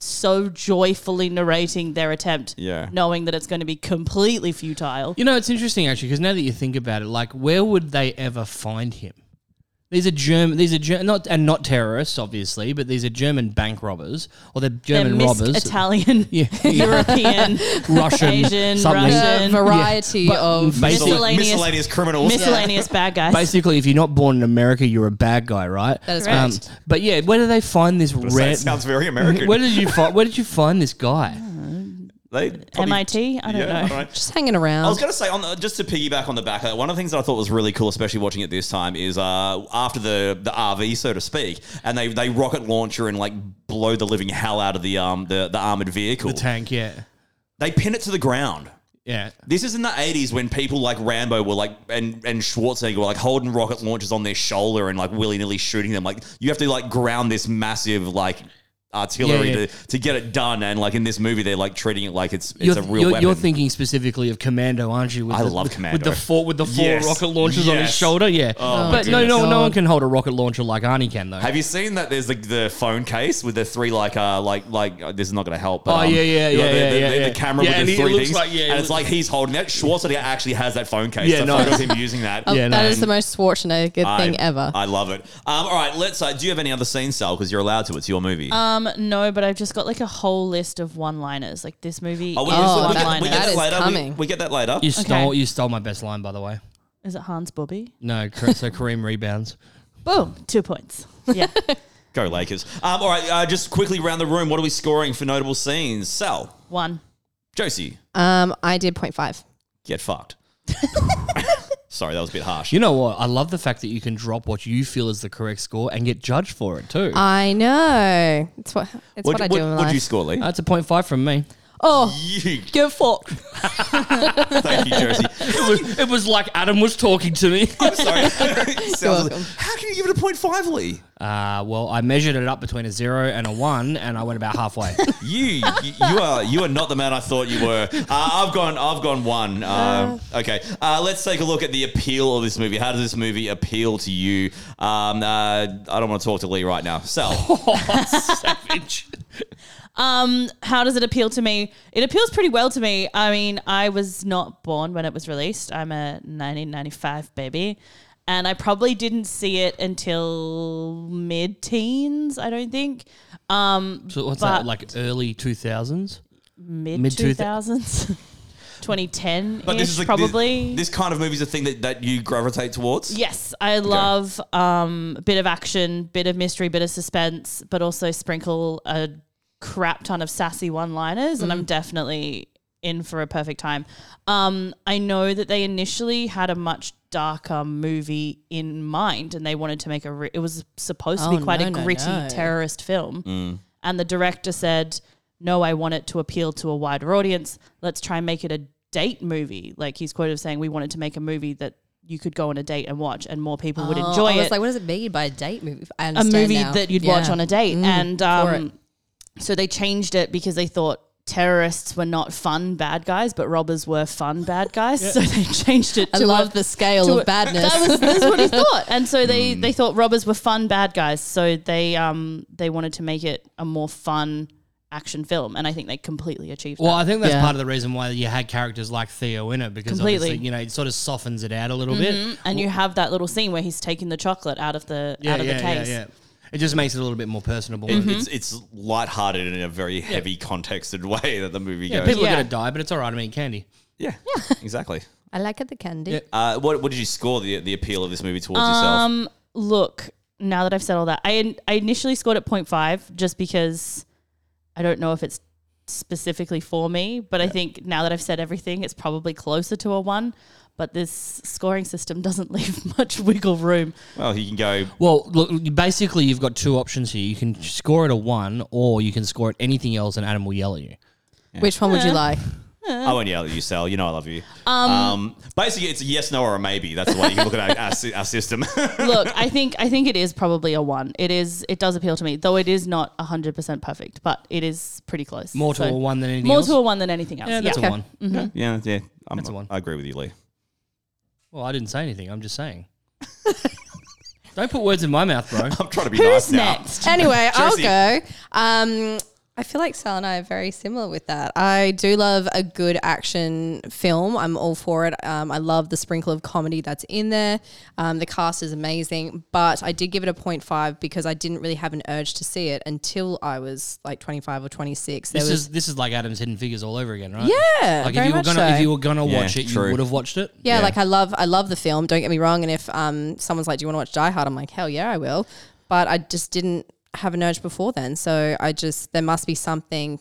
Speaker 5: so joyfully narrating their attempt,
Speaker 2: Yeah.
Speaker 5: knowing that it's going to be completely futile.
Speaker 4: You know, it's interesting actually because now that you think about it, like where would they ever find him? These are German. These are German, not and not terrorists, obviously, but these are German bank robbers or they're
Speaker 5: They're
Speaker 4: German
Speaker 5: missed
Speaker 4: robbers,
Speaker 5: Italian,
Speaker 4: Yeah.
Speaker 5: European,
Speaker 4: Russian,
Speaker 5: Asian,
Speaker 4: something.
Speaker 3: A
Speaker 5: Russian,
Speaker 3: variety
Speaker 4: But
Speaker 3: of.
Speaker 4: basically,
Speaker 5: Miscellaneous-
Speaker 2: miscellaneous criminals.
Speaker 5: miscellaneous bad guys.
Speaker 4: basically, if you're not born in America, you're a bad guy, right? Um,
Speaker 3: That is
Speaker 5: Correct.
Speaker 4: but yeah, where do they find this
Speaker 1: So it
Speaker 4: red?
Speaker 1: sounds very American.
Speaker 4: Where did you find? Where did you find this guy?
Speaker 2: They probably-
Speaker 5: MIT? I don't
Speaker 2: Yeah,
Speaker 5: know.
Speaker 2: all right.
Speaker 3: Just hanging
Speaker 2: I
Speaker 3: around.
Speaker 2: was going to say, on the, just to piggyback on the back of that, one of the things that I thought was really cool, especially watching it this time, is uh, after the, the RV, so to speak, and they, they rocket launcher and like blow the living hell out of the um the, the armored vehicle.
Speaker 4: The tank, yeah,
Speaker 2: they pin it to the ground.
Speaker 4: yeah.
Speaker 2: This is in the 80s when people like Rambo were like, and, and Schwarzenegger were like holding rocket launchers on their shoulder and like willy nilly shooting them. Like, you have to like ground this massive like artillery
Speaker 4: Yeah, yeah.
Speaker 2: To, to get it done. And like in this movie, they're like treating it like it's, it's
Speaker 4: You're,
Speaker 2: a real
Speaker 4: you're,
Speaker 2: weapon.
Speaker 4: you're thinking specifically of Commando, aren't you? With
Speaker 2: I
Speaker 4: the,
Speaker 2: love
Speaker 4: with- With
Speaker 2: Commando.
Speaker 4: the four with the four
Speaker 2: Yes.
Speaker 4: rocket launchers on his
Speaker 2: Yes.
Speaker 4: shoulder, yeah.
Speaker 2: my
Speaker 3: Oh,
Speaker 4: but no,
Speaker 2: goodness.
Speaker 4: no, no one
Speaker 3: God.
Speaker 4: can hold a rocket launcher like Arnie can though.
Speaker 2: Have you seen that? There's the, the phone case with the three like uh like like uh, this is not going to help. But,
Speaker 4: Oh,
Speaker 2: um,
Speaker 4: yeah, yeah,
Speaker 2: you know,
Speaker 4: yeah,
Speaker 2: the,
Speaker 4: yeah,
Speaker 2: the,
Speaker 4: yeah,
Speaker 2: the- the
Speaker 4: yeah.
Speaker 2: camera
Speaker 4: Yeah,
Speaker 2: with
Speaker 4: and
Speaker 2: the
Speaker 4: it
Speaker 2: three
Speaker 4: looks
Speaker 2: things,
Speaker 4: like- yeah, it
Speaker 2: and it's
Speaker 4: looks-
Speaker 2: like he's holding that. Schwarzenegger actually has that phone case.
Speaker 4: Yeah,
Speaker 2: Yeah,
Speaker 4: no.
Speaker 2: no. him using that.
Speaker 3: Oh,
Speaker 4: Yeah,
Speaker 3: that
Speaker 4: no.
Speaker 3: is the most Schwarzenegger
Speaker 2: I-
Speaker 3: thing ever.
Speaker 2: I love it. Um, all right, let's. Uh, do you have any other scenes, Sal? Because you're allowed to. It's your movie.
Speaker 5: Um, no, but I've just got like a whole list of one-liners. Like this movie
Speaker 2: Oh,
Speaker 5: is
Speaker 2: we- we- we,
Speaker 5: one-liners.
Speaker 2: we get
Speaker 3: that
Speaker 2: that
Speaker 3: is
Speaker 2: later. We-
Speaker 3: coming.
Speaker 2: We, get that later.
Speaker 4: You stole you stole my best line, by the way.
Speaker 5: Is it Hans Bobby?
Speaker 4: No, Kar- so Kareem rebounds.
Speaker 5: Boom, two points. Yeah,
Speaker 2: Go Lakers. Um, all right, uh, just quickly around the room. What are we scoring for notable scenes? Sal,
Speaker 5: one.
Speaker 2: Josie,
Speaker 3: um, I did 0.5.
Speaker 2: get fucked. Sorry, that was a bit harsh.
Speaker 4: You know what? I love the fact that you can drop what you feel is the correct score and get judged for it too.
Speaker 5: Uh,
Speaker 3: I know. It's what it's what, I do in
Speaker 2: What
Speaker 3: life.
Speaker 2: would you score, Lee?
Speaker 4: That's a point five from me.
Speaker 3: oh,
Speaker 2: You-
Speaker 3: get fucked.
Speaker 2: thank you, Josie.
Speaker 4: It was, it was like Adam was talking to me.
Speaker 2: I'm sorry. Sounds-
Speaker 3: welcome.
Speaker 2: How can you give it a point five, Lee?
Speaker 4: Uh, well, I measured it up between a zero and a one, and I went about halfway.
Speaker 2: You, you you are you are not the man I thought you were. Uh, I've gone I've gone one. Um, okay, uh, let's take a look at the appeal of this movie. How does this movie appeal to you? Um, uh, I don't want to talk to Lee right now. Sal,
Speaker 4: Savage.
Speaker 5: Um, how does it appeal to me? It appeals pretty well to me. I mean, I was not born when it was released. I'm a 1995 baby, and I probably didn't see it until mid-teens. I don't think
Speaker 4: So what's
Speaker 5: But-
Speaker 4: that? Like early two thousands?
Speaker 5: mid
Speaker 4: Mid- two-
Speaker 5: 2000s. 2010
Speaker 2: but this is like,
Speaker 5: probably
Speaker 2: this, this kind of movie is a thing that, that you gravitate towards.
Speaker 5: Yes, I love um, bit of action, bit of mystery, bit of suspense, but also sprinkle a crap ton of sassy one-liners, and I'm definitely in for a perfect time. Um, I know that they initially had a much darker movie in mind, and they wanted to make a. Re- it was supposed to
Speaker 3: Oh,
Speaker 5: be quite
Speaker 3: no,
Speaker 5: a
Speaker 3: no,
Speaker 5: gritty
Speaker 3: no.
Speaker 5: terrorist film, and the director said, "No, I want it to appeal to a wider audience. Let's try and make it a date movie." Like he's quoted as saying, "We wanted to make a movie that." You could go on a date and watch, and more people would enjoy
Speaker 3: Oh, I
Speaker 5: it
Speaker 3: was like, what does it mean by a date movie? I
Speaker 5: a
Speaker 3: understand
Speaker 5: movie
Speaker 3: now.
Speaker 5: that you'd
Speaker 3: Yeah. Mm,
Speaker 5: watch on a date. and
Speaker 3: for
Speaker 5: um, so they changed it because they thought terrorists were not fun bad guys, but robbers were fun bad guys. So they changed it
Speaker 3: I
Speaker 5: to
Speaker 3: love
Speaker 5: a-
Speaker 3: the scale
Speaker 5: to
Speaker 3: of
Speaker 5: a-
Speaker 3: badness.
Speaker 5: That was, that's what he thought. And so they, they thought robbers were fun bad guys. So they um they wanted to make it a more fun action film. And I think they completely achieved
Speaker 4: Well,
Speaker 5: that.
Speaker 4: I think that's
Speaker 3: Yeah.
Speaker 4: part of the reason why you had characters like Theo in it because
Speaker 5: Completely. Mm-hmm.
Speaker 4: obviously, you know, it sort of softens it out a little bit.
Speaker 5: And you have that little scene where he's taking the chocolate out of the out of the case. Mm.
Speaker 4: It just makes it a little bit more personable.
Speaker 2: It- It's it's lighthearted in a very heavy, contexted way that the movie
Speaker 4: Yeah,
Speaker 2: goes.
Speaker 4: people
Speaker 5: Yeah.
Speaker 4: are gonna die, but it's all right. I mean, candy.
Speaker 2: yeah, exactly.
Speaker 3: I like it, the candy.
Speaker 4: Yeah.
Speaker 2: Uh, what what did you score the the appeal of this movie towards yourself?
Speaker 5: Um, look, now that I've said all that, I I initially scored at 0.5 just because I don't know if it's specifically for me, but I think now that I've said everything, it's probably closer to a one. but this scoring system doesn't leave much wiggle room.
Speaker 2: Well, he can go.
Speaker 4: Well, look, basically, you've got two options here. You can score at a one, or you can score at anything else, and Adam will yell at you.
Speaker 3: Which one would you like?
Speaker 2: I won't yell at you, Sal. You know I love you. Um, basically, it's a yes, no, or a maybe. That's the way you can look at our, our, sy- our system.
Speaker 5: Look, I think I think it is probably a one. It is it does appeal to me, though it is not hundred percent perfect, but it is pretty close.
Speaker 4: More to
Speaker 5: So-
Speaker 4: a one than anything
Speaker 5: more
Speaker 4: else.
Speaker 5: to a one than anything else.
Speaker 4: yeah,
Speaker 5: Yeah,
Speaker 4: that's a one.
Speaker 3: Mm.
Speaker 2: yeah, yeah. I'm,
Speaker 4: That's a one.
Speaker 2: I agree with you, Lee.
Speaker 4: Well, I didn't say anything. I'm just saying. Don't put words in my mouth, bro.
Speaker 2: I'm trying to be nice
Speaker 5: Who's
Speaker 2: now.
Speaker 5: next?
Speaker 3: Anyway, I'll
Speaker 2: Josie.
Speaker 3: go. Um, I feel like Sal and I are very similar with that. I do love a good action film. I'm all for it. Um, I love the sprinkle of comedy that's in there. Um, the cast is amazing, but I did give it a 0.5 because I didn't really have an urge to see it until I was like 25 or 26. There
Speaker 4: This
Speaker 3: was
Speaker 4: is this is like Adam's Hidden Figures all over again, right?
Speaker 3: Yeah,
Speaker 4: Like
Speaker 3: very
Speaker 4: if you were
Speaker 3: much
Speaker 4: gonna
Speaker 3: so.
Speaker 4: if you were gonna
Speaker 2: Yeah,
Speaker 4: watch it,
Speaker 2: true.
Speaker 4: you would have watched it.
Speaker 3: Yeah,
Speaker 2: Yeah.
Speaker 3: like I love I love the film. Don't get me wrong. And if um someone's like, "Do you want to watch Die Hard?" I'm like, "Hell yeah, I will." But I just didn't have an urge before then, so I just there must be something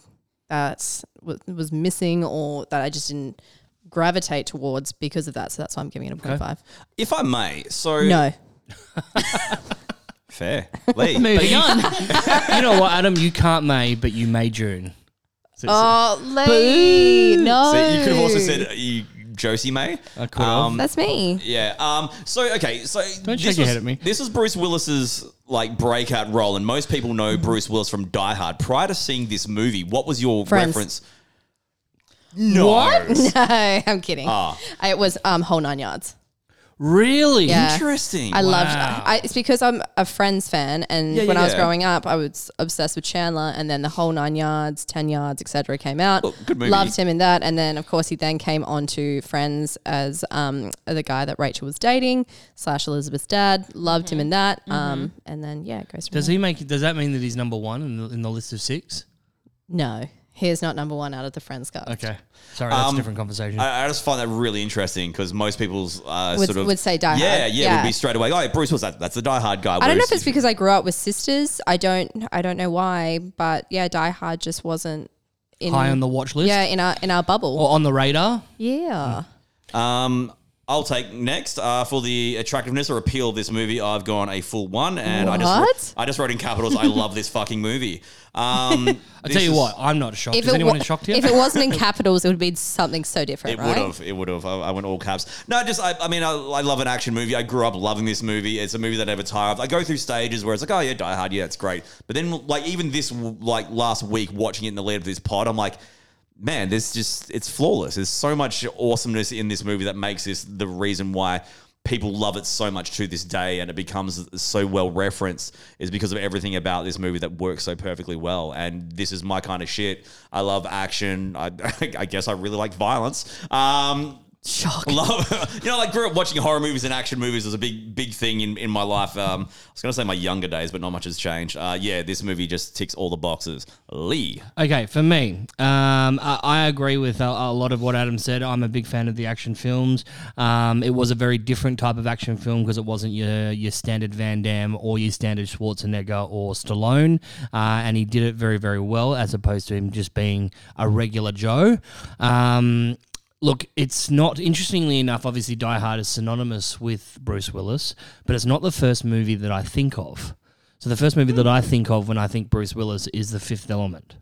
Speaker 3: that w- was missing or that I just didn't gravitate towards because of that. So that's why I'm giving it a point five.
Speaker 2: If I may, so
Speaker 3: No,
Speaker 2: fair, Lee.
Speaker 4: Moving on. you know what, Adam? You can't May, but you May June. So- so-
Speaker 3: oh, Lee, no,
Speaker 2: So you could have also said uh, you, Josie May.
Speaker 4: I could have.
Speaker 3: that's me.
Speaker 2: Yeah. Um. So okay. So
Speaker 4: Don't
Speaker 2: this
Speaker 4: shake your
Speaker 2: was-
Speaker 4: head at me.
Speaker 2: This was Bruce Willis's like breakout role, and most people know Bruce Willis from Die Hard. Prior to seeing this movie, what was your
Speaker 3: Friends.
Speaker 2: reference? No.
Speaker 3: No, I'm kidding.
Speaker 2: Ah.
Speaker 3: It was um whole nine yards.
Speaker 4: really?
Speaker 3: Yeah.
Speaker 2: Interesting.
Speaker 3: I loved. uh,
Speaker 4: Wow.
Speaker 3: I, it's because I'm a Friends fan, and
Speaker 2: Yeah,
Speaker 3: when
Speaker 2: yeah,
Speaker 3: I was
Speaker 2: yeah.
Speaker 3: growing up, I was obsessed with Chandler, and then the whole nine yards, ten yards, etc. came out.
Speaker 2: Well, good movie.
Speaker 3: Loved him in that, and then of course he then came on to Friends as um, the guy that Rachel was dating slash Elizabeth's dad. Loved him in that, um, and then yeah, it goes. From
Speaker 4: Does
Speaker 3: there.
Speaker 4: he make? Does that mean that he's number one in the, in the list of six?
Speaker 3: No, he is not number one out of the Friends cast.
Speaker 4: Okay, sorry, that's
Speaker 2: Um,
Speaker 4: a different conversation.
Speaker 2: I, I just find that really interesting because most people's uh,
Speaker 3: Would-
Speaker 2: sort of
Speaker 3: would say Die
Speaker 2: Yeah,
Speaker 3: Hard.
Speaker 2: yeah,
Speaker 3: Yeah.
Speaker 2: would be straight away. Oh, Bruce Willis, that, that's the Die Hard guy.
Speaker 3: I don't know if
Speaker 2: Whereas
Speaker 3: it's because I grew up with sisters. I don't. I don't know why, but yeah, Die Hard just wasn't in,
Speaker 4: High on the watch list
Speaker 3: yeah in our in our bubble.
Speaker 4: or on the radar?
Speaker 3: Yeah.
Speaker 2: Um, I'll take next uh, for the attractiveness or appeal of this movie. I've gone a full one, and I
Speaker 3: What?
Speaker 2: just I just wrote in capitals. I love this fucking movie. Um,
Speaker 4: I tell you what, I'm not shocked. Is
Speaker 3: wa-
Speaker 4: anyone in shocked here?
Speaker 3: if it wasn't in capitals, it would be something so different,
Speaker 2: It
Speaker 3: right?
Speaker 2: would have. It would have. I, I went all caps. No, just I, I mean, I, I love an action movie. I grew up loving this movie. It's a movie that I never tire of. I go through stages where it's like, oh yeah, Die Hard, yeah, it's great. But then, like even this, like last week, watching it in the lead of this pod, I'm like, man, there's just it's flawless. There's so much awesomeness in this movie that makes this the reason why. People love it so much to this day, and it becomes so well referenced is because of everything about this movie that works so perfectly well. And this is my kind of shit. I love action. I, I guess I really like violence. Um,
Speaker 3: Shock.
Speaker 2: Love, you know, like grew up watching horror movies and action movies was a big, big thing in, in my life. Um, I was going to say my younger days, but not much has changed. Uh, yeah, this movie just ticks all the boxes. Lee,
Speaker 4: Okay, for me, um, I, I agree with a, a lot of what Adam said. I'm a big fan of the action films. Um, it was a very different type of action film because it wasn't your your standard Van Damme or your standard Schwarzenegger or Stallone, uh, and he did it very very well as opposed to him just being a regular Joe. Um, Look, it's not, interestingly enough, obviously Die Hard is synonymous with Bruce Willis, but it's not the first movie that I think of. So the first movie that I think of when I think Bruce Willis is The Fifth Element.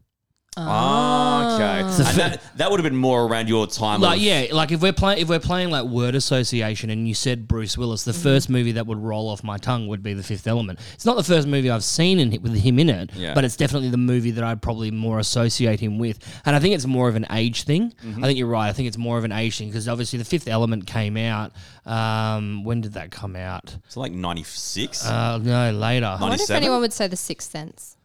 Speaker 2: okay, and that, that would have been more around your time.
Speaker 4: Ah. Like
Speaker 2: of-
Speaker 4: yeah, like if we're playing if we're playing like word association, and you said Bruce Willis, the first movie that would roll off my tongue would be The Fifth Element. It's not the first movie I've seen in, with him in it,
Speaker 2: Yeah.
Speaker 4: but it's definitely the movie that I'd probably more associate him with. And I think it's more of an age thing. I think you're right. I think it's more of an age thing because obviously The Fifth Element came out. Um, when did that come out?
Speaker 2: it's like ninety six.
Speaker 4: Uh, no, later.
Speaker 3: I wonder if
Speaker 2: 27?
Speaker 3: anyone would say The Sixth Sense.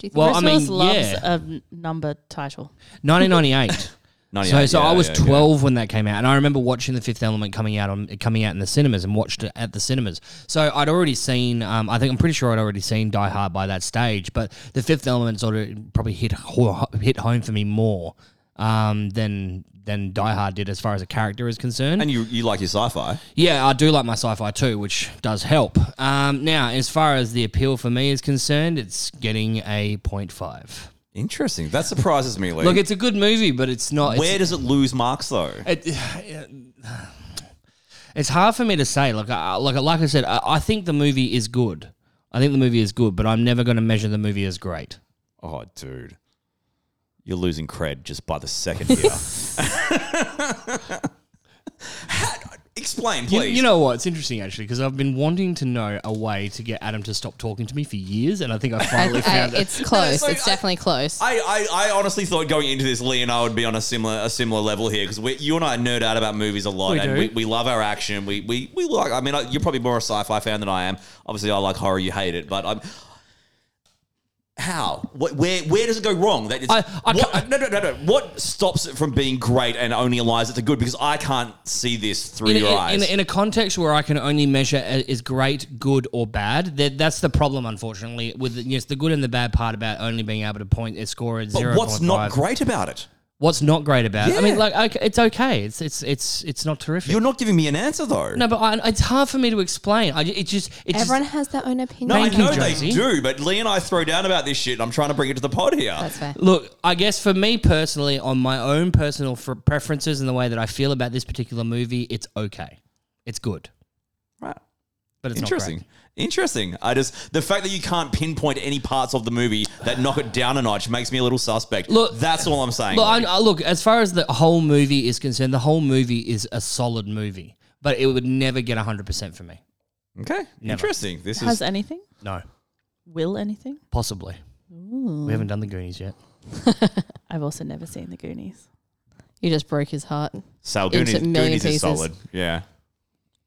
Speaker 3: Do you think?
Speaker 4: Well,
Speaker 5: Bruce
Speaker 4: I mean,
Speaker 5: Willis loves
Speaker 4: yeah.
Speaker 5: a n- number title.
Speaker 4: 1998. So,
Speaker 2: 98,
Speaker 4: so
Speaker 2: yeah,
Speaker 4: I was
Speaker 2: yeah, yeah.
Speaker 4: 12 when that came out, and I remember watching The Fifth Element coming out on coming out in the cinemas, and watched it at the cinemas. So I'd already seen, um, I think I'm pretty sure I'd already seen Die Hard by that stage, but The Fifth Element sort of probably hit ho- hit home for me more um, than than Die Hard did as far as a character is concerned.
Speaker 2: And you, you like your sci fi?
Speaker 4: Yeah, I do like my sci-fi too, which does help. Um, now, as far as the appeal for me is concerned, it's getting a 0.5.
Speaker 2: Interesting. That surprises me, Lee.
Speaker 4: Look, it's a good movie, but it's not. it's-
Speaker 2: Where does it lose marks though?
Speaker 4: It, It's hard for me to say. Like, I, like, like I said, I, I think the movie is good. I think the movie is good, but I'm never going to measure the movie as great.
Speaker 2: Oh, dude. You're losing cred just by the second here. How- Explain,
Speaker 4: You,
Speaker 2: please.
Speaker 4: you know what? It's interesting actually because I've been wanting to know a way to get Adam to stop talking to me for years, and I think I finally
Speaker 3: I,
Speaker 4: found it.
Speaker 3: it's close.
Speaker 2: so
Speaker 3: it's
Speaker 2: I-
Speaker 3: definitely close.
Speaker 2: I, I, I honestly thought going into this, Lee and I would be on a similar a similar level here because you and I nerd out about movies a lot,
Speaker 4: We
Speaker 2: and
Speaker 4: do.
Speaker 2: we, we love our action. We we, we like. I mean, I- you're probably more a sci-fi fan than I am. Obviously, I like horror. You hate it, but I'm. How? What, where? Where does it go wrong? That it's,
Speaker 4: I- I
Speaker 2: what,
Speaker 4: can't-
Speaker 2: no, no, no, no. What stops it from being great and only aligns it to good? Because I can't see this through
Speaker 4: in,
Speaker 2: your
Speaker 4: in-
Speaker 2: eyes.
Speaker 4: in- in a context where I can only measure a- is great, good, or bad, that that's the problem, unfortunately. With the- yes, the good and the bad part about only being able to point a score at zero.
Speaker 2: but what's not great about it?
Speaker 4: What's not great about? it? I mean,
Speaker 2: Yeah.
Speaker 4: like okay, it's okay. It's it's it's it's not terrific.
Speaker 2: You're not giving me an answer though.
Speaker 4: no, but I, it's hard for me to explain. I, it just it
Speaker 3: Everyone
Speaker 4: just,
Speaker 3: has their own opinion.
Speaker 2: No, I
Speaker 4: Thank you,
Speaker 2: know they
Speaker 4: Josie.
Speaker 2: do, but Lee and I throw down about this shit. And I'm trying to bring it to the pod here.
Speaker 3: That's fair.
Speaker 4: Look, I guess for me personally, on my own personal fr- preferences and the way that I feel about this particular movie, it's okay. It's good,
Speaker 2: right.
Speaker 4: but it's
Speaker 2: Interesting.
Speaker 4: Not
Speaker 2: Interesting. I just the fact that you can't pinpoint any parts of the movie that knock it down a notch makes me a little suspect.
Speaker 4: Look-
Speaker 2: that's all I'm saying.
Speaker 4: great. Look, I,
Speaker 2: Lee.
Speaker 4: I- look, as far as the whole movie is concerned, the whole movie is a solid movie, but it would never get hundred percent for me.
Speaker 2: okay. Interesting. This
Speaker 5: Has
Speaker 2: is
Speaker 5: anything?
Speaker 4: No,
Speaker 5: Will anything?
Speaker 4: possibly. We haven't done the Goonies yet.
Speaker 5: I've also never seen The Goonies.
Speaker 3: You just broke his heart.
Speaker 2: Sal
Speaker 3: into
Speaker 2: Goonies,
Speaker 3: million
Speaker 2: Goonies is
Speaker 3: pieces.
Speaker 2: solid. Yeah.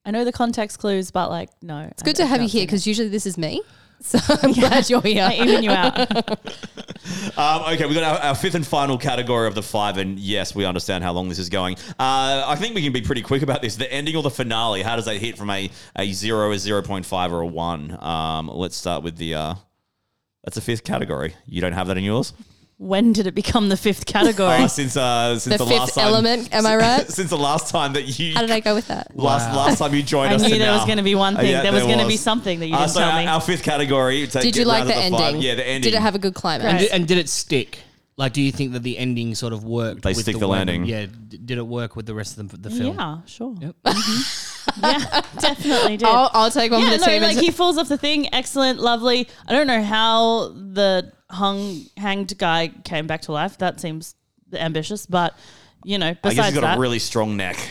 Speaker 5: I know the context clues, but like, no.
Speaker 3: It's good to have you here because usually this is me. So I'm glad you're
Speaker 5: I
Speaker 3: here.
Speaker 5: even you out.
Speaker 2: Um, okay, we've got our, our fifth and final category of the five, and yes, we understand how long this is going. Uh, I think we can be pretty quick about this. The ending or the finale, how does that hit from a, a zero, a 0.5, or a one? Um, let's start with the. Uh, that's the fifth category. You don't have that in yours?
Speaker 5: when did it become the fifth
Speaker 2: Uh,
Speaker 4: Oh,
Speaker 5: category?
Speaker 2: since uh, since
Speaker 3: The
Speaker 2: the, last
Speaker 3: fifth
Speaker 2: time,
Speaker 3: element, am I right?
Speaker 2: since the last time that you
Speaker 3: How did I go with that?
Speaker 2: last last time you joined
Speaker 5: I
Speaker 2: us.
Speaker 5: knew
Speaker 2: to
Speaker 5: there was
Speaker 2: now.
Speaker 5: going to be
Speaker 4: Oh,
Speaker 5: one
Speaker 2: Uh,
Speaker 5: thing.
Speaker 2: yeah,
Speaker 5: there was going to
Speaker 2: was.
Speaker 5: be something that you
Speaker 2: Uh,
Speaker 5: didn't
Speaker 2: so
Speaker 5: tell
Speaker 2: our,
Speaker 5: me.
Speaker 2: our fifth category. take-
Speaker 3: Did you
Speaker 2: round
Speaker 3: like
Speaker 2: of
Speaker 3: the ending?
Speaker 2: Five. Yeah, the ending.
Speaker 3: Did it have a good climax?
Speaker 5: Right.
Speaker 4: And, did, and did it stick? Like, do you think that the ending sort of worked?
Speaker 2: They
Speaker 4: with
Speaker 2: stick the
Speaker 4: way-
Speaker 2: landing.
Speaker 4: Yeah. d- Did it work with the rest of the, the film?
Speaker 5: yeah, sure.
Speaker 4: Yep.
Speaker 5: Mhm. yeah, definitely did.
Speaker 3: I'll, I'll take one
Speaker 5: yeah,
Speaker 3: for the
Speaker 5: no,
Speaker 3: team.
Speaker 5: like
Speaker 3: and-
Speaker 5: he falls off the thing. Excellent, lovely. I don't know how the hung hanged guy came back to life. That seems ambitious, but you know,
Speaker 2: I guess
Speaker 5: besides
Speaker 2: he's got
Speaker 5: that,
Speaker 2: a really strong neck.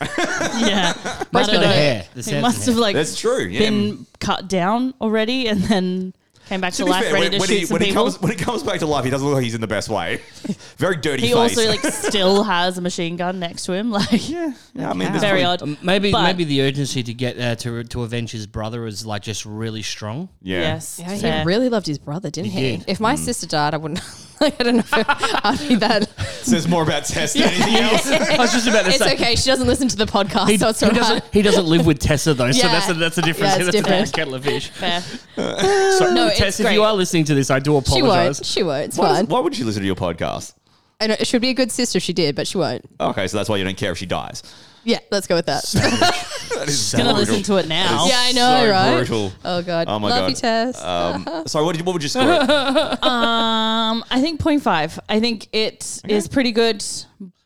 Speaker 5: yeah, I
Speaker 4: Must
Speaker 5: don't
Speaker 4: be the
Speaker 5: know.
Speaker 4: hair. The
Speaker 5: He
Speaker 4: Samson
Speaker 5: must
Speaker 4: hair.
Speaker 5: have like
Speaker 2: That's true. Yeah.
Speaker 5: been cut down already, and then came back to,
Speaker 2: To be
Speaker 5: life
Speaker 2: fair,
Speaker 5: ready
Speaker 2: when,
Speaker 5: to
Speaker 2: when
Speaker 5: shoot
Speaker 2: he,
Speaker 5: some
Speaker 2: when, he
Speaker 5: people.
Speaker 2: comes, when he comes back to life, he doesn't look like he's in the best way. Very dirty
Speaker 5: he
Speaker 2: face.
Speaker 5: also like still has a machine gun next to him. Like, yeah,
Speaker 2: Eh, Yeah, I mean, there's
Speaker 5: very
Speaker 2: probably-
Speaker 5: odd.
Speaker 4: Um, maybe
Speaker 5: But-
Speaker 4: maybe the urgency to get uh, to to avenge his brother is like just really strong.
Speaker 2: yeah.
Speaker 5: Yes,
Speaker 3: Yeah,
Speaker 5: fair.
Speaker 3: he really loved his brother, didn't
Speaker 4: He
Speaker 3: he?
Speaker 4: did. Mm.
Speaker 3: If my sister died, I wouldn't. Like, I don't know. If I'd be that.
Speaker 2: Says more about Tess than anything else.
Speaker 4: I was just about to
Speaker 3: It's
Speaker 4: say.
Speaker 3: okay. She doesn't listen to the podcast,
Speaker 4: He,
Speaker 3: so it's
Speaker 4: he
Speaker 3: alright.
Speaker 4: doesn't. He doesn't live with Tessa though, so
Speaker 3: Yeah.
Speaker 4: that's a, that's a difference.
Speaker 3: Yeah, it's
Speaker 4: that's a different
Speaker 3: different.
Speaker 4: kettle of fish.
Speaker 5: fair.
Speaker 4: Sorry,
Speaker 3: No, it's
Speaker 4: Tess, if you
Speaker 3: great.
Speaker 4: are listening to this, I
Speaker 3: She
Speaker 4: do
Speaker 3: won't.
Speaker 4: apologize.
Speaker 3: She won't. It's
Speaker 2: Why,
Speaker 3: fine.
Speaker 2: does- why would she listen to your podcast?
Speaker 3: I know, it should be a good sister. if She did, but she won't.
Speaker 2: Okay, so that's why you don't care if she dies.
Speaker 3: Yeah, let's go with that.
Speaker 2: That is
Speaker 5: Gonna
Speaker 2: brutal.
Speaker 5: listen to it now.
Speaker 3: yeah, I know,
Speaker 2: so
Speaker 3: right?
Speaker 2: brutal.
Speaker 3: Oh god.
Speaker 2: Oh my
Speaker 3: Love
Speaker 2: god.
Speaker 3: you, Tess.
Speaker 2: Um, sorry, what, did you, what would you score? it?
Speaker 5: Um, I think 0.5. I think it is pretty good,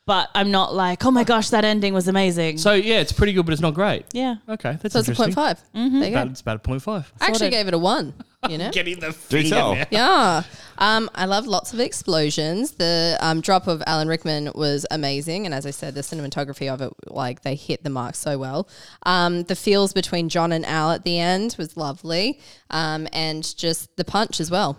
Speaker 5: but I'm not like,
Speaker 2: Uh,
Speaker 5: oh my gosh, that ending was amazing.
Speaker 4: So yeah, it's pretty good, but it's not great.
Speaker 5: yeah,
Speaker 4: Okay, that's
Speaker 3: so it's a point
Speaker 4: interesting.
Speaker 3: five.
Speaker 2: Mm-hmm.
Speaker 3: There you go.
Speaker 4: About, it's about a point five.
Speaker 3: I actually
Speaker 5: sorted.
Speaker 3: gave it a one. You know.
Speaker 4: Getting the
Speaker 2: Do tell.
Speaker 4: finger.
Speaker 3: Yeah. Um, I love lots of explosions. The um, drop of Alan Rickman was amazing. And as I said, the cinematography of it, like they hit the mark so well. Um, the feels between John and Al at the end was lovely. Um, and just the punch as well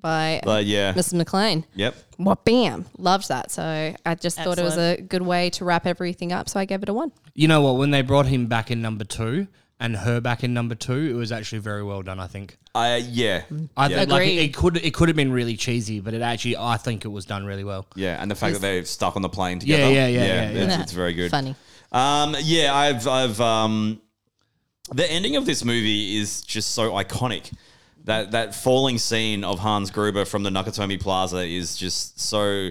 Speaker 3: by
Speaker 2: But yeah.
Speaker 3: Mrs. McLean.
Speaker 2: Yep.
Speaker 3: Well, bam. Loved that. So I just thought it was a good way to wrap everything up. So I gave it a one.
Speaker 4: You know what? When they brought him back in number two and her back in number two, it was actually very well done. I think.
Speaker 2: Uh, yeah.
Speaker 4: I think like it,
Speaker 3: Agreed.
Speaker 4: it could it could have been really cheesy, but it actually I think it was done really well.
Speaker 2: Yeah, and the fact that they're stuck on the plane
Speaker 4: Yeah,
Speaker 2: together.
Speaker 4: yeah, yeah, yeah, yeah.
Speaker 2: It's, it's very good.
Speaker 3: Funny.
Speaker 2: Um, yeah, I've, I've, um, the ending of this movie is just so iconic. That that falling scene of Hans Gruber from the Nakatomi Plaza is just so.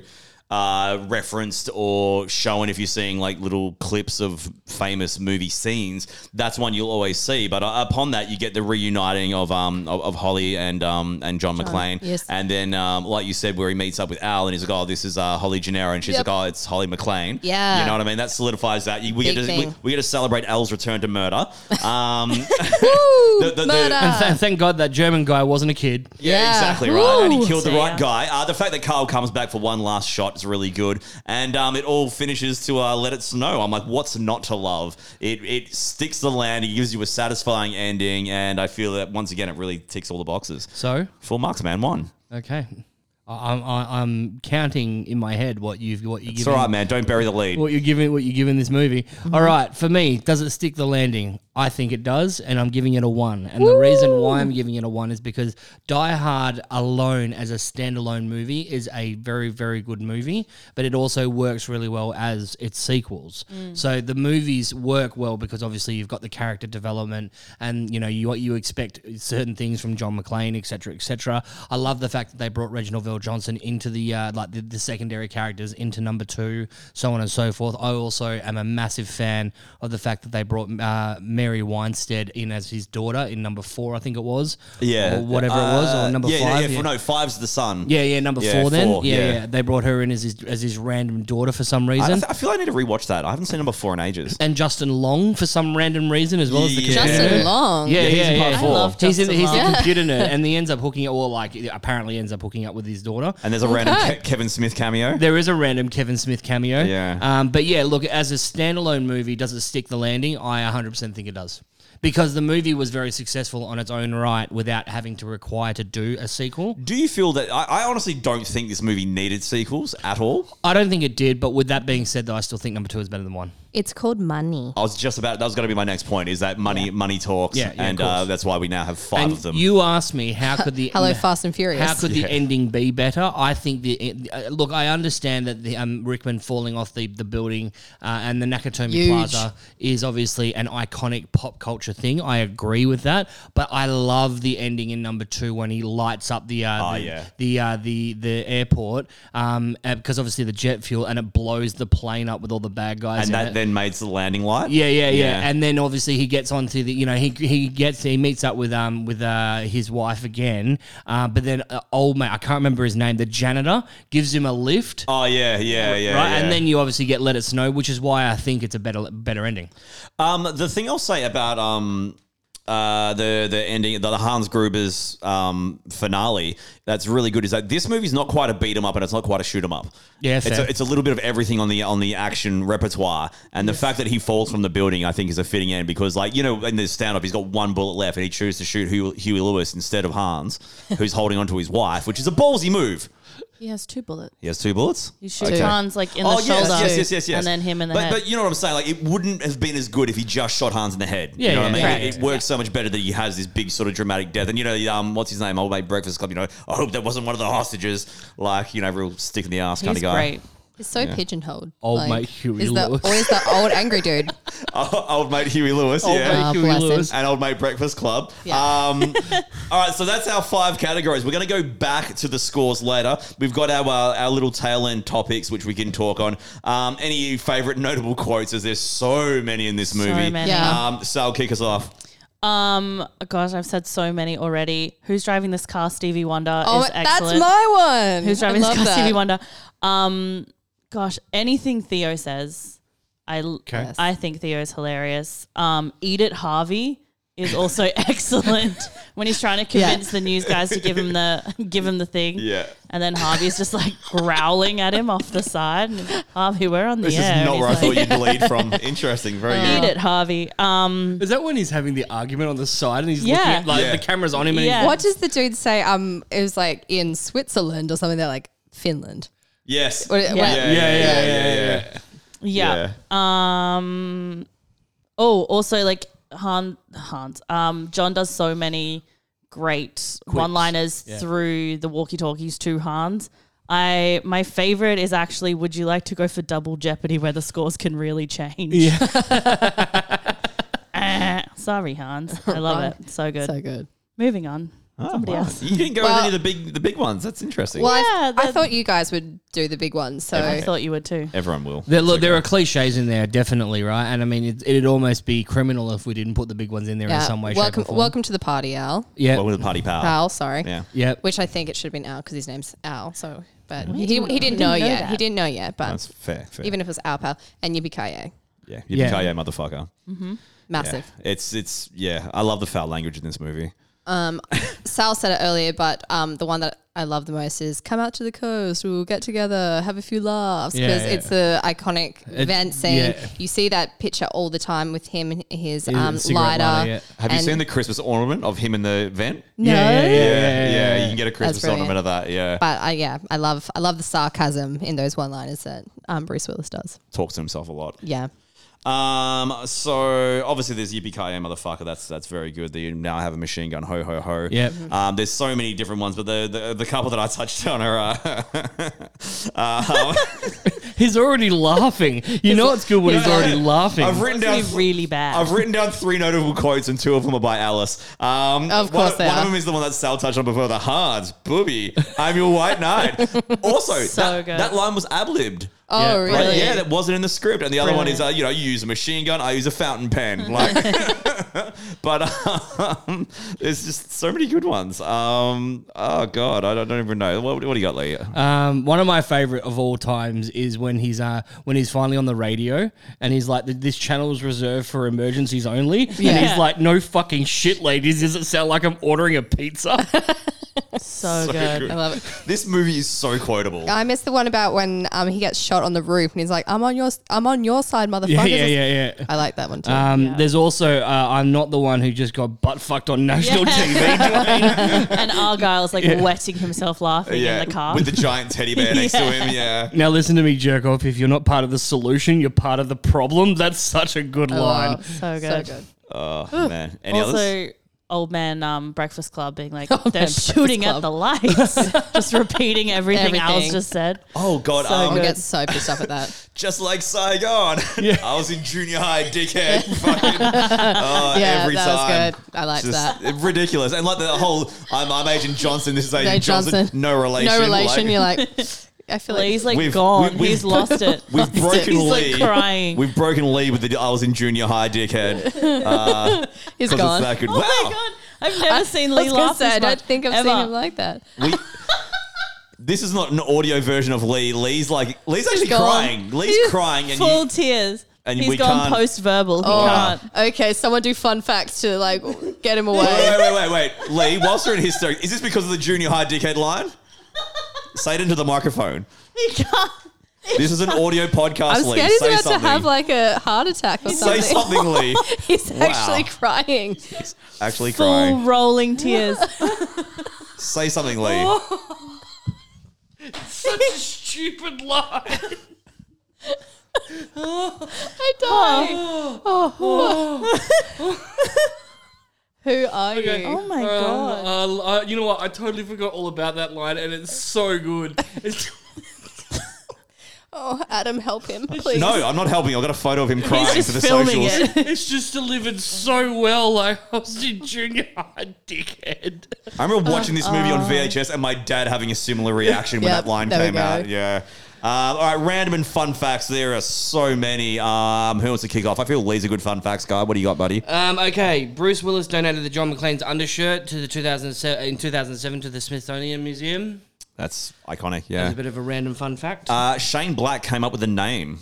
Speaker 2: uh, referenced or shown if you're seeing like little clips of famous movie scenes. That's one you'll always see. But uh, upon that, you get the reuniting of um of, of Holly and um and John, McClane.
Speaker 3: yes.
Speaker 2: And then um, like you said, where he meets up with Al and he's like, oh, this is uh, Holly Gennaro, and she's
Speaker 3: Yep.
Speaker 2: like, oh, it's Holly McClane.
Speaker 3: Yeah.
Speaker 2: You know what I mean? That solidifies that. You- We
Speaker 3: Big
Speaker 2: get to, we,
Speaker 3: thing.
Speaker 2: we get to celebrate Al's return to murder. Um,
Speaker 3: Woo,
Speaker 2: The- the- the-
Speaker 3: murder.
Speaker 4: And th- thank God that German guy wasn't a kid.
Speaker 2: Yeah,
Speaker 3: Yeah.
Speaker 2: exactly right. And he
Speaker 3: Woo.
Speaker 2: killed the
Speaker 5: So,
Speaker 2: right
Speaker 5: yeah.
Speaker 2: guy. Uh, the fact that Carl comes back for one last shot is really good, and um, it all finishes to uh, "Let It Snow." I'm like, what's not to love? It it sticks the land. It gives you a satisfying ending, and I feel that once again, it really ticks all the boxes.
Speaker 4: So
Speaker 2: Full marks, man. One.
Speaker 4: okay, I- I'm I- I'm counting in my head what you've what you
Speaker 2: It's
Speaker 4: giving
Speaker 2: all right, man. Don't bury the lead.
Speaker 4: what you're giving what you're giving this movie. All right, for me, does it stick the landing? I think it does, and I'm giving it a one. And the reason why I'm giving it a one is because Die Hard alone as a standalone movie is a very very good movie, but it also works really well as its sequels. So the movies work well because obviously you've got the character development, and you know you you expect certain things from John McClane, etc., etc. I love the fact that they brought Reginald Vell Johnson into the uh, like the, the secondary characters into number two, so on and so forth. I also am a massive fan of the fact that they brought uh, Mary Weinstead in as his daughter in number four, I think it was,
Speaker 2: Yeah,
Speaker 4: or whatever it was,
Speaker 2: Uh,
Speaker 4: or number
Speaker 2: yeah,
Speaker 4: five.
Speaker 2: Yeah, yeah. For, no, five's the son.
Speaker 4: Yeah, yeah, number
Speaker 2: Yeah,
Speaker 4: four. Then,
Speaker 2: four,
Speaker 4: yeah,
Speaker 2: yeah.
Speaker 4: yeah, they brought her in as his as his random daughter for some
Speaker 2: I, I
Speaker 4: reason,
Speaker 2: th- I feel I need to rewatch that. I haven't seen number four in ages.
Speaker 4: and Justin Long for some random reason as well as the
Speaker 2: Yeah.
Speaker 4: computer
Speaker 3: Justin
Speaker 4: nerd.
Speaker 3: Long.
Speaker 4: Yeah, yeah,
Speaker 2: he's in
Speaker 4: yeah.
Speaker 2: part I four. love
Speaker 4: he's in,
Speaker 5: Justin
Speaker 4: he's a
Speaker 5: Long.
Speaker 4: computer nerd, and he ends up hooking up, or like apparently ends up hooking up with his daughter.
Speaker 2: And there's a random
Speaker 3: Okay.
Speaker 2: Ke- Kevin Smith cameo.
Speaker 4: There is a random Kevin Smith cameo.
Speaker 2: Yeah.
Speaker 4: Um, but yeah, look, as a standalone movie, does it stick the landing? I 100% think it does. Because the movie was very successful on its own right without having to require to do a sequel.
Speaker 2: Do you feel that? I, I honestly don't think this movie needed sequels at all.
Speaker 4: I don't think it did, but with that being said, though, I still think number two is better than one.
Speaker 3: It's called money.
Speaker 2: I was just about that was going to be my next point is that money money talks
Speaker 4: Yeah, yeah,
Speaker 2: and
Speaker 4: of
Speaker 2: uh,
Speaker 4: course.
Speaker 2: that's why we now have five
Speaker 4: and
Speaker 2: of them.
Speaker 4: You asked me how could the
Speaker 3: Hello, Fast and Furious.
Speaker 4: How could
Speaker 2: Yeah.
Speaker 4: the ending be better? I think the uh, look. I understand that the um, Rickman falling off the the building uh, and the Nakatomi
Speaker 3: Huge.
Speaker 4: Plaza is obviously an iconic pop culture thing. I agree with that, but I love the ending in number two when he lights up the uh,
Speaker 2: Oh,
Speaker 4: the,
Speaker 2: yeah.
Speaker 4: the uh, the the airport um, uh, because obviously the jet fuel and it blows the plane up with all the bad guys.
Speaker 2: and
Speaker 4: in
Speaker 2: that
Speaker 4: it.
Speaker 2: then makes the landing light.
Speaker 4: Yeah, yeah, yeah,
Speaker 2: Yeah.
Speaker 4: And then obviously he gets onto the, you know, he he gets he meets up with um with uh his wife again, uh, but then uh, old mate, I can't remember his name. The janitor gives him a lift,
Speaker 2: Oh yeah, yeah, yeah.
Speaker 4: right?
Speaker 2: yeah.
Speaker 4: And then you obviously get Let It Snow, which is why I think it's a better better ending.
Speaker 2: um, the thing I'll say about um, uh, the the ending, the Hans Gruber's um finale that's really good is that this movie's not quite a beat 'em up and it's not quite a shoot 'em up.
Speaker 4: Yeah,
Speaker 2: it's
Speaker 4: fair.
Speaker 2: a, it's a little bit of everything on the on the action repertoire, and the fact that he falls from the building, I think, is a fitting end because, like you know, in the stand up, he's got one bullet left, and he chooses to shoot Huey, Huey Lewis instead of Hans, who's holding onto his wife, which is a ballsy move.
Speaker 5: He has two bullets.
Speaker 2: He has two bullets.
Speaker 5: You shoot
Speaker 3: Okay.
Speaker 5: Hans like in
Speaker 2: oh yes,
Speaker 5: the shoulder,
Speaker 2: yes, yes, yes, yes.
Speaker 5: and then him in the
Speaker 2: but,
Speaker 5: head.
Speaker 2: But you know what I'm saying? Like it wouldn't have been as good if he just shot Hans in the head.
Speaker 4: Yeah,
Speaker 2: you know
Speaker 4: yeah,
Speaker 2: what I mean?
Speaker 4: correct.
Speaker 2: It, it works so much better that he has this big sort of dramatic death. And you know, um, what's his name? Old mate Breakfast Club. You know, I hope that wasn't one of the hostages. Like you know, real stick in the ass kind
Speaker 5: He's
Speaker 2: of guy.
Speaker 5: great.
Speaker 3: It's so pigeonholed.
Speaker 4: Old mate Huey
Speaker 3: is the,
Speaker 4: Lewis.
Speaker 3: Always the old angry dude.
Speaker 2: old mate Huey Lewis. yeah.
Speaker 3: mate. Huey bless Lewis.
Speaker 2: and Old Mate Breakfast Club.
Speaker 3: Yeah.
Speaker 2: Um, all right, so that's our five categories. We're going to go back to the scores later. We've got our uh, our little tail end topics which we can talk on. Um, any favorite notable quotes? As there's so many in this movie.
Speaker 5: many.
Speaker 3: Yeah.
Speaker 2: Um, Sal, kick us off.
Speaker 5: Um, gosh, I've said so many already. Who's driving this car? Stevie Wonder
Speaker 3: Oh,
Speaker 5: is
Speaker 3: that's
Speaker 5: excellent.
Speaker 3: my one.
Speaker 5: Who's
Speaker 3: I
Speaker 5: driving this
Speaker 3: love
Speaker 5: car?
Speaker 3: that.
Speaker 5: Stevie Wonder. Um, gosh, anything Theo says, I l-
Speaker 4: Okay.
Speaker 5: I think Theo is hilarious. Um, Eat it, Harvey is also excellent when he's trying to convince the news guys to give him the give him the thing.
Speaker 2: Yeah.
Speaker 5: And then Harvey's just like growling at him off the side. And, Harvey, we're on the
Speaker 2: This
Speaker 5: air.
Speaker 2: is
Speaker 5: And
Speaker 2: not
Speaker 5: he's
Speaker 2: where I
Speaker 5: like, Uh,
Speaker 2: thought you'd lead from. Interesting. Very
Speaker 5: Eat
Speaker 2: good.
Speaker 5: it, Harvey. Um,
Speaker 4: Is that when he's having the argument on the side and he's
Speaker 5: looking Yeah.
Speaker 4: looking
Speaker 5: at,
Speaker 4: at
Speaker 5: like,
Speaker 4: like
Speaker 2: Yeah. the
Speaker 4: the camera's on him?
Speaker 5: and he's- Yeah.
Speaker 4: And
Speaker 3: What does the dude say? Um, it was like in Switzerland or something. They're like Finland.
Speaker 2: Yes.
Speaker 3: Or-
Speaker 5: Yeah.
Speaker 2: Yeah,
Speaker 3: well,
Speaker 2: yeah, yeah, yeah, yeah.
Speaker 5: Yeah. Um. Oh, also like Han Hans. Um. John does so many great one-liners through the walkie-talkies to Hans. I my favorite is actually. Would you like to go for double jeopardy where the scores can really change? Yeah. Sorry, Hans. I love it. So good.
Speaker 3: So good.
Speaker 5: Moving on. Somebody else.
Speaker 2: Oh, You didn't go
Speaker 3: Well-
Speaker 2: with any of the big the big ones. That's interesting.
Speaker 3: Well, I,
Speaker 5: Yeah,
Speaker 3: I
Speaker 5: the-
Speaker 3: thought you guys would do the big ones. So
Speaker 5: I thought you would too.
Speaker 2: Everyone will.
Speaker 4: There, look, there are cliches in there, definitely, right? And I mean, it, it'd almost be criminal if we didn't put the big ones in there in
Speaker 3: yeah.
Speaker 4: some way,
Speaker 3: welcome,
Speaker 4: shape, or form.
Speaker 3: welcome to the party, Al.
Speaker 4: Yeah.
Speaker 2: Welcome to the party, pal.
Speaker 3: Al, sorry.
Speaker 2: Yeah.
Speaker 4: yeah.
Speaker 3: Which I think it should have been Al because his name's Al. So, but he,
Speaker 5: didn't-
Speaker 3: he
Speaker 5: we
Speaker 3: didn't
Speaker 5: didn't
Speaker 3: know
Speaker 5: know
Speaker 3: yet.
Speaker 5: that.
Speaker 3: He didn't know yet. But
Speaker 2: That's fair. fair.
Speaker 3: even if it was Al pal and Yippee Kaye,
Speaker 2: yeah.
Speaker 4: Yeah.
Speaker 2: Yeah. motherfucker. Yeah.
Speaker 3: massive.
Speaker 2: It's it's yeah. I love the foul language in this movie.
Speaker 3: Sal said it earlier, but um, the one that I love the most is "Come out to the coast, we'll get together, have a few laughs,"
Speaker 4: Yeah,
Speaker 3: because
Speaker 4: yeah.
Speaker 3: it's the iconic
Speaker 4: It-
Speaker 3: event scene.
Speaker 4: yeah.
Speaker 3: You see that picture all the time with him and his um,
Speaker 4: cigarette
Speaker 3: lighter.
Speaker 4: lighter, yeah.
Speaker 2: Have you
Speaker 3: and-
Speaker 2: seen the Christmas ornament of him in the vent?
Speaker 3: No,
Speaker 4: Yeah, yeah, yeah.
Speaker 2: yeah. You can get a Christmas
Speaker 3: brilliant.
Speaker 2: ornament of that. Yeah.
Speaker 3: but I, yeah, I love I love the sarcasm in those one-liners that um, Bruce Willis does.
Speaker 2: Talks to himself a lot.
Speaker 3: Yeah,
Speaker 2: Um. So obviously there's Yippee Ki motherfucker. That's that's very good. They now have a machine gun. Ho ho ho.
Speaker 4: Yep.
Speaker 2: Um. There's so many different ones, but the the, the couple that I touched on are. Uh, um,
Speaker 4: He's already laughing. You know it's good when he's already laughing.
Speaker 2: I've written down
Speaker 5: It's really bad.
Speaker 2: I've written down three notable quotes, and two of them are by Alice. Um,
Speaker 3: Of
Speaker 2: one-
Speaker 3: course they
Speaker 2: one
Speaker 3: are.
Speaker 2: of them is the one that Sal touched on before: the Hans, booby, I'm your white knight. also,
Speaker 5: So
Speaker 2: that,
Speaker 5: good.
Speaker 2: that line was ab libbed.
Speaker 3: Oh,
Speaker 4: Yeah,
Speaker 3: really?
Speaker 4: right.
Speaker 2: Yeah, that wasn't in the script. And the other one is, uh, you know, you use a machine gun, I use a fountain pen. Like, but um, there's just so many good ones. Um, oh God, I don't, don't even know. What, what do you got, Lee?
Speaker 4: Um, one of my favorite of all times is when he's uh when he's finally on the radio and he's like, "This channel is reserved for emergencies only." And
Speaker 3: Yeah.
Speaker 4: he's like, "No fucking shit, ladies. Does it sound like I'm ordering a pizza?"
Speaker 5: so, good.
Speaker 3: I love it.
Speaker 2: This movie is so quotable.
Speaker 3: I miss the one about when um, he gets shot on the roof and he's like, "I'm on your, I'm on your side, motherfuckers."
Speaker 4: yeah, yeah, yeah, yeah.
Speaker 3: I like that one too.
Speaker 4: Um, There's also uh, I'm not the one who just got butt fucked on national TV.
Speaker 5: and Argyle's like wetting himself laughing
Speaker 2: yeah,
Speaker 5: in the car.
Speaker 2: with the giant teddy bear next to him. Yeah.
Speaker 4: Now listen to me, jerk off. If you're not part of the solution, you're part of the problem. That's such a good
Speaker 3: Oh,
Speaker 4: line.
Speaker 3: so
Speaker 5: so good.
Speaker 3: good.
Speaker 2: Oh man. Any others?
Speaker 5: Also, old man um, Breakfast Club being like,
Speaker 3: Old
Speaker 5: they're
Speaker 3: man Breakfast
Speaker 5: shooting at
Speaker 3: Club.
Speaker 5: the lights, just repeating everything, Al's
Speaker 3: Everything.
Speaker 5: just said.
Speaker 2: Oh god,
Speaker 5: So
Speaker 2: um,
Speaker 5: good.
Speaker 3: I get so pissed off at that.
Speaker 2: just like Saigon. I was in junior high, dickhead. Fucking, oh,
Speaker 3: Yeah,
Speaker 2: every
Speaker 3: that was
Speaker 2: time.
Speaker 3: good. I liked
Speaker 2: Just ridiculous, and like the whole I'm, I'm Agent Johnson. This is Agent
Speaker 3: No,
Speaker 2: Johnson.
Speaker 3: Johnson.
Speaker 2: No relation.
Speaker 3: No relation.
Speaker 2: Like,
Speaker 3: you're like, I feel like
Speaker 5: He's like
Speaker 2: We've-
Speaker 5: gone.
Speaker 2: we- we've-
Speaker 5: He's lost it.
Speaker 2: We've broken
Speaker 5: He's
Speaker 2: Lee.
Speaker 5: like crying.
Speaker 2: We've broken Lee with the I was in junior high, dickhead.
Speaker 3: he's
Speaker 2: 'Cause it's
Speaker 3: gone.
Speaker 2: that good.
Speaker 5: oh
Speaker 2: wow.
Speaker 5: my god, I've never seen
Speaker 3: I
Speaker 5: Lee
Speaker 3: was gonna
Speaker 5: laugh
Speaker 3: say,
Speaker 5: this
Speaker 3: I
Speaker 5: much.
Speaker 3: don't think I've
Speaker 5: ever.
Speaker 3: seen him like that.
Speaker 2: We, this is not an audio version of Lee. Lee's like Lee's actually
Speaker 3: gone.
Speaker 2: crying. Lee's
Speaker 5: He's
Speaker 2: crying, and
Speaker 5: full
Speaker 2: you,
Speaker 5: tears.
Speaker 2: and
Speaker 5: He's
Speaker 2: we
Speaker 5: gone
Speaker 2: can't-
Speaker 5: post-verbal. He
Speaker 3: Oh,
Speaker 5: can't.
Speaker 3: okay. Someone do fun facts to like get him away.
Speaker 2: wait, wait, wait, wait, wait, Lee. Whilst we're in hysterics, is this because of the junior high dickhead line? Say it into the microphone.
Speaker 5: He can't.
Speaker 2: This is an audio podcast,
Speaker 3: I'm
Speaker 2: Lee.
Speaker 3: scared he's
Speaker 2: Say
Speaker 3: about
Speaker 2: something.
Speaker 3: to have like a heart attack or
Speaker 2: Say
Speaker 3: something.
Speaker 2: something, Lee.
Speaker 3: he's actually crying.
Speaker 2: Actually
Speaker 5: Full
Speaker 2: crying.
Speaker 5: rolling tears.
Speaker 2: Say something, Lee.
Speaker 3: Oh,
Speaker 4: Such a stupid line.
Speaker 3: I die. Who are you?
Speaker 5: Oh my god.
Speaker 4: Uh, uh, you know what? I totally forgot all about that line, and it's so good. It's
Speaker 3: Oh, Adam, help him, please.
Speaker 2: No, I'm not helping. I've got a photo of him crying
Speaker 5: He's
Speaker 2: for
Speaker 5: just
Speaker 2: the
Speaker 5: filming
Speaker 2: socials.
Speaker 5: it.
Speaker 4: it's just delivered so well. Like I was in junior high, dickhead.
Speaker 2: I remember watching this movie on VHS and my dad having a similar reaction when
Speaker 3: Ah. Yep,
Speaker 2: that line
Speaker 3: there we
Speaker 2: came
Speaker 3: go.
Speaker 2: out. Yeah. Um, all right, random and fun facts. There are so many. Um, who wants to kick off? I feel Lee's a good fun facts guy. What do you got, buddy?
Speaker 4: Um, okay, Bruce Willis donated the John McClane's undershirt to the 2007 in 2007 to the Smithsonian Museum.
Speaker 2: That's iconic.
Speaker 4: That's
Speaker 2: Yeah.
Speaker 4: a bit of a random fun fact.
Speaker 2: Uh, Shane Black came up with the name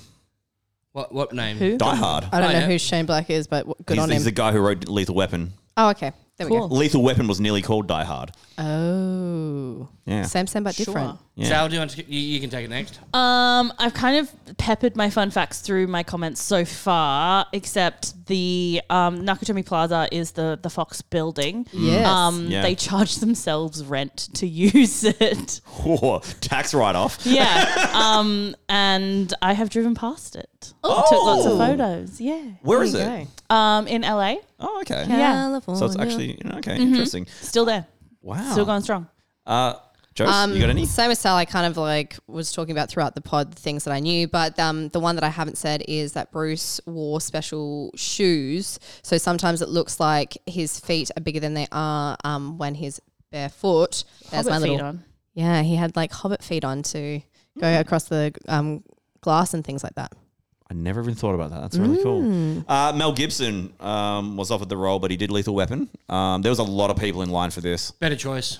Speaker 4: what what name?
Speaker 5: Who?
Speaker 2: Die Hard.
Speaker 3: I don't
Speaker 4: Oh,
Speaker 3: know
Speaker 4: yeah.
Speaker 3: who Shane Black is, but w- good
Speaker 2: He's,
Speaker 3: on
Speaker 2: he's
Speaker 3: him.
Speaker 2: the guy who wrote Lethal Weapon.
Speaker 3: oh, okay. There we go.
Speaker 5: Cool.
Speaker 2: Lethal Weapon was nearly called Die Hard.
Speaker 3: Oh,
Speaker 2: Yeah.
Speaker 3: same, same, but different.
Speaker 2: Yeah.
Speaker 4: Sal, do you want to? You, you can take it next.
Speaker 5: Um, I've kind of peppered my fun facts through my comments so far, except the um, Nakatomi Plaza is the the Fox building.
Speaker 3: Yes.
Speaker 5: Um,
Speaker 2: Yeah.
Speaker 5: they charge themselves rent to use it.
Speaker 2: Whoa, tax write off.
Speaker 5: yeah. Um, and I have driven past it. Oh. Took lots of photos. Yeah.
Speaker 2: Where is
Speaker 3: There you
Speaker 2: it?
Speaker 3: go.
Speaker 5: Um, in LA,
Speaker 2: Oh, okay.
Speaker 3: California. Mm-hmm.
Speaker 2: So it's actually you know, okay, interesting.
Speaker 5: still there,
Speaker 2: Wow.
Speaker 5: still going strong.
Speaker 2: Uh, Jose, you got any?
Speaker 3: Um, Same as Sal, I kind of like was talking about throughout the pod the things that I knew, but um, the one that I haven't said is that Bruce wore special shoes. So sometimes it looks like his feet are bigger than they are um, when his barefoot. There's
Speaker 5: Hobbit
Speaker 3: my little
Speaker 5: feet on.
Speaker 3: yeah. He had like hobbit feet on to go across the um, glass and things like that.
Speaker 2: I never even thought about that. That's really cool. Uh, Mel Gibson um, was offered the role, but he did Lethal Weapon. Um, there was a lot of people in line for this.
Speaker 4: Better choice.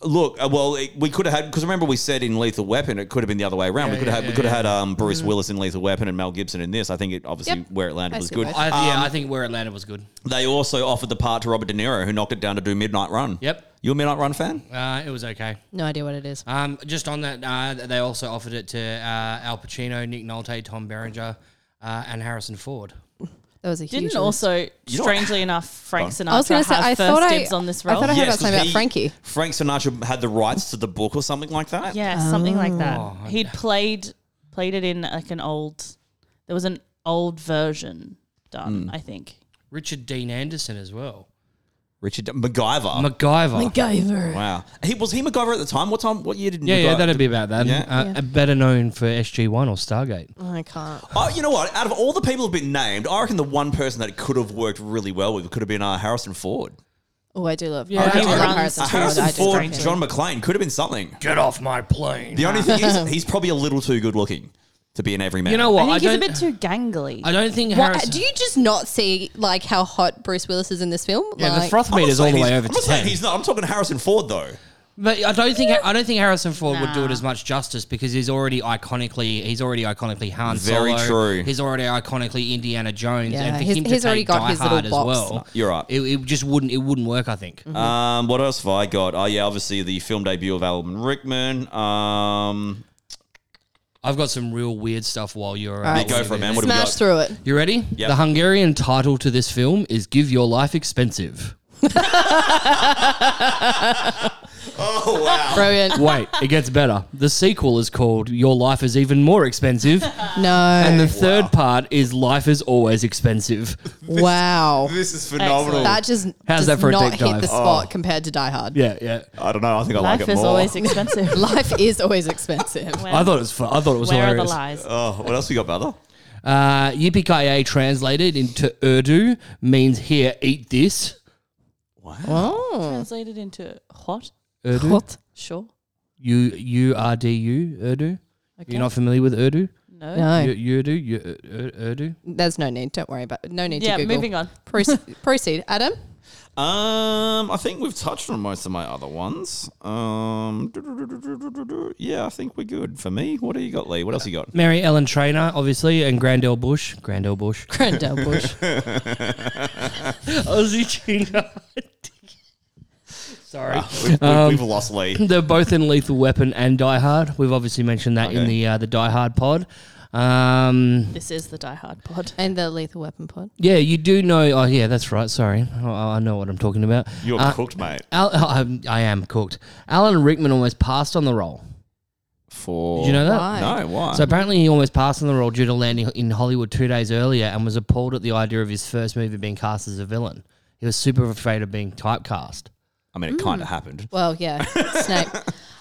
Speaker 2: Look, uh, well, it, we could have had because remember we said in Lethal Weapon it could have been the other way around. we
Speaker 4: Yeah,
Speaker 2: could
Speaker 4: yeah,
Speaker 2: have had, we
Speaker 4: yeah,
Speaker 2: could have had um, Bruce Willis in Lethal Weapon and Mel Gibson in this. I think it obviously
Speaker 3: Yep.
Speaker 2: where it landed was
Speaker 3: Basically
Speaker 2: good.
Speaker 3: both.
Speaker 4: I, yeah, I think where it landed was good.
Speaker 2: They also offered the part to Robert De Niro, who knocked it down to do Midnight Run.
Speaker 4: Yep.
Speaker 2: you a Midnight Run fan?
Speaker 4: Uh, it was okay.
Speaker 3: No idea what it is.
Speaker 4: Um, just on that, uh, they also offered it to uh, Al Pacino, Nick Nolte, Tom Berenger, uh, and Harrison Ford.
Speaker 3: That was a huge.
Speaker 5: Didn't
Speaker 3: list.
Speaker 5: also,
Speaker 2: know
Speaker 5: strangely enough, Frank
Speaker 2: Oh.
Speaker 5: Sinatra
Speaker 3: I was going to say
Speaker 5: have
Speaker 3: I
Speaker 5: first
Speaker 3: thought I,
Speaker 5: dibs on this
Speaker 3: I
Speaker 5: role.
Speaker 3: thought I heard
Speaker 2: Yes,
Speaker 3: about something
Speaker 2: 'cause
Speaker 3: about Frankie.
Speaker 2: he- Frank Sinatra had the rights to the book or something like that.
Speaker 5: Yeah, something like that. He'd played played it in like an old. There was an old version done,
Speaker 2: Hmm.
Speaker 5: I think.
Speaker 4: Richard Dean Anderson as well.
Speaker 2: Richard D- MacGyver.
Speaker 4: MacGyver.
Speaker 3: Gaver.
Speaker 2: wow, he was he MacGyver at the time. What time? What year did?
Speaker 4: yeah, yeah,
Speaker 2: MacGyver-
Speaker 4: that'd be about that.
Speaker 2: Yeah.
Speaker 4: Uh, Better known for SG One or Stargate.
Speaker 3: I can't.
Speaker 2: Oh, you know what? Out of all the people who've been named, I reckon the one person that it could have worked really well with could have been uh, Harrison Ford.
Speaker 3: Oh, I do love.
Speaker 4: Yeah,
Speaker 3: I do
Speaker 4: he
Speaker 3: love
Speaker 5: runs
Speaker 3: Harrison
Speaker 5: Uh,
Speaker 3: Ford.
Speaker 2: Harrison
Speaker 3: I do love
Speaker 2: Ford,
Speaker 3: him.
Speaker 2: John McClane could have been something.
Speaker 4: Get off my plane.
Speaker 2: The only thing is, he's probably a little too good looking to be an everyman.
Speaker 4: You know
Speaker 5: I
Speaker 4: what?
Speaker 5: think
Speaker 4: I,
Speaker 5: he's a
Speaker 4: don't.
Speaker 5: bit too gangly.
Speaker 4: I don't think
Speaker 3: Why- uh,
Speaker 4: Harrison.
Speaker 3: do you just not see like how hot Bruce Willis is in this film?
Speaker 4: yeah,
Speaker 3: like,
Speaker 4: the froth
Speaker 2: I'm not
Speaker 4: meter's all
Speaker 2: saying
Speaker 4: the way
Speaker 2: he's-
Speaker 4: over
Speaker 2: I'm
Speaker 4: to
Speaker 2: not saying
Speaker 4: ten.
Speaker 2: he's not. I'm talking Harrison Ford though.
Speaker 4: But I don't think I don't think Harrison Ford would do it
Speaker 5: Nah.
Speaker 4: as much justice because he's already iconically he's already iconically Han
Speaker 2: Very
Speaker 4: Solo.
Speaker 2: true.
Speaker 4: He's already iconically Indiana Jones.
Speaker 3: Yeah,
Speaker 4: and for
Speaker 3: he's-
Speaker 4: him to
Speaker 3: he's already
Speaker 4: take
Speaker 3: got
Speaker 4: Die
Speaker 3: his little
Speaker 4: Hard as
Speaker 3: box. Mm.
Speaker 4: well.
Speaker 2: You're right.
Speaker 4: It, it just wouldn't it wouldn't work. I think.
Speaker 2: Um, what else have I got? Oh yeah, obviously the film debut of Alan Rickman. Um,
Speaker 4: I've got some real weird stuff while you're. Uh,
Speaker 3: right.
Speaker 2: go for it, man. What have we
Speaker 3: smash
Speaker 2: got?
Speaker 3: through it.
Speaker 4: You ready? The Hungarian title to this film is "Give Your Life Expensive."
Speaker 2: Oh wow.
Speaker 3: Brilliant.
Speaker 4: Wait, it gets better. The sequel is called "Your Life Is Even More Expensive," and
Speaker 3: No.
Speaker 4: the third part is "Life Is Always Expensive."
Speaker 3: wow.
Speaker 2: This is
Speaker 5: phenomenal.
Speaker 3: That just
Speaker 4: How's
Speaker 3: does
Speaker 4: that for a
Speaker 3: not hit
Speaker 4: deep dive? Oh.
Speaker 3: the spot compared to Die Hard.
Speaker 4: Yeah, yeah.
Speaker 2: I don't know. I think I
Speaker 5: Life
Speaker 2: like it
Speaker 5: is
Speaker 2: more.
Speaker 5: always expensive.
Speaker 3: Life is always expensive.
Speaker 4: I thought it was. fu- I thought it was
Speaker 5: Where are the
Speaker 4: hilarious.
Speaker 5: lies?
Speaker 2: oh, what else we got, brother?
Speaker 4: Uh, Yippee ki yay translated into Urdu means here, eat this.
Speaker 3: Oh,
Speaker 5: Translated into hot,
Speaker 4: Urdu.
Speaker 3: What?
Speaker 5: sure,
Speaker 4: U U R D U Urdu. You're not familiar with Urdu?
Speaker 5: no.
Speaker 3: No,
Speaker 4: U- Urdu. U- Ur- Ur- Urdu.
Speaker 3: there's no need. Don't worry about. No need
Speaker 5: Yeah,
Speaker 3: to Google.
Speaker 5: moving on.
Speaker 3: Proceed, proceed Adam.
Speaker 2: Um, I think we've touched on most of my other ones. Um, yeah, I think we're good for me. What do you got, Lee? What else you got?
Speaker 4: Mary Ellen Trainer, obviously, and Grandel Bush. Grandel Bush.
Speaker 3: Grandel Bush.
Speaker 4: Aussie Chino. Sorry.
Speaker 2: We've, we've lost Lee.
Speaker 4: They're both in Lethal Weapon and Die Hard. We've obviously mentioned that in
Speaker 2: Okay.
Speaker 4: the uh, the Die Hard pod. Um,
Speaker 5: This is the Die Hard pod.
Speaker 3: and the Lethal Weapon pod.
Speaker 4: yeah, you do know. Oh, yeah, that's right. Sorry, I, I know what I'm talking about.
Speaker 2: You're
Speaker 4: Uh,
Speaker 2: cooked, mate.
Speaker 4: Al, I'm, I am cooked. Alan Rickman almost passed on the role.
Speaker 2: For
Speaker 4: Did you know that?
Speaker 3: Why?
Speaker 2: No, why?
Speaker 4: So apparently he almost passed on the role due to landing in Hollywood two days earlier and was appalled at the idea of his first movie being cast as a villain. He was super afraid of being typecast.
Speaker 2: I mean, it kind of happened.
Speaker 3: Well, yeah, Snape.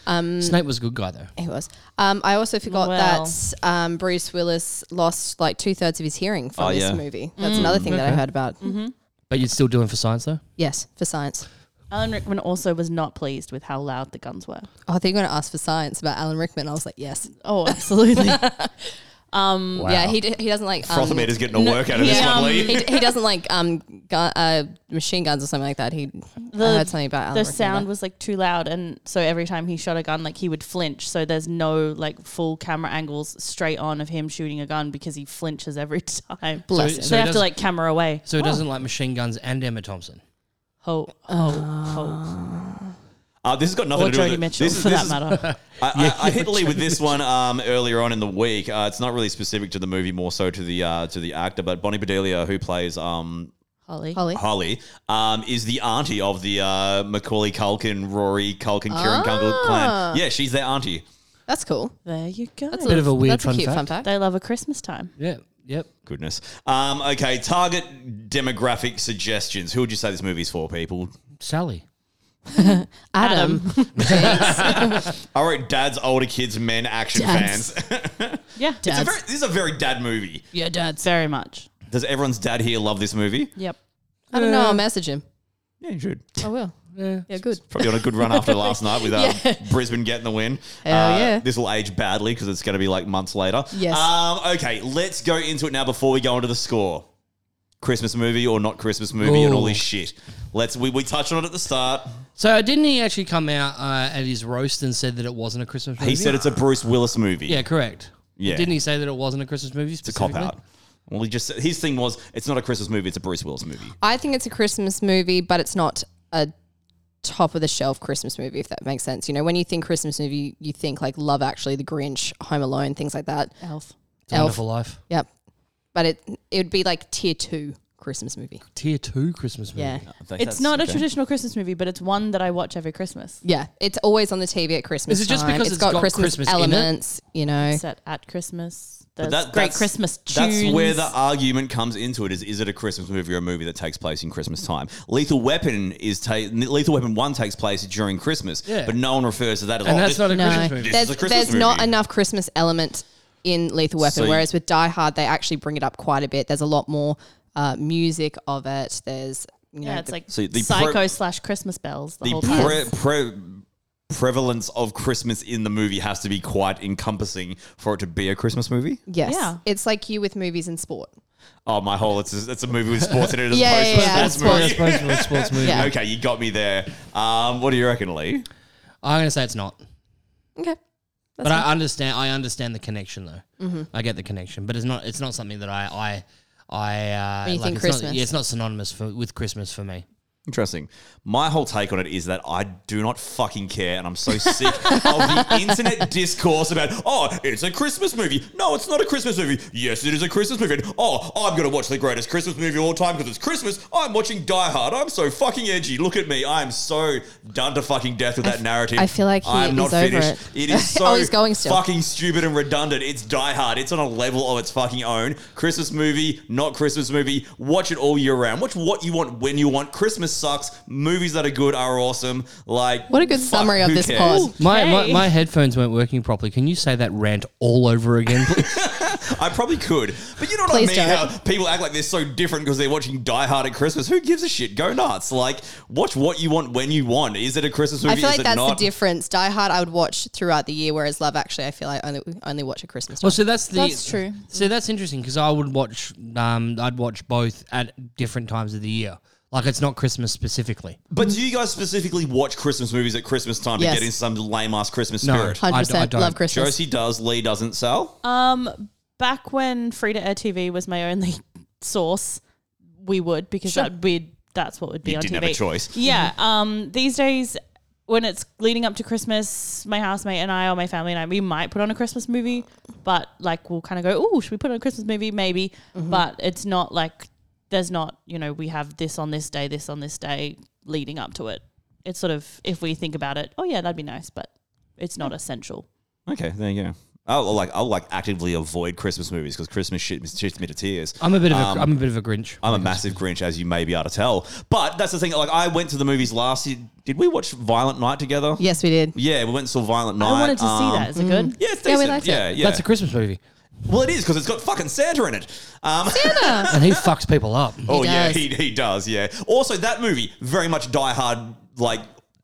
Speaker 3: Mm.
Speaker 4: Snape was a good guy though.
Speaker 3: He was. Um, I also forgot
Speaker 5: Well.
Speaker 3: that um, Bruce Willis lost like two thirds of his hearing from
Speaker 2: Oh,
Speaker 3: this
Speaker 2: yeah.
Speaker 3: movie. That's another thing that I heard about.
Speaker 4: But you'd still do him for science though?
Speaker 3: Yes, for science.
Speaker 5: Alan Rickman also was not pleased with how loud the guns were.
Speaker 3: Oh, they're going to ask for science about Alan Rickman. I was like, yes.
Speaker 5: Oh, absolutely.
Speaker 4: Wow.
Speaker 3: Mm, Yeah, he, d- he doesn't like. Um,
Speaker 2: Frothometer's getting a work out of this
Speaker 3: he,
Speaker 2: one,
Speaker 3: um,
Speaker 2: Lee.
Speaker 3: he, d- he doesn't like um gun, uh, machine guns or something like that. He I heard something about Alan
Speaker 5: the
Speaker 3: Rickman
Speaker 5: sound
Speaker 3: about-
Speaker 5: was like too loud and so every time he shot a gun like he would flinch so there's no like full camera angles straight on of him shooting a gun because he flinches every time
Speaker 3: Bless
Speaker 5: so,
Speaker 3: him.
Speaker 4: so
Speaker 5: they
Speaker 4: he
Speaker 5: have to
Speaker 4: doesn't-
Speaker 5: like camera away
Speaker 3: Oh.
Speaker 4: So he doesn't like machine guns and Emma Thompson.
Speaker 5: ho ho
Speaker 3: Ah.
Speaker 5: ho
Speaker 2: Uh, this has got nothing
Speaker 5: or
Speaker 2: to do with
Speaker 5: Jody
Speaker 2: it.
Speaker 5: Mitchell
Speaker 2: This is-
Speaker 5: for
Speaker 2: this
Speaker 5: that
Speaker 2: is-
Speaker 5: matter
Speaker 2: I, I, I hit Lee with this one um, earlier on in the week. Uh, it's not really specific to the movie, more so to the uh, to the actor. But Bonnie Bedelia, who plays um,
Speaker 5: Holly
Speaker 3: Holly.
Speaker 2: Holly, um, is the auntie of the uh, Macaulay Culkin, Rory Culkin, Kieran Culkin clan. Yeah, she's their auntie.
Speaker 3: That's cool.
Speaker 5: there you go
Speaker 3: That's
Speaker 4: Bit of a weird
Speaker 3: that's
Speaker 4: fun
Speaker 3: a cute fun
Speaker 4: fact.
Speaker 3: fact.
Speaker 5: they love a Christmas time
Speaker 4: Yeah. Yep.
Speaker 2: Goodness. Um, okay, target demographic suggestions. Who would you say this movie's for, people?
Speaker 4: Sally.
Speaker 3: Adam,
Speaker 2: I wrote dads, older kids, men, action
Speaker 3: Dads.
Speaker 2: fans.
Speaker 5: yeah
Speaker 2: It's a very, this is a very dad movie.
Speaker 5: yeah dad very much
Speaker 2: Does everyone's dad here love this movie?
Speaker 5: yep
Speaker 3: I don't know. I'll message him.
Speaker 2: Yeah, you should.
Speaker 3: I will.
Speaker 4: eh.
Speaker 3: Yeah, good.
Speaker 2: Probably on a good run after last night with uh, Brisbane getting the win. Uh,
Speaker 3: Hell yeah.
Speaker 2: This will age badly because it's going to be like months later.
Speaker 3: Yes.
Speaker 2: Um, okay, let's go into it now before we go into the score. Christmas movie or not Christmas movie and all
Speaker 4: Ooh.
Speaker 2: this shit. Let's we, we touched on it at the start.
Speaker 4: So didn't he actually come out uh, at his roast and said that it wasn't a
Speaker 3: Oh,
Speaker 4: Christmas movie?
Speaker 2: He said it's a Bruce Willis movie.
Speaker 4: yeah, correct.
Speaker 2: Yeah.
Speaker 4: Didn't he say that it wasn't a Christmas movie? It's
Speaker 2: It's a cop out. Well, he just his thing was it's not a Christmas movie, it's a Bruce Willis movie.
Speaker 3: I think it's a Christmas movie, but it's not a top of the shelf Christmas movie, if that makes sense. You know, when you think Christmas movie, you think like Love Actually, The Grinch, Home Alone, things like that.
Speaker 5: Elf.
Speaker 4: It's a Wonderful Life.
Speaker 3: Yep. But it it would be like tier two Christmas movie.
Speaker 4: Tier two Christmas movie.
Speaker 3: Yeah.
Speaker 2: I think
Speaker 5: It's
Speaker 2: that's-
Speaker 5: not a
Speaker 2: okay.
Speaker 5: traditional Christmas movie, but it's one that I watch every Christmas.
Speaker 3: Yeah. It's always on the TV at Christmas.
Speaker 4: Is it just
Speaker 3: time.
Speaker 4: because
Speaker 3: it's
Speaker 4: it's got Christmas in it?
Speaker 3: elements, you know?
Speaker 5: Set at Christmas.
Speaker 2: But
Speaker 5: There's
Speaker 2: that-
Speaker 5: great
Speaker 2: that's-
Speaker 5: Christmas tunes.
Speaker 2: That's where the argument comes into it: is is it a Christmas movie or a movie that takes place in Christmas time? Lethal Weapon is ta- Lethal Weapon One takes place during Christmas,
Speaker 4: Yeah.
Speaker 2: but no one refers to that as
Speaker 4: And
Speaker 2: "Oh,
Speaker 4: that's
Speaker 2: this-
Speaker 4: not a
Speaker 3: No.
Speaker 4: Christmas movie.
Speaker 2: This
Speaker 3: There's,
Speaker 2: is a Christmas
Speaker 3: there's not
Speaker 2: movie.
Speaker 3: enough Christmas element in Lethal Weapon,
Speaker 2: So you-
Speaker 3: whereas with Die Hard, they actually bring it up quite a bit. There's a lot more uh, music of it. There's, you know,
Speaker 5: yeah, it's
Speaker 3: the-
Speaker 5: like
Speaker 2: So the
Speaker 5: psycho
Speaker 2: pro-
Speaker 5: slash Christmas bells the,
Speaker 2: the
Speaker 5: whole time.
Speaker 2: pre- pre- prevalence of Christmas in the movie has to be quite encompassing for it to be a Christmas movie.
Speaker 3: yes.
Speaker 5: Yeah.
Speaker 3: It's like you with movies and sport.
Speaker 2: Oh my whole! It's a, it's a movie with sports in it. As
Speaker 3: Yeah,
Speaker 2: opposed to a
Speaker 3: yeah, yeah,
Speaker 2: sports
Speaker 3: sports.
Speaker 2: movie.
Speaker 4: It's a Christmas sports movie.
Speaker 3: Yeah.
Speaker 2: Okay, you got me there. Um, what do you reckon, Lee?
Speaker 4: I'm going to say it's not.
Speaker 3: Okay.
Speaker 4: but I understand. I understand the connection, though.
Speaker 3: Mm-hmm.
Speaker 4: I get the connection, but it's not. It's not something that I. I. I. Uh,
Speaker 3: When you think
Speaker 4: it's Not,
Speaker 3: Christmas.
Speaker 4: yeah, it's not synonymous for, with Christmas for me.
Speaker 2: Interesting. My whole take on it is that I do not fucking care, and I'm so sick of the internet discourse about, oh, it's a Christmas movie. No, it's not a Christmas movie. Yes, it is a Christmas movie. And, oh, I'm going to watch the greatest Christmas movie of all time because it's Christmas. I'm watching Die Hard. I'm so fucking edgy. Look at me. I'm so done to fucking death with that narrative.
Speaker 3: I feel like he
Speaker 2: I'm not
Speaker 3: is over
Speaker 2: finished.
Speaker 3: it.
Speaker 2: It is so
Speaker 3: Oh, he's going still.
Speaker 2: fucking stupid and redundant. It's Die Hard. It's on a level of its fucking own. Christmas movie, not Christmas movie. Watch it all year round. Watch what you want when you want. Christmas sucks. Movies that are good are awesome. Like
Speaker 3: What a good
Speaker 2: fuck,
Speaker 3: summary of
Speaker 2: who
Speaker 3: this
Speaker 2: cares?
Speaker 3: pod.
Speaker 4: My, my
Speaker 5: Okay.
Speaker 4: my headphones weren't working properly. Can you say that rant all over again, please?
Speaker 2: I probably could, but you know what
Speaker 3: Please
Speaker 2: I mean.
Speaker 3: don't.
Speaker 2: How people act like they're so different because they're watching Die Hard at Christmas. Who gives a shit? Go nuts. Like watch what you want when you want. Is it a Christmas movie?
Speaker 3: I feel
Speaker 2: Is
Speaker 3: like
Speaker 2: it
Speaker 3: that's
Speaker 2: not?
Speaker 3: the difference. Die Hard I would watch throughout the year, whereas Love Actually I feel like I only only watch at Christmas.
Speaker 4: well,
Speaker 3: time.
Speaker 4: so that's the.
Speaker 5: That's true.
Speaker 4: So that's interesting because I would watch. Um, I'd watch both at different times of the year. Like it's not Christmas specifically.
Speaker 2: But do you guys specifically watch Christmas movies at Christmas time
Speaker 3: Yes.
Speaker 2: to get into some lame ass Christmas
Speaker 4: No.
Speaker 2: spirit?
Speaker 4: I d- I
Speaker 3: 100%
Speaker 4: don't.
Speaker 3: love Christmas.
Speaker 2: Josie does, Lee doesn't, Sal.
Speaker 5: Um, back when free to air TV was my only source, we would because
Speaker 3: Sure.
Speaker 5: that we'd that's what would be
Speaker 2: You
Speaker 5: on
Speaker 2: didn't
Speaker 5: TV.
Speaker 2: have a choice.
Speaker 5: Yeah. Um, these days, when it's leading up to Christmas, my housemate and I, or my family and I, we might put on a Christmas movie, but like we'll kind of go, oh, should we put on a Christmas movie? Maybe, but it's not like there's not you know we have this on this day, this on this day leading up to it. It's sort of if we think about it, oh yeah, that'd be nice, but it's not essential.
Speaker 2: Okay, there you go. I'll like I'll like actively avoid Christmas movies because Christmas shit shits me to tears.
Speaker 4: I'm a bit of a. Um, I'm a bit of a Grinch.
Speaker 2: I'm a massive Grinch, as you may be able to tell. But that's the thing. Like I went to the movies last year. Did we watch Violent Night together?
Speaker 3: yes, we did.
Speaker 2: Yeah, we went and saw Violent Night.
Speaker 5: I wanted to
Speaker 2: um,
Speaker 5: see that. Is it good?
Speaker 2: Yeah, it's
Speaker 3: Yeah, we
Speaker 2: decent.
Speaker 3: liked it.
Speaker 2: yeah, yeah.
Speaker 4: That's a Christmas movie,
Speaker 2: well, it is because it's got fucking Santa in it. Um,
Speaker 4: and he fucks people up.
Speaker 2: oh yeah,
Speaker 3: does.
Speaker 2: he, he does. Yeah. Also, that movie very much Die Hard like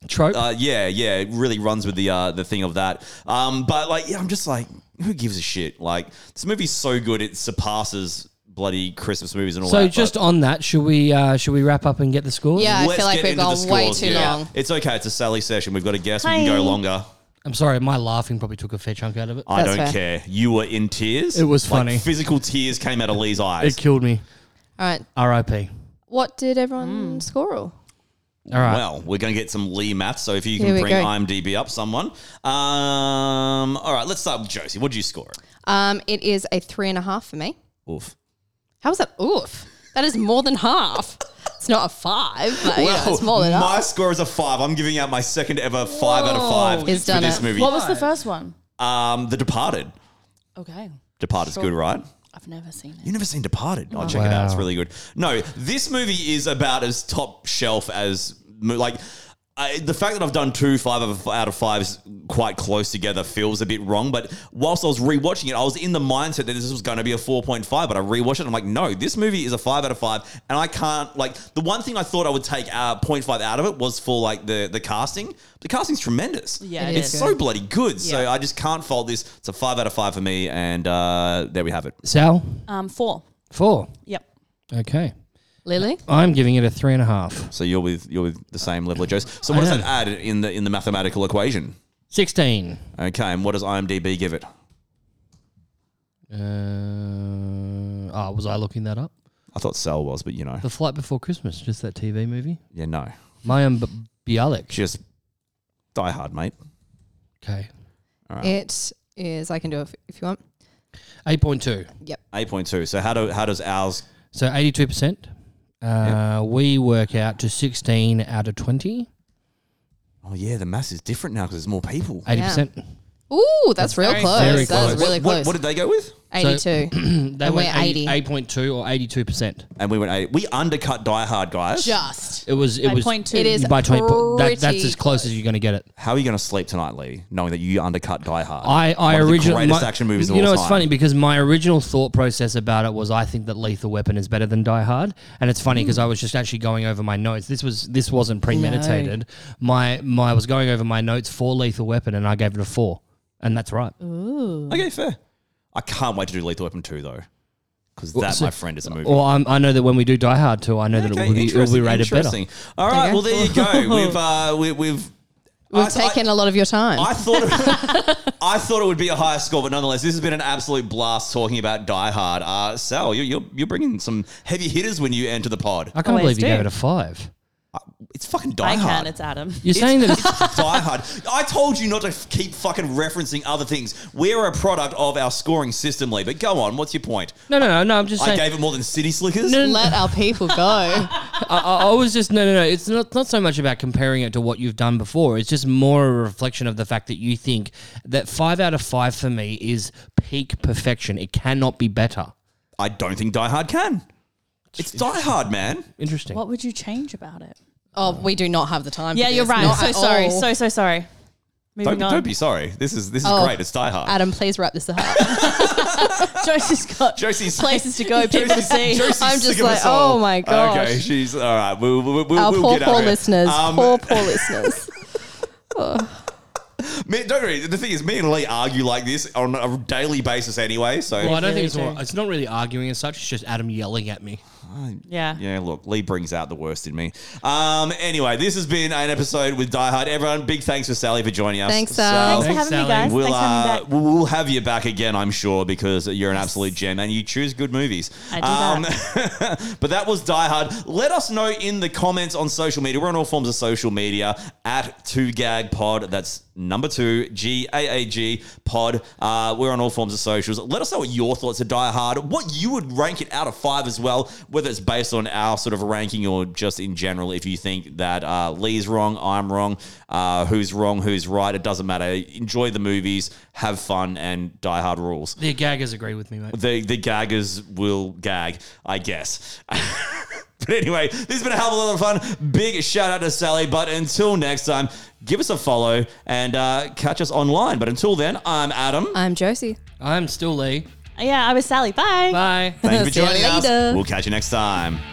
Speaker 4: Trope.
Speaker 2: Uh, yeah, yeah, it really runs with the uh, the thing of that. Um, but like, yeah, I'm just like, who gives a shit? Like, this movie's so good, it surpasses bloody Christmas movies and all
Speaker 4: so
Speaker 2: that.
Speaker 4: just
Speaker 2: but
Speaker 4: on that, should we uh, should we wrap up and get the score?
Speaker 3: Yeah, I
Speaker 2: let's
Speaker 3: feel like
Speaker 2: get
Speaker 3: we've
Speaker 2: into the
Speaker 3: gone way
Speaker 2: scores,
Speaker 3: too
Speaker 2: yeah.
Speaker 3: long.
Speaker 2: It's okay. It's a Sally session. We've got a guest. We can
Speaker 5: Hi.
Speaker 2: go longer.
Speaker 4: I'm sorry, my laughing probably took a fair chunk out of it.
Speaker 2: I
Speaker 3: That's
Speaker 2: don't care. You were in tears.
Speaker 4: It was
Speaker 2: Like,
Speaker 4: funny.
Speaker 2: physical tears came out of Lee's eyes.
Speaker 4: It killed me.
Speaker 3: All right.
Speaker 4: R.I.P.
Speaker 3: What did everyone
Speaker 5: Mm.
Speaker 3: score? All?
Speaker 4: All right.
Speaker 2: Well, we're going to get some Lee math. So if you
Speaker 3: Here
Speaker 2: can
Speaker 3: we
Speaker 2: bring
Speaker 3: go.
Speaker 2: IMDb up, someone. Um, all right, let's start with Josie. What did you score?
Speaker 3: Um, it is a three and a half for me.
Speaker 2: Oof.
Speaker 3: How is that? Oof. That is more than half. It's not a five, but you know, it's more than
Speaker 2: my
Speaker 3: half.
Speaker 2: score is a five. I'm giving out my second ever five out of five
Speaker 3: He's
Speaker 2: for
Speaker 3: done
Speaker 2: this
Speaker 3: it.
Speaker 2: movie.
Speaker 5: What was the first one?
Speaker 2: Um, The Departed.
Speaker 5: Okay,
Speaker 2: Departed's
Speaker 5: Sure.
Speaker 2: good, right?
Speaker 5: I've never seen it.
Speaker 2: You've never seen Departed? Oh, check it out. It's
Speaker 4: Wow.
Speaker 2: really good. No, this movie is about as top shelf as mo- like. I, the fact that I've done two five out of- out of fives quite close together feels a bit wrong. But whilst I was rewatching it, I was in the mindset that this was going to be a 4.5. But I rewatched it. And I'm like, no, this movie is a five out of five. And I can't, like, the one thing I thought I would take uh, 0.5 out of it was for, like, the, the casting. The casting's tremendous.
Speaker 5: Yeah,
Speaker 3: It
Speaker 5: it
Speaker 2: It's
Speaker 5: is.
Speaker 3: is.
Speaker 2: so bloody good. So
Speaker 5: Yeah.
Speaker 2: I just can't fault this. It's a five out of five for me. And uh, there we have it.
Speaker 4: Sal,
Speaker 5: Um, four.
Speaker 4: four.
Speaker 5: Yep.
Speaker 4: Okay.
Speaker 3: Lily?
Speaker 4: I'm giving it a three and a half.
Speaker 2: So you're with you're with the same level of Joe's. So what does
Speaker 4: I
Speaker 2: that
Speaker 4: am.
Speaker 2: add in the in the mathematical equation?
Speaker 4: 16.
Speaker 2: Okay, and what does IMDb give it?
Speaker 4: Uh, oh, was I looking that up?
Speaker 2: I thought Cell was, but you know,
Speaker 4: The Flight Before Christmas, just that TV movie.
Speaker 2: yeah, no,
Speaker 4: Mayim B- Bialik.
Speaker 2: just die hard, mate.
Speaker 4: Okay.
Speaker 3: It is, I can do it if, if you want.
Speaker 4: 8.2.
Speaker 2: Eight point two. So how do how does ours?
Speaker 4: So 82%. Uh, We work out to 16 out of 20.
Speaker 2: Oh yeah, the mass is different now because there's more people.
Speaker 4: 80%.
Speaker 3: Ooh, that's real
Speaker 5: very
Speaker 3: close.
Speaker 4: Very
Speaker 3: That's
Speaker 4: close.
Speaker 3: really
Speaker 2: what,
Speaker 3: close.
Speaker 2: what did they go with?
Speaker 3: 82.
Speaker 4: They
Speaker 3: And we're
Speaker 4: went 80,
Speaker 3: 80.
Speaker 4: 8.2 or 82%.
Speaker 2: And we went eight. We undercut Die Hard, guys.
Speaker 3: Just.
Speaker 4: It was, it
Speaker 5: By
Speaker 4: was
Speaker 5: point two.
Speaker 4: It
Speaker 3: It
Speaker 4: is
Speaker 3: is
Speaker 4: by 20. po- That, that's
Speaker 3: pretty
Speaker 4: as close as you're going to get it.
Speaker 2: How are you going to sleep tonight, Lee, knowing that you undercut Die Hard?
Speaker 4: I, I
Speaker 2: One of the
Speaker 4: originally
Speaker 2: greatest action movies of
Speaker 4: You
Speaker 2: all
Speaker 4: know,
Speaker 2: time.
Speaker 4: it's funny because my original thought process about it was I think that Lethal Weapon is better than Die Hard, and it's funny because I was just actually going over my notes. This was this wasn't premeditated. My my I was going over my notes for Lethal Weapon, and I gave it a four, and that's right.
Speaker 2: Okay, fair. I can't wait to do Lethal Weapon two though, because that, my friend, is a movie.
Speaker 4: Well, I'm, I know that when we do Die Hard too, I know that it will be, it will be rated better.
Speaker 2: All right,
Speaker 3: Okay.
Speaker 2: well there you go. We've uh, we, we've
Speaker 3: We've
Speaker 2: I-
Speaker 3: taken a lot of your time.
Speaker 2: I thought it, I thought it would be a higher score, but nonetheless, this has been an absolute blast talking about Die Hard. Uh, Sal, you, you're you're bringing some heavy hitters when you enter the pod.
Speaker 4: I can't believe
Speaker 5: Always
Speaker 4: you
Speaker 5: do.
Speaker 4: gave it a five.
Speaker 2: It's fucking Die
Speaker 5: I
Speaker 2: Hard.
Speaker 5: can. It's Adam.
Speaker 4: You're saying that it's
Speaker 2: It's Die Hard. I told you not to f- keep fucking referencing other things. We're a product of our scoring system, Lee. But go on, what's your point?
Speaker 4: no, no, no, no. I'm just
Speaker 2: I
Speaker 4: saying.
Speaker 2: gave it more than City Slickers.
Speaker 3: Let our people go.
Speaker 4: I, I, I was just no, no, no. It's not not so much about comparing it to what you've done before. It's just more a reflection of the fact that you think that five out of five for me is peak perfection. It cannot be better.
Speaker 2: I don't think Die Hard can. It's Die Hard, man.
Speaker 4: Interesting.
Speaker 5: What would you change about it?
Speaker 3: Oh, we do not have the time.
Speaker 5: Yeah,
Speaker 3: for
Speaker 5: you're
Speaker 3: this.
Speaker 5: right.
Speaker 3: Not
Speaker 5: So
Speaker 3: at
Speaker 5: sorry.
Speaker 3: all.
Speaker 5: So so sorry. Moving
Speaker 2: Don't,
Speaker 5: on.
Speaker 2: don't be sorry. This is this is
Speaker 3: Oh.
Speaker 2: great. It's Die Hard.
Speaker 3: Adam, please wrap this up.
Speaker 5: Josie's got
Speaker 2: Josie's-
Speaker 5: places to go, people to see.
Speaker 2: Josie's
Speaker 3: I'm
Speaker 2: sick
Speaker 3: just
Speaker 2: of
Speaker 3: like,
Speaker 2: us all.
Speaker 3: oh my gosh.
Speaker 2: Okay, she's all right. We'll, we'll, we'll,
Speaker 3: Our
Speaker 2: we'll
Speaker 3: poor,
Speaker 2: get out
Speaker 3: poor
Speaker 2: of it.
Speaker 3: listeners.
Speaker 2: Um,
Speaker 3: poor, poor listeners.
Speaker 2: Me, don't worry. The thing is, me and Lee argue like this on a daily basis anyway. So
Speaker 4: Well, I don't think
Speaker 5: really
Speaker 4: it's
Speaker 5: do.
Speaker 4: more, it's not really arguing as such. It's just Adam yelling at me.
Speaker 5: Yeah.
Speaker 2: yeah, look, Lee brings out the worst in me. Um, anyway, this has been an episode with Die Hard. Everyone, big thanks for Sally for joining us.
Speaker 3: Thanks, Sal.
Speaker 5: Thanks for having
Speaker 4: Sally.
Speaker 5: me, guys.
Speaker 2: We'll,
Speaker 5: Thanks for having me
Speaker 2: uh,
Speaker 5: back.
Speaker 2: we'll have you back again, I'm sure, because you're an absolute gem and you choose good movies.
Speaker 5: I do
Speaker 2: Um, but that was Die Hard. Let us know in the comments on social media. We're on all forms of social media at 2GAG Pod. That's number two, G A A G Pod. Uh, we're on all forms of socials. Let us know what your thoughts are Die Hard, what you would rank it out of five as well, whether it's based on our sort of ranking or just in general. If you think that uh, Lee's wrong, I'm wrong, uh, who's wrong, who's right, it doesn't matter. Enjoy the movies, have fun, and Die Hard rules.
Speaker 4: The gaggers agree with me, mate.
Speaker 2: The the gaggers will gag, I guess. but anyway, this has been a hell of a lot of fun. Big shout out to Sally. But until next time, give us a follow and uh, catch us online. But until then, I'm Adam.
Speaker 3: I'm Josie.
Speaker 4: I'm still Lee.
Speaker 5: yeah, I was Sally. Bye.
Speaker 4: Bye.
Speaker 2: Thank you for
Speaker 3: See you
Speaker 2: joining us.
Speaker 3: later.
Speaker 2: We'll catch you next time.